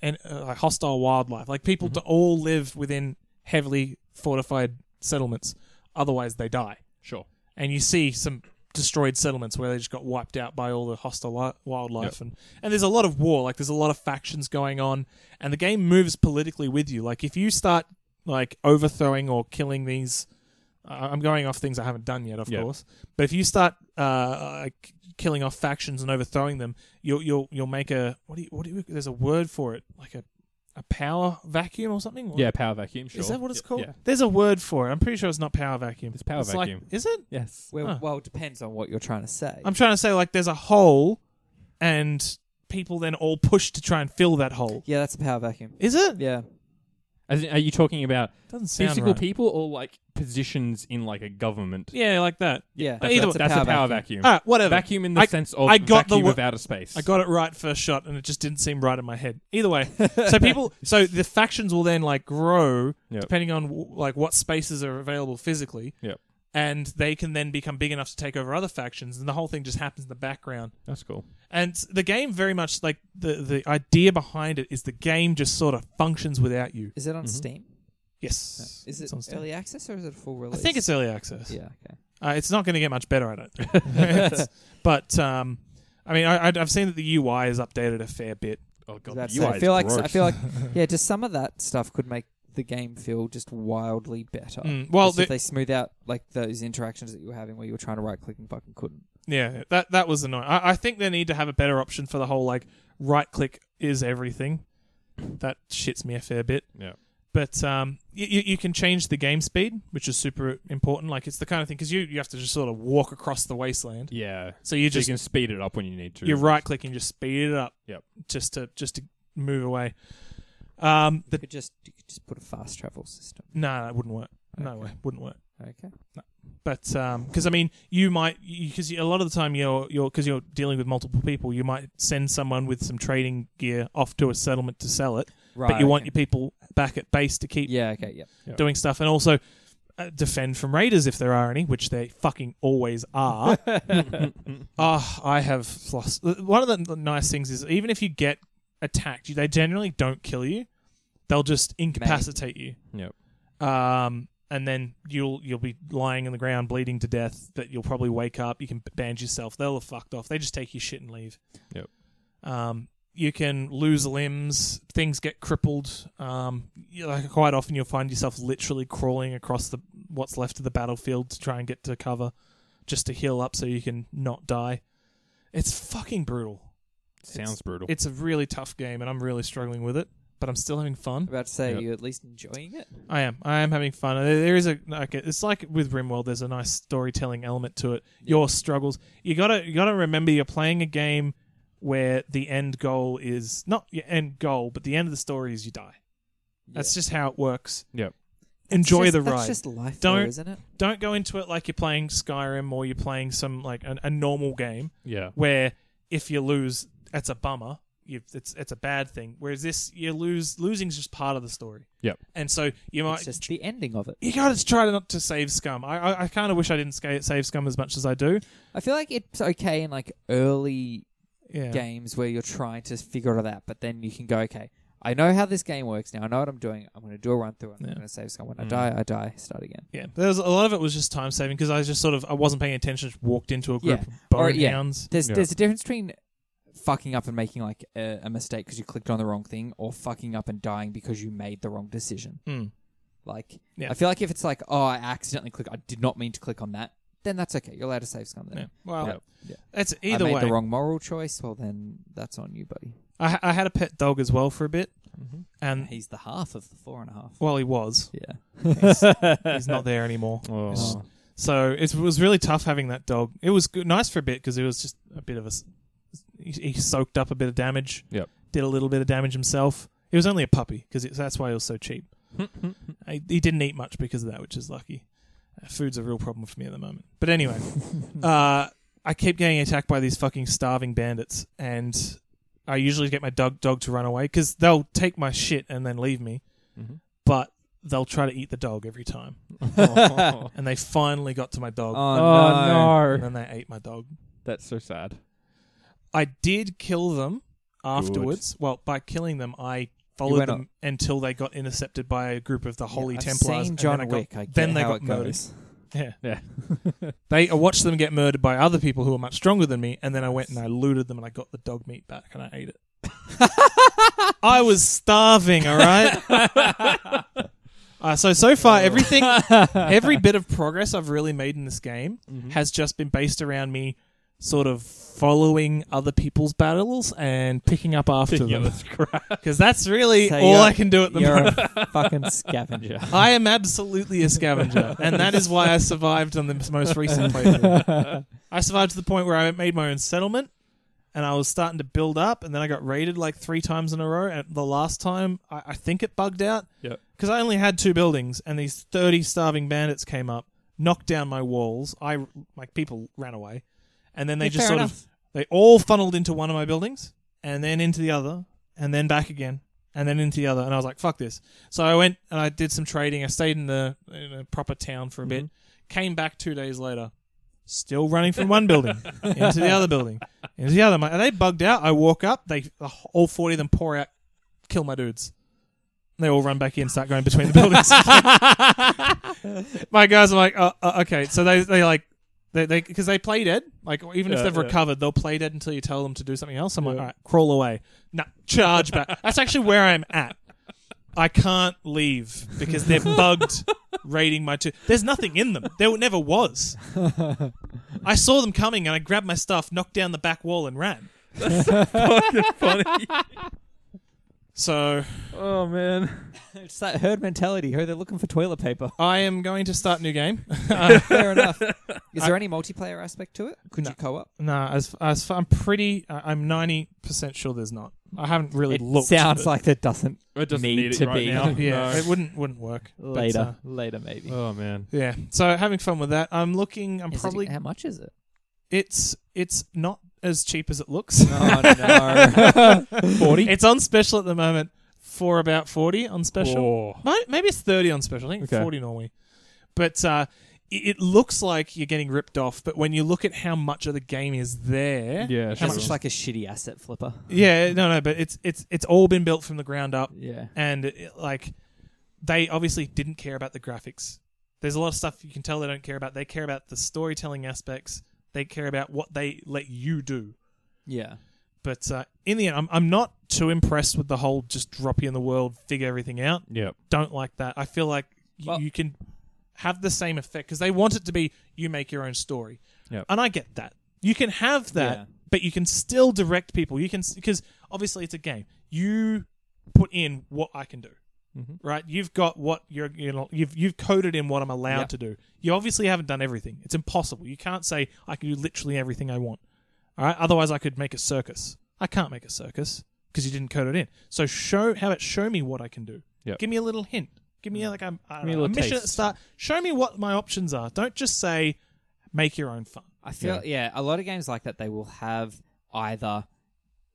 [SPEAKER 2] and uh, like hostile wildlife. Like people to all live within heavily fortified settlements, otherwise they die.
[SPEAKER 1] Yeah. Sure.
[SPEAKER 2] and you see some destroyed settlements where they just got wiped out by all the hostile li- wildlife and and there's a lot of war like there's a lot of factions going on and the game moves politically with you like if you start like overthrowing or killing these I- I'm going off things I haven't done yet, of
[SPEAKER 1] Yeah.
[SPEAKER 2] course. But if you start uh, like killing off factions and overthrowing them, you'll you'll you'll make a what do you what do you, there's a word for it like a a power vacuum or something.
[SPEAKER 1] Yeah, power vacuum. Sure.
[SPEAKER 2] Is that what it's
[SPEAKER 1] Yeah,
[SPEAKER 2] called?
[SPEAKER 1] Yeah.
[SPEAKER 2] There's a word for it. I'm pretty sure it's not power vacuum.
[SPEAKER 1] It's power
[SPEAKER 2] like-
[SPEAKER 1] vacuum.
[SPEAKER 2] is it?
[SPEAKER 1] Yes.
[SPEAKER 3] Well,
[SPEAKER 2] Huh.
[SPEAKER 3] well, it depends on what you're trying to say.
[SPEAKER 2] I'm trying to say like there's a hole, and people then all push to try and fill that hole.
[SPEAKER 3] yeah, that's a power vacuum.
[SPEAKER 2] Is it?
[SPEAKER 3] Yeah.
[SPEAKER 1] As in, are you talking about
[SPEAKER 2] Doesn't sound
[SPEAKER 1] physical
[SPEAKER 2] right.
[SPEAKER 1] people or like positions in like a government?
[SPEAKER 2] Yeah, like that.
[SPEAKER 3] Yeah.
[SPEAKER 1] That's,
[SPEAKER 2] Either
[SPEAKER 1] that's,
[SPEAKER 2] way.
[SPEAKER 1] that's a power vacuum.
[SPEAKER 2] Ah, whatever.
[SPEAKER 1] Vacuum in the
[SPEAKER 2] I-
[SPEAKER 1] sense of
[SPEAKER 2] I got the
[SPEAKER 1] vacuum
[SPEAKER 2] wo-
[SPEAKER 1] of outer space.
[SPEAKER 2] I got it right first shot, and it just didn't seem right in my head. Either way, so people, so the factions will then like grow
[SPEAKER 1] Yep.
[SPEAKER 2] depending on w- like what spaces are available physically.
[SPEAKER 1] Yep.
[SPEAKER 2] And they can then become big enough to take over other factions, and the whole thing just happens in the background.
[SPEAKER 1] That's cool.
[SPEAKER 2] And s- the game very much like the the idea behind it is the game just sort of functions without you.
[SPEAKER 3] Is it on Steam?
[SPEAKER 2] Yes.
[SPEAKER 3] Is it
[SPEAKER 2] It's on Steam.
[SPEAKER 3] early access or is it full
[SPEAKER 2] I
[SPEAKER 3] release?
[SPEAKER 2] think it's early access.
[SPEAKER 3] Yeah. Okay.
[SPEAKER 2] Uh, it's not going to get much better, I don't think. It's- but um, I mean, I, I'd- I've seen that the UI is updated a fair bit.
[SPEAKER 1] Oh god,
[SPEAKER 3] That's
[SPEAKER 1] the UI
[SPEAKER 3] I
[SPEAKER 1] is
[SPEAKER 3] feel like I
[SPEAKER 1] gross.
[SPEAKER 3] feel like yeah, just some of that stuff could make the game feel just wildly better.
[SPEAKER 2] Mm, Well,
[SPEAKER 3] Just
[SPEAKER 2] the,
[SPEAKER 3] if they smooth out like those interactions that you were having where you were trying to right click and fucking couldn't.
[SPEAKER 2] Yeah, that that was annoying. I, I think they need to have a better option for the whole like right click is everything. That shits me a fair bit.
[SPEAKER 1] Yeah.
[SPEAKER 2] But um, you, you you can change the game speed, which is super important. Like it's the kind of thing because you you have to just sort of walk across the wasteland.
[SPEAKER 1] yeah.
[SPEAKER 2] So you
[SPEAKER 1] So you
[SPEAKER 2] just
[SPEAKER 1] can speed it up when you need to.
[SPEAKER 2] you right click and just speed it up.
[SPEAKER 1] Yep.
[SPEAKER 2] Just to just to move away. Um,
[SPEAKER 3] You
[SPEAKER 2] the
[SPEAKER 3] could just you could just put a fast travel system.
[SPEAKER 2] no, nah, it wouldn't work. No
[SPEAKER 3] Okay.
[SPEAKER 2] way, wouldn't work.
[SPEAKER 3] Okay.
[SPEAKER 2] but because I mean, you might because a lot of the time you're you're because you're dealing with multiple people, you might send someone with some trading gear off to a settlement to sell it,
[SPEAKER 3] Right.
[SPEAKER 2] but you want
[SPEAKER 3] okay.
[SPEAKER 2] your people back at base to keep
[SPEAKER 3] Yeah, okay, yeah.
[SPEAKER 2] doing stuff and also uh, defend from raiders if there are any, which they fucking always are. Ah, I have lost. One of the- the nice things is even if you get attacked, they generally don't kill you; they'll just incapacitate you
[SPEAKER 1] Yep.
[SPEAKER 2] um, and then you'll you'll be lying in the ground bleeding to death. That you'll probably wake up. You can bandage yourself. They'll have fucked off. They just take your shit and leave.
[SPEAKER 1] Yep.
[SPEAKER 2] Um, you can lose limbs. Things get crippled. Um, you- like quite often, you'll find yourself literally crawling across the what's left of the battlefield to try and get to cover, just to heal up so you can not die. It's fucking brutal.
[SPEAKER 1] Sounds brutal.
[SPEAKER 2] It's a really tough game, and I'm really struggling with it. But I'm still having fun.
[SPEAKER 3] I'm about to say
[SPEAKER 1] Yep.
[SPEAKER 3] you're at least enjoying it.
[SPEAKER 2] I am. I am having fun. There there is a like it's like with RimWorld. There's a nice storytelling element to it. Your struggles. You gotta you gotta remember you're playing a game where the end goal is not your end goal, but the end of the story is you die. That's just how it works.
[SPEAKER 1] Yep.
[SPEAKER 2] Enjoy
[SPEAKER 3] It's just-
[SPEAKER 2] the
[SPEAKER 3] that's
[SPEAKER 2] ride.
[SPEAKER 3] just life,
[SPEAKER 2] Don't-
[SPEAKER 3] though, isn't it?
[SPEAKER 2] Don't go into it like you're playing Skyrim or you're playing some like an, a normal game
[SPEAKER 1] yeah.
[SPEAKER 2] where if you lose, it's a bummer. You, it's it's a bad thing. Whereas this, you lose. Losing's just part of the story.
[SPEAKER 1] Yep.
[SPEAKER 2] And so you might
[SPEAKER 3] It's just the ending of it.
[SPEAKER 2] you gotta try not to save scum. I I, I kind of wish I didn't sca- save scum as much as I do.
[SPEAKER 3] I feel like it's okay in like early
[SPEAKER 2] Yeah.
[SPEAKER 3] games where you're trying to figure it out, but then you can go, okay, I know how this game works now. I know what I'm doing. I'm going to do a run through. and I'm
[SPEAKER 2] Yeah.
[SPEAKER 3] going to save someone. I
[SPEAKER 1] Mm.
[SPEAKER 3] die. I die. Start again.
[SPEAKER 2] Yeah, there was a lot of it was just time saving because I just sort of I wasn't paying attention. Just walked into a group
[SPEAKER 3] Yeah.
[SPEAKER 2] of bone
[SPEAKER 3] Or, yeah.
[SPEAKER 2] hounds.
[SPEAKER 3] There's
[SPEAKER 1] Yeah.
[SPEAKER 3] there's a difference between fucking up and making like a, a mistake because you clicked on the wrong thing, or fucking up and dying because you made the wrong decision.
[SPEAKER 2] Mm.
[SPEAKER 3] Like,
[SPEAKER 2] Yeah.
[SPEAKER 3] I feel like if it's like, oh, I accidentally clicked, I did not mean to click on that, then that's okay. You're allowed to save scum
[SPEAKER 2] Yeah.
[SPEAKER 3] then.
[SPEAKER 2] Well,
[SPEAKER 1] Yeah.
[SPEAKER 3] Yeah.
[SPEAKER 2] it's
[SPEAKER 3] I
[SPEAKER 2] either
[SPEAKER 3] made
[SPEAKER 2] way.
[SPEAKER 3] the wrong moral choice. Well, then that's on you, buddy.
[SPEAKER 2] I ha- I had a pet dog as well for a bit, and
[SPEAKER 3] He's the half of the four and a half.
[SPEAKER 2] well, he was.
[SPEAKER 3] Yeah.
[SPEAKER 2] He's not there anymore.
[SPEAKER 1] Oh.
[SPEAKER 2] So it was really tough having that dog. It was good, nice for a bit because it was just a bit of a. s- He, he soaked up a bit of damage.
[SPEAKER 1] Yep.
[SPEAKER 2] Did a little bit of damage himself. It was only a puppy because that's why it was so cheap. I, he didn't eat much because of that, which is lucky. Uh, food's a real problem for me at the moment. But anyway, uh, I keep getting attacked by these fucking starving bandits, and I usually get my dog dog to run away because they'll take my shit and then leave me.
[SPEAKER 1] Mhm.
[SPEAKER 2] But they'll try to eat the dog every time,
[SPEAKER 1] oh
[SPEAKER 2] and they finally got to my dog,
[SPEAKER 3] Oh,
[SPEAKER 1] no.
[SPEAKER 2] and then they ate my dog.
[SPEAKER 1] That's so sad.
[SPEAKER 2] I did kill them afterwards. Well, by killing them, I
[SPEAKER 3] You
[SPEAKER 2] followed
[SPEAKER 3] went
[SPEAKER 2] them until they got intercepted by a group of the Holy
[SPEAKER 3] I've
[SPEAKER 2] Templars.
[SPEAKER 3] seen
[SPEAKER 2] and
[SPEAKER 3] John
[SPEAKER 2] then I got,
[SPEAKER 3] Wick. I get
[SPEAKER 2] then they
[SPEAKER 3] how
[SPEAKER 2] got
[SPEAKER 3] it
[SPEAKER 2] murdered.
[SPEAKER 3] goes.
[SPEAKER 2] Yeah.
[SPEAKER 1] Yeah.
[SPEAKER 2] They I watched them get murdered by other people who were much stronger than me, and then I went and I looted them and I got the dog meat back and I ate it. I was starving, all right. uh, so so
[SPEAKER 3] Oh.
[SPEAKER 2] far, everything, every bit of progress I've really made in this game has just been based around me sort of following other people's battles and picking up after
[SPEAKER 1] yeah,
[SPEAKER 2] them
[SPEAKER 1] that's crap.
[SPEAKER 2] because that's really
[SPEAKER 3] So
[SPEAKER 2] all
[SPEAKER 3] you're-
[SPEAKER 2] I can do at the
[SPEAKER 3] You're
[SPEAKER 2] moment.
[SPEAKER 3] a fucking scavenger.
[SPEAKER 2] I am absolutely a scavenger, and that is why I survived on the most recent playthrough. I survived to the point where I made my own settlement, and I was starting to build up, and then I got raided like three times in a row. And the last time, I, I think it bugged out
[SPEAKER 1] Yep.
[SPEAKER 2] because I only had two buildings, and these thirty starving bandits came up, knocked down my walls. I like people ran away, and then they
[SPEAKER 3] Yeah,
[SPEAKER 2] just
[SPEAKER 3] fair
[SPEAKER 2] sort of
[SPEAKER 3] enough.
[SPEAKER 2] they all funneled into one of my buildings, and then into the other, and then back again, and then into the other. And I was like, "Fuck this!" So I went and I did some trading. I stayed in the in a proper town for a bit. Came back two days later, still running from one building into the other building, into the other. My, they bugged out. I walk up. They all forty of them pour out, kill my dudes. And They all run back in, start going between the buildings. my guys are like, uh, uh, okay. So they they like they they because they play dead. Like even if
[SPEAKER 1] Yeah,
[SPEAKER 2] they've
[SPEAKER 1] yeah.
[SPEAKER 2] recovered, they'll play dead until you tell them to do something else. I'm like,
[SPEAKER 1] Yeah.
[SPEAKER 2] all right, crawl away. Nah, charge back. That's actually where I'm at. I can't leave because they're bugged raiding my two. There's nothing in them. There never was. I saw them coming and I grabbed my stuff, knocked down the back wall, and ran.
[SPEAKER 1] Funny.
[SPEAKER 2] So
[SPEAKER 1] Oh man.
[SPEAKER 3] it's that herd mentality. Oh, they're looking for toilet paper.
[SPEAKER 2] I am going to start a new game. Uh,
[SPEAKER 3] Fair enough. Is there any multiplayer aspect to it? Could
[SPEAKER 2] No.
[SPEAKER 3] you co-op?
[SPEAKER 2] nah, as as far, I'm pretty. I- I'm ninety percent sure there's not. I haven't really
[SPEAKER 3] it
[SPEAKER 2] looked.
[SPEAKER 3] sounds
[SPEAKER 2] but-
[SPEAKER 3] like there doesn't.
[SPEAKER 1] It doesn't
[SPEAKER 3] Need
[SPEAKER 1] need it
[SPEAKER 3] to
[SPEAKER 1] right
[SPEAKER 3] be.
[SPEAKER 1] now.
[SPEAKER 2] yeah,
[SPEAKER 1] No.
[SPEAKER 2] it wouldn't wouldn't work but,
[SPEAKER 3] Later,
[SPEAKER 2] uh,
[SPEAKER 3] later maybe.
[SPEAKER 1] Oh man.
[SPEAKER 2] yeah, so having fun with that. I'm looking. I'm
[SPEAKER 3] Is it-
[SPEAKER 2] probably.
[SPEAKER 3] how much is it?
[SPEAKER 2] it's it's not as cheap as it looks.
[SPEAKER 3] Oh no,
[SPEAKER 1] Forty.
[SPEAKER 2] it's on special at the moment for about forty on special. Might, maybe it's 30 on special. I think it's
[SPEAKER 1] Okay.
[SPEAKER 2] 40 normally. But uh, it, it looks like you're getting ripped off, but when you look at how much of the game is there.
[SPEAKER 1] Yeah.
[SPEAKER 2] How
[SPEAKER 3] it's
[SPEAKER 2] much-
[SPEAKER 1] sure.
[SPEAKER 3] just like a shitty asset flipper.
[SPEAKER 2] Yeah, no, no, but it's it's it's all been built from the ground up,
[SPEAKER 3] Yeah,
[SPEAKER 2] and it, like they obviously didn't care about the graphics. There's a lot of stuff you can tell they don't care about. They care about the storytelling aspects. They care about what they let you do.
[SPEAKER 3] yeah.
[SPEAKER 2] But uh, in the end, I'm I'm not too impressed with the whole just drop you in the world, figure everything out.
[SPEAKER 1] Yep.
[SPEAKER 2] don't like that. I feel like y-
[SPEAKER 3] Well-
[SPEAKER 2] you can have the same effect because they want it to be you make your own story,
[SPEAKER 1] Yep.
[SPEAKER 2] and I get that. You can have that,
[SPEAKER 3] Yeah.
[SPEAKER 2] but you can still direct people. You can because obviously it's a game. You put in what I can do,
[SPEAKER 1] Mhm.
[SPEAKER 2] right? You've got what you're you know you've you've coded in what I'm allowed
[SPEAKER 3] Yep.
[SPEAKER 2] to do. You obviously haven't done everything. It's impossible. You can't say I can do literally everything I want. All right. Otherwise, I could make a circus. I can't make a circus because you didn't code it in. So show how about show me what I can do.
[SPEAKER 1] Yep.
[SPEAKER 2] Give me a little hint. Give me like a, I
[SPEAKER 1] Give me a
[SPEAKER 2] don't know, a
[SPEAKER 1] little
[SPEAKER 2] mission at the
[SPEAKER 1] taste.
[SPEAKER 2] start. Show me what my options are. Don't just say make your own fun.
[SPEAKER 3] I feel yeah. A lot of games like that, they will have either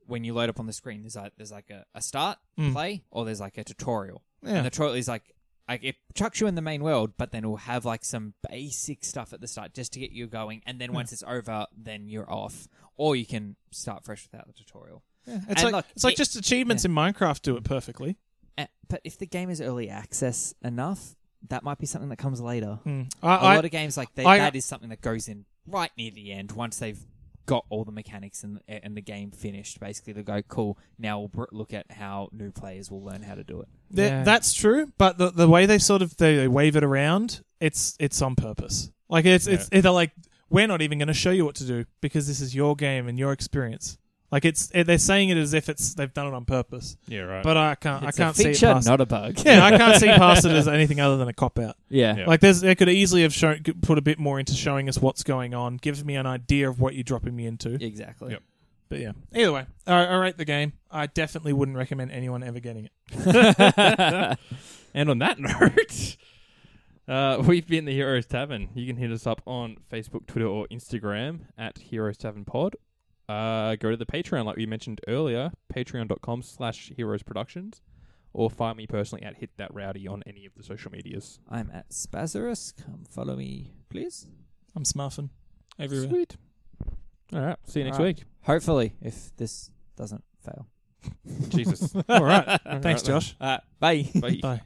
[SPEAKER 3] when you load up on the screen, there's like there's like a, a start
[SPEAKER 2] Mm.
[SPEAKER 3] play, or there's like a tutorial.
[SPEAKER 2] Yeah.
[SPEAKER 3] And the tutorial is like like it chucks you in the main world, but then it will have like some basic stuff at the start just to get you going. And then once it's over, then you're off, or you can start fresh without the tutorial.
[SPEAKER 2] It's
[SPEAKER 3] And
[SPEAKER 2] like
[SPEAKER 3] look,
[SPEAKER 2] it's like
[SPEAKER 3] it-
[SPEAKER 2] just achievements in Minecraft do it perfectly.
[SPEAKER 3] Uh, but if the game is early access enough, that might be something that comes later.
[SPEAKER 2] I,
[SPEAKER 3] Hmm. a
[SPEAKER 2] I,
[SPEAKER 3] lot of games like that,
[SPEAKER 2] I-
[SPEAKER 3] that is something that goes in right near the end once they've got all the mechanics and eh, and the game finished basically they'll go cool now we'll br- look at how new players will learn how to do it
[SPEAKER 2] th-
[SPEAKER 1] Yeah.
[SPEAKER 2] That's true, but the the way they sort of they, they wave it around, it's it's on purpose. Like it's it's they're like we're not even going to show you what to do because this is your game and your experience. Like it's it, they're saying it as if it's they've done it on purpose,
[SPEAKER 1] Yeah. Right.
[SPEAKER 2] but I can't
[SPEAKER 3] it's
[SPEAKER 2] I can't
[SPEAKER 3] a feature
[SPEAKER 2] see it past.
[SPEAKER 3] not a bug
[SPEAKER 2] yeah, I can't see past it as anything other than a cop out.
[SPEAKER 3] yeah
[SPEAKER 1] Yeah.
[SPEAKER 2] Like there's, they could easily have shown, could put a bit more into showing us what's going on, gives me an idea of what you're dropping me into.
[SPEAKER 3] exactly
[SPEAKER 1] Yep.
[SPEAKER 2] But yeah, either way, I, I rate the game. I definitely wouldn't recommend anyone ever getting it.
[SPEAKER 1] and on that note, uh, we've been the Heroes Tavern. You can hit us up on Facebook, Twitter, or Instagram at Heroes Tavern Pod. Uh, go to the Patreon, like we mentioned earlier, patreon.com slash heroes productions, or find me personally at Hit That Rowdy on any of the social medias.
[SPEAKER 3] i'm at spazarus come follow me please
[SPEAKER 2] I'm smurfing everywhere.
[SPEAKER 1] Sweet. All right. See you next
[SPEAKER 3] All right.
[SPEAKER 1] week.
[SPEAKER 3] hopefully if this doesn't fail
[SPEAKER 1] Jesus.
[SPEAKER 2] All right,
[SPEAKER 1] All right,
[SPEAKER 2] thanks,
[SPEAKER 1] then.
[SPEAKER 2] Josh.
[SPEAKER 3] uh, bye
[SPEAKER 1] Bye.
[SPEAKER 2] Bye.